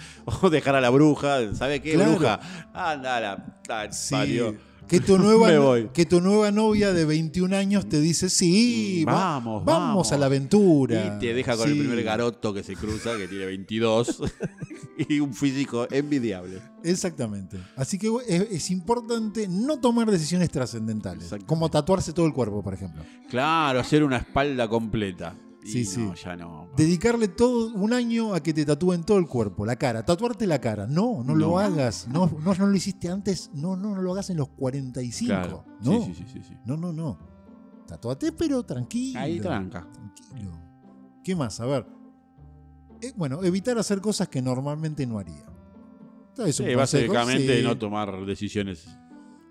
[SPEAKER 2] O dejar a la bruja, ¿sabe qué,
[SPEAKER 1] Claro.
[SPEAKER 2] bruja? Anda, la, la
[SPEAKER 1] Sí.
[SPEAKER 2] parió.
[SPEAKER 1] Que tu, nueva,
[SPEAKER 2] Me voy.
[SPEAKER 1] que tu nueva novia de 21 años te dice, sí, va-
[SPEAKER 2] Vamos, vamos.
[SPEAKER 1] a la aventura.
[SPEAKER 2] Y te deja con
[SPEAKER 1] Sí,
[SPEAKER 2] el primer garoto que se cruza, que tiene 22, y un físico envidiable.
[SPEAKER 1] Exactamente. Así que es, es importante no tomar decisiones trascendentales,
[SPEAKER 2] Exactamente.
[SPEAKER 1] como tatuarse todo el cuerpo, por ejemplo.
[SPEAKER 2] Claro, hacer una espalda completa. Y
[SPEAKER 1] Sí, sí.
[SPEAKER 2] no, ya no.
[SPEAKER 1] Dedicarle todo un año a que te tatúen todo el cuerpo, la cara, tatuarte la cara. No, no,
[SPEAKER 2] No.
[SPEAKER 1] lo hagas. No, no, no lo hiciste antes. No, no, no lo hagas en los 45.
[SPEAKER 2] Claro.
[SPEAKER 1] No.
[SPEAKER 2] Sí, sí, sí, sí, sí.
[SPEAKER 1] no, no, no. Tatuate, pero tranquilo.
[SPEAKER 2] Ahí tranca.
[SPEAKER 1] Tranquilo. ¿Qué más? A ver. Eh, bueno, evitar hacer cosas que normalmente no haría. Es un
[SPEAKER 2] Sí,
[SPEAKER 1] consejo,
[SPEAKER 2] básicamente
[SPEAKER 1] sí.
[SPEAKER 2] no tomar decisiones.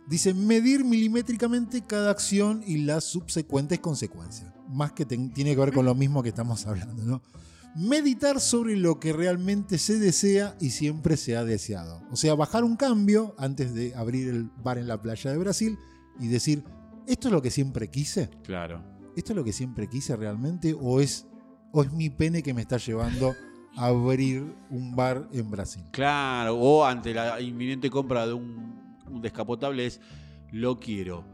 [SPEAKER 1] Dice medir milimétricamente cada acción y las subsecuentes consecuencias. Más que ten- tiene que ver con lo mismo que estamos hablando, ¿no? Meditar sobre lo que realmente se desea y siempre se ha deseado. O sea, bajar un cambio antes de abrir el bar en la playa de Brasil y decir, ¿esto es lo que siempre quise?
[SPEAKER 2] Claro.
[SPEAKER 1] ¿Esto es lo que siempre quise realmente? ¿O es, o es mi pene que me está llevando a abrir un bar en Brasil?
[SPEAKER 2] Claro, o ante la inminente compra de un, un descapotable es, lo quiero,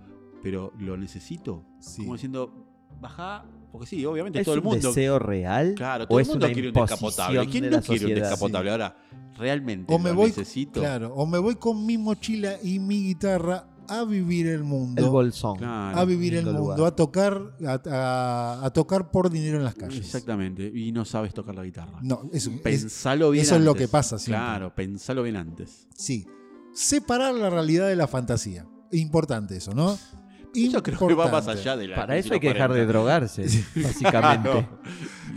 [SPEAKER 2] pero lo necesito.
[SPEAKER 1] Sí.
[SPEAKER 2] Como diciendo, baja, porque sí, obviamente
[SPEAKER 3] ¿Es
[SPEAKER 2] todo el
[SPEAKER 3] un
[SPEAKER 2] mundo.
[SPEAKER 3] deseo real?
[SPEAKER 2] Claro,
[SPEAKER 3] o
[SPEAKER 2] todo el
[SPEAKER 3] es
[SPEAKER 2] mundo
[SPEAKER 3] una
[SPEAKER 2] quiere un
[SPEAKER 3] imposición
[SPEAKER 2] descapotable. ¿Quién
[SPEAKER 3] de
[SPEAKER 2] no
[SPEAKER 3] la
[SPEAKER 2] quiere un
[SPEAKER 3] sociedad?
[SPEAKER 2] descapotable? Ahora, realmente
[SPEAKER 1] O me
[SPEAKER 2] lo
[SPEAKER 1] voy,
[SPEAKER 2] necesito.
[SPEAKER 1] claro, o me voy con mi mochila y mi guitarra a vivir el
[SPEAKER 3] El
[SPEAKER 1] mundo,
[SPEAKER 3] bolsón.
[SPEAKER 2] Claro.
[SPEAKER 1] a vivir el
[SPEAKER 3] Lindo
[SPEAKER 1] mundo,
[SPEAKER 3] lugar.
[SPEAKER 1] a tocar, a, a- a tocar por dinero en las calles.
[SPEAKER 2] Exactamente. Y no sabes tocar la guitarra.
[SPEAKER 1] No, eso, es-
[SPEAKER 2] pensalo bien
[SPEAKER 1] eso es lo
[SPEAKER 2] antes.
[SPEAKER 1] que pasa siempre.
[SPEAKER 2] Claro, pensalo bien antes.
[SPEAKER 1] sí. Separar la realidad de la fantasía. Importante eso, ¿no?
[SPEAKER 2] Yo creo que va más
[SPEAKER 1] Importante.
[SPEAKER 2] allá de la.
[SPEAKER 3] Para eso hay que dejar de drogarse, básicamente.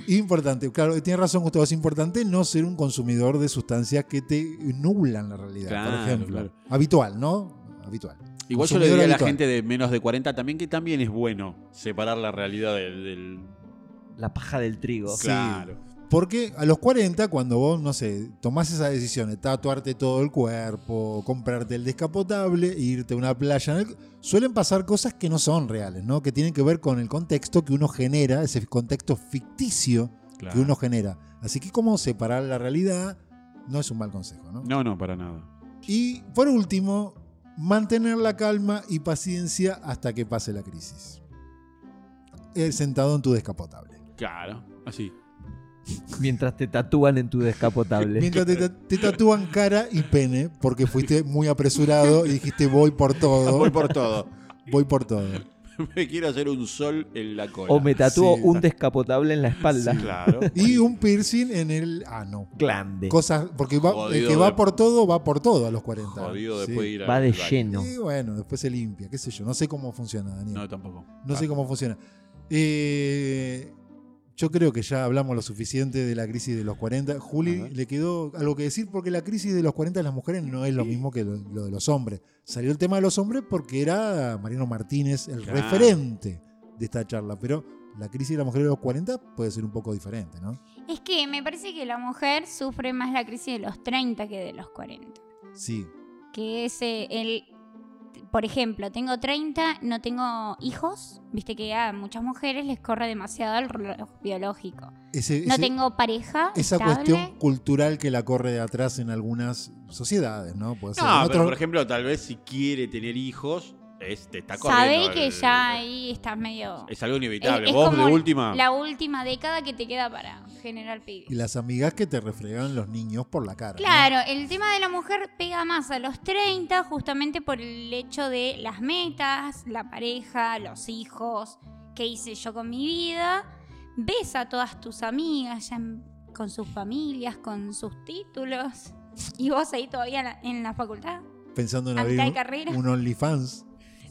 [SPEAKER 1] Importante, claro, tienes razón Gustavo, es importante no ser un consumidor de sustancias que te nublan la realidad,
[SPEAKER 2] Claro,
[SPEAKER 1] por ejemplo.
[SPEAKER 2] claro.
[SPEAKER 1] Habitual, ¿no? Habitual.
[SPEAKER 2] Igual yo
[SPEAKER 1] Consumidor
[SPEAKER 2] le diría a la
[SPEAKER 1] habitual.
[SPEAKER 2] gente de menos de 40 también que también es bueno separar la realidad del. del-
[SPEAKER 3] La paja del trigo.
[SPEAKER 1] Sí.
[SPEAKER 2] Claro.
[SPEAKER 1] Porque a los 40, cuando vos, no sé, tomás esas decisiones, tatuarte todo el cuerpo, comprarte el descapotable, irte a una playa, en el- suelen pasar cosas que no son reales, ¿no? Que tienen que ver con el contexto que uno genera, ese contexto ficticio
[SPEAKER 2] claro.
[SPEAKER 1] que uno genera. Así que cómo separar la realidad no es un mal consejo, ¿no?
[SPEAKER 2] No, no, para nada.
[SPEAKER 1] Y por último, mantener la calma y paciencia hasta que pase la crisis. Eh, Sentado en tu descapotable.
[SPEAKER 2] Claro, así.
[SPEAKER 3] Mientras te tatúan en tu descapotable.
[SPEAKER 1] Mientras te, ta- te tatúan cara y pene, porque fuiste muy apresurado y dijiste voy por todo,
[SPEAKER 2] Voy por todo.
[SPEAKER 1] voy por todo.
[SPEAKER 2] Me quiero hacer un sol en la cola.
[SPEAKER 3] o me tatúo
[SPEAKER 1] Sí.
[SPEAKER 3] un descapotable en la espalda.
[SPEAKER 2] Claro.
[SPEAKER 1] Y un piercing en el ano.
[SPEAKER 3] Grande.
[SPEAKER 1] Cosas, porque va- el
[SPEAKER 2] Jodido
[SPEAKER 1] que va
[SPEAKER 2] de-
[SPEAKER 1] por todo, va por todo a los 40.
[SPEAKER 2] Jodido
[SPEAKER 1] Sí.
[SPEAKER 2] después de ir a.
[SPEAKER 3] Va de lleno.
[SPEAKER 1] Y bueno, después se limpia, qué sé yo. No sé cómo funciona, Daniel.
[SPEAKER 2] No, tampoco.
[SPEAKER 1] No sé cómo funciona. Eh, yo creo que ya hablamos lo suficiente de la crisis de los 40. Juli,
[SPEAKER 2] Ajá.
[SPEAKER 1] le quedó algo que decir porque la crisis de los 40 de las mujeres no es lo mismo que lo, lo de los hombres. Salió el tema de los hombres porque era Mariano Martínez el
[SPEAKER 2] Claro.
[SPEAKER 1] referente de esta charla, pero la crisis de las mujeres de los 40 puede ser un poco diferente, ¿no?
[SPEAKER 4] Es que me parece que la mujer sufre más la crisis de los 30 que de los 40.
[SPEAKER 1] Sí,
[SPEAKER 4] Que es eh, el... Por ejemplo, tengo 30, no tengo hijos. Viste que a muchas mujeres les corre demasiado el reloj biológico.
[SPEAKER 1] ese-
[SPEAKER 4] No
[SPEAKER 1] ese-
[SPEAKER 4] tengo pareja
[SPEAKER 1] esa
[SPEAKER 4] estable.
[SPEAKER 1] cuestión cultural que la corre de atrás en algunas sociedades, ¿no? Puede ser.
[SPEAKER 2] No,
[SPEAKER 1] En
[SPEAKER 2] pero
[SPEAKER 1] otros-
[SPEAKER 2] por ejemplo, tal vez si quiere tener hijos, es, te está corriendo.
[SPEAKER 4] Sabéis
[SPEAKER 2] el-
[SPEAKER 4] que ya ahí estás medio... eh,
[SPEAKER 2] Es algo inevitable.
[SPEAKER 4] Es- es
[SPEAKER 2] Vos, de
[SPEAKER 4] como
[SPEAKER 2] última.
[SPEAKER 4] La última década que te queda para generar pibes.
[SPEAKER 1] y las amigas que te refregan los niños por la cara. ¿no?
[SPEAKER 4] Claro, el tema de la mujer pega más a los 30 justamente por el hecho de las metas, la pareja, los hijos, qué hice yo con mi vida. Ves a todas tus amigas ya en- con sus familias, con sus títulos. Y vos ahí todavía en la, en la facultad,
[SPEAKER 1] pensando en
[SPEAKER 4] a
[SPEAKER 1] abrir
[SPEAKER 4] mitad de carrera,
[SPEAKER 1] un OnlyFans.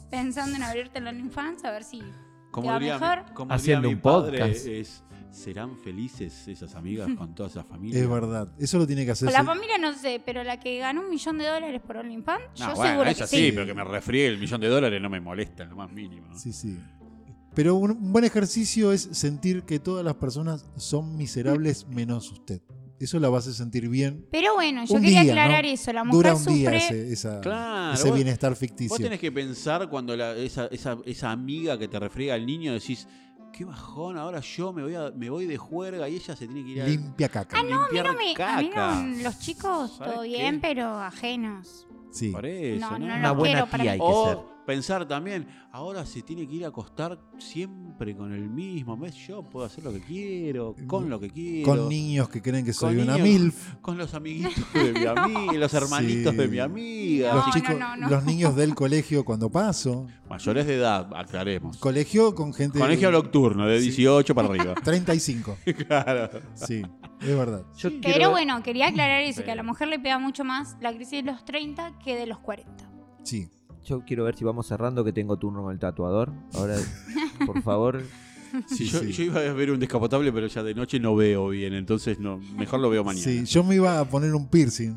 [SPEAKER 4] pensando en abrirte la infancia, a ver si...
[SPEAKER 2] Como
[SPEAKER 4] Te va
[SPEAKER 2] diría,
[SPEAKER 4] mejor.
[SPEAKER 2] como
[SPEAKER 3] Haciendo
[SPEAKER 2] diría mi
[SPEAKER 3] un
[SPEAKER 2] padre,
[SPEAKER 3] podcast.
[SPEAKER 2] es, serán felices esas amigas con toda esa familia.
[SPEAKER 1] Es verdad, eso lo tiene que hacer.
[SPEAKER 4] Con la
[SPEAKER 1] sí.
[SPEAKER 4] familia no sé, pero la que ganó un millón de dólares por OnlyFans,
[SPEAKER 2] No,
[SPEAKER 4] yo
[SPEAKER 2] bueno,
[SPEAKER 4] seguro
[SPEAKER 2] es
[SPEAKER 4] que
[SPEAKER 2] así,
[SPEAKER 4] sí.
[SPEAKER 2] pero que me refríe el millón de dólares no me molesta en lo más mínimo. ¿no?
[SPEAKER 1] Sí, sí. Pero un, un buen ejercicio es sentir que todas las personas son
[SPEAKER 4] Mm.
[SPEAKER 1] miserables menos usted. Eso la va a hacer sentir bien.
[SPEAKER 4] Pero bueno, yo
[SPEAKER 1] Un
[SPEAKER 4] quería
[SPEAKER 1] día,
[SPEAKER 4] aclarar
[SPEAKER 1] ¿no?
[SPEAKER 4] eso. La mujer
[SPEAKER 1] Dura un día
[SPEAKER 4] sufre
[SPEAKER 1] ese, esa-
[SPEAKER 2] Claro,
[SPEAKER 1] ese
[SPEAKER 2] vos-
[SPEAKER 1] bienestar
[SPEAKER 2] Vos
[SPEAKER 1] ficticio.
[SPEAKER 2] tenés que pensar cuando la- esa, esa- esa amiga que te refriega al niño decís, qué bajón, ahora yo me voy, a- me voy de juerga y ella se tiene que ir a
[SPEAKER 1] Limpia
[SPEAKER 4] Ah,
[SPEAKER 1] caca.
[SPEAKER 2] limpiar
[SPEAKER 4] No me- a mí
[SPEAKER 2] caca.
[SPEAKER 4] no, los chicos
[SPEAKER 2] ¿Sabes
[SPEAKER 4] todo
[SPEAKER 2] qué?
[SPEAKER 4] bien, pero ajenos.
[SPEAKER 1] Sí.
[SPEAKER 2] Por eso,
[SPEAKER 4] No, no,
[SPEAKER 3] Una
[SPEAKER 4] no
[SPEAKER 3] buena
[SPEAKER 4] quiero para
[SPEAKER 3] tía
[SPEAKER 4] mí.
[SPEAKER 3] hay que ser.
[SPEAKER 2] O pensar también, ahora se tiene que ir a acostar siempre con el mismo. ¿Ves? Yo puedo hacer lo que quiero, con lo que quiero.
[SPEAKER 1] Con niños que creen que soy
[SPEAKER 2] Con
[SPEAKER 1] una
[SPEAKER 2] niños.
[SPEAKER 1] MILF.
[SPEAKER 2] con los amiguitos de mi amiga, los hermanitos
[SPEAKER 1] Sí.
[SPEAKER 2] de mi amiga.
[SPEAKER 4] No,
[SPEAKER 1] los
[SPEAKER 2] Así-
[SPEAKER 1] chicos,
[SPEAKER 4] no, no.
[SPEAKER 1] los niños del colegio cuando paso.
[SPEAKER 2] Mayores de edad, aclaremos.
[SPEAKER 1] Colegio con gente.
[SPEAKER 2] Colegio nocturno, de
[SPEAKER 1] Sí.
[SPEAKER 2] 18 para arriba.
[SPEAKER 1] 35.
[SPEAKER 2] claro.
[SPEAKER 1] Sí, es verdad.
[SPEAKER 3] Yo
[SPEAKER 4] Pero bueno, quería aclarar eso,
[SPEAKER 2] Sí.
[SPEAKER 4] que a la mujer le pega mucho más la crisis de los 30 que de los 40.
[SPEAKER 1] Sí.
[SPEAKER 3] Yo quiero ver si vamos cerrando que tengo turno con el tatuador. Ahora, por favor.
[SPEAKER 1] Sí,
[SPEAKER 2] yo,
[SPEAKER 1] sí.
[SPEAKER 2] yo iba a ver un descapotable, pero ya de noche no veo bien, entonces no, mejor lo veo mañana.
[SPEAKER 1] Sí, yo me iba a poner un piercing,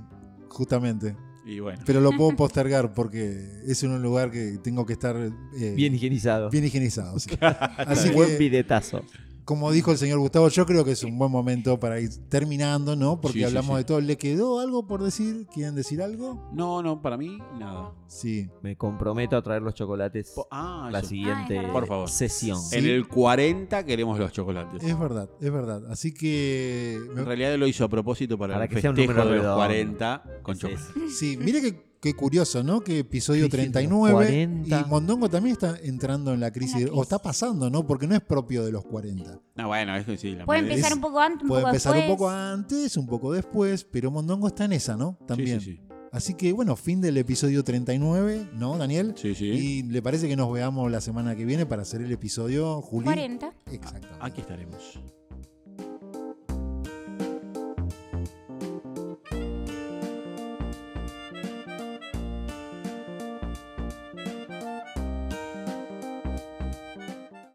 [SPEAKER 1] justamente.
[SPEAKER 2] Y bueno.
[SPEAKER 1] Pero lo puedo postergar porque es en un lugar que tengo que estar eh,
[SPEAKER 3] Bien higienizado.
[SPEAKER 1] bien higienizado. sí. Así
[SPEAKER 3] Buen
[SPEAKER 1] que,
[SPEAKER 3] bidetazo.
[SPEAKER 1] como dijo el señor Gustavo, yo creo que es un buen momento para ir terminando, ¿no? Porque
[SPEAKER 2] Sí, sí,
[SPEAKER 1] hablamos
[SPEAKER 2] sí.
[SPEAKER 1] de todo. ¿Le quedó algo por decir? ¿Quieren decir algo?
[SPEAKER 2] No, no, para mí, nada.
[SPEAKER 1] Sí.
[SPEAKER 3] Me comprometo a traer los chocolates
[SPEAKER 2] Po- ah,
[SPEAKER 3] la
[SPEAKER 2] eso.
[SPEAKER 3] siguiente
[SPEAKER 4] verdad.
[SPEAKER 2] Por favor.
[SPEAKER 3] sesión.
[SPEAKER 1] Sí.
[SPEAKER 2] En el 40 queremos los chocolates.
[SPEAKER 1] Es verdad, es verdad. Así que. me-
[SPEAKER 2] En realidad lo hizo a propósito para,
[SPEAKER 3] Para
[SPEAKER 2] el
[SPEAKER 3] que sea un
[SPEAKER 2] festejo de
[SPEAKER 3] número
[SPEAKER 2] los
[SPEAKER 3] redondo.
[SPEAKER 2] 40 con
[SPEAKER 3] Sí, sí.
[SPEAKER 2] chocolate.
[SPEAKER 1] Sí, mire que, qué curioso, ¿no? Que episodio
[SPEAKER 3] Crisis de los
[SPEAKER 1] 39
[SPEAKER 3] 40.
[SPEAKER 1] y Mondongo también está entrando en la crisis,
[SPEAKER 4] En la
[SPEAKER 1] o
[SPEAKER 4] crisis.
[SPEAKER 1] está pasando, ¿no? Porque no es propio de los 40.
[SPEAKER 2] No, bueno, eso sí. La
[SPEAKER 4] Puede
[SPEAKER 2] madre-
[SPEAKER 4] empezar
[SPEAKER 1] es-
[SPEAKER 4] un poco antes, un
[SPEAKER 1] Puede
[SPEAKER 4] poco
[SPEAKER 1] empezar
[SPEAKER 4] después.
[SPEAKER 1] un poco antes, un poco después, pero Mondongo está en esa, ¿no?
[SPEAKER 2] Sí,
[SPEAKER 1] También.
[SPEAKER 2] Sí,
[SPEAKER 1] Así que bueno, fin del episodio 39, ¿no, Daniel?
[SPEAKER 2] sí. sí, sí.
[SPEAKER 1] Y le parece que nos veamos la semana que viene para hacer el episodio Juli.
[SPEAKER 4] 40.
[SPEAKER 1] Exacto.
[SPEAKER 2] Aquí estaremos.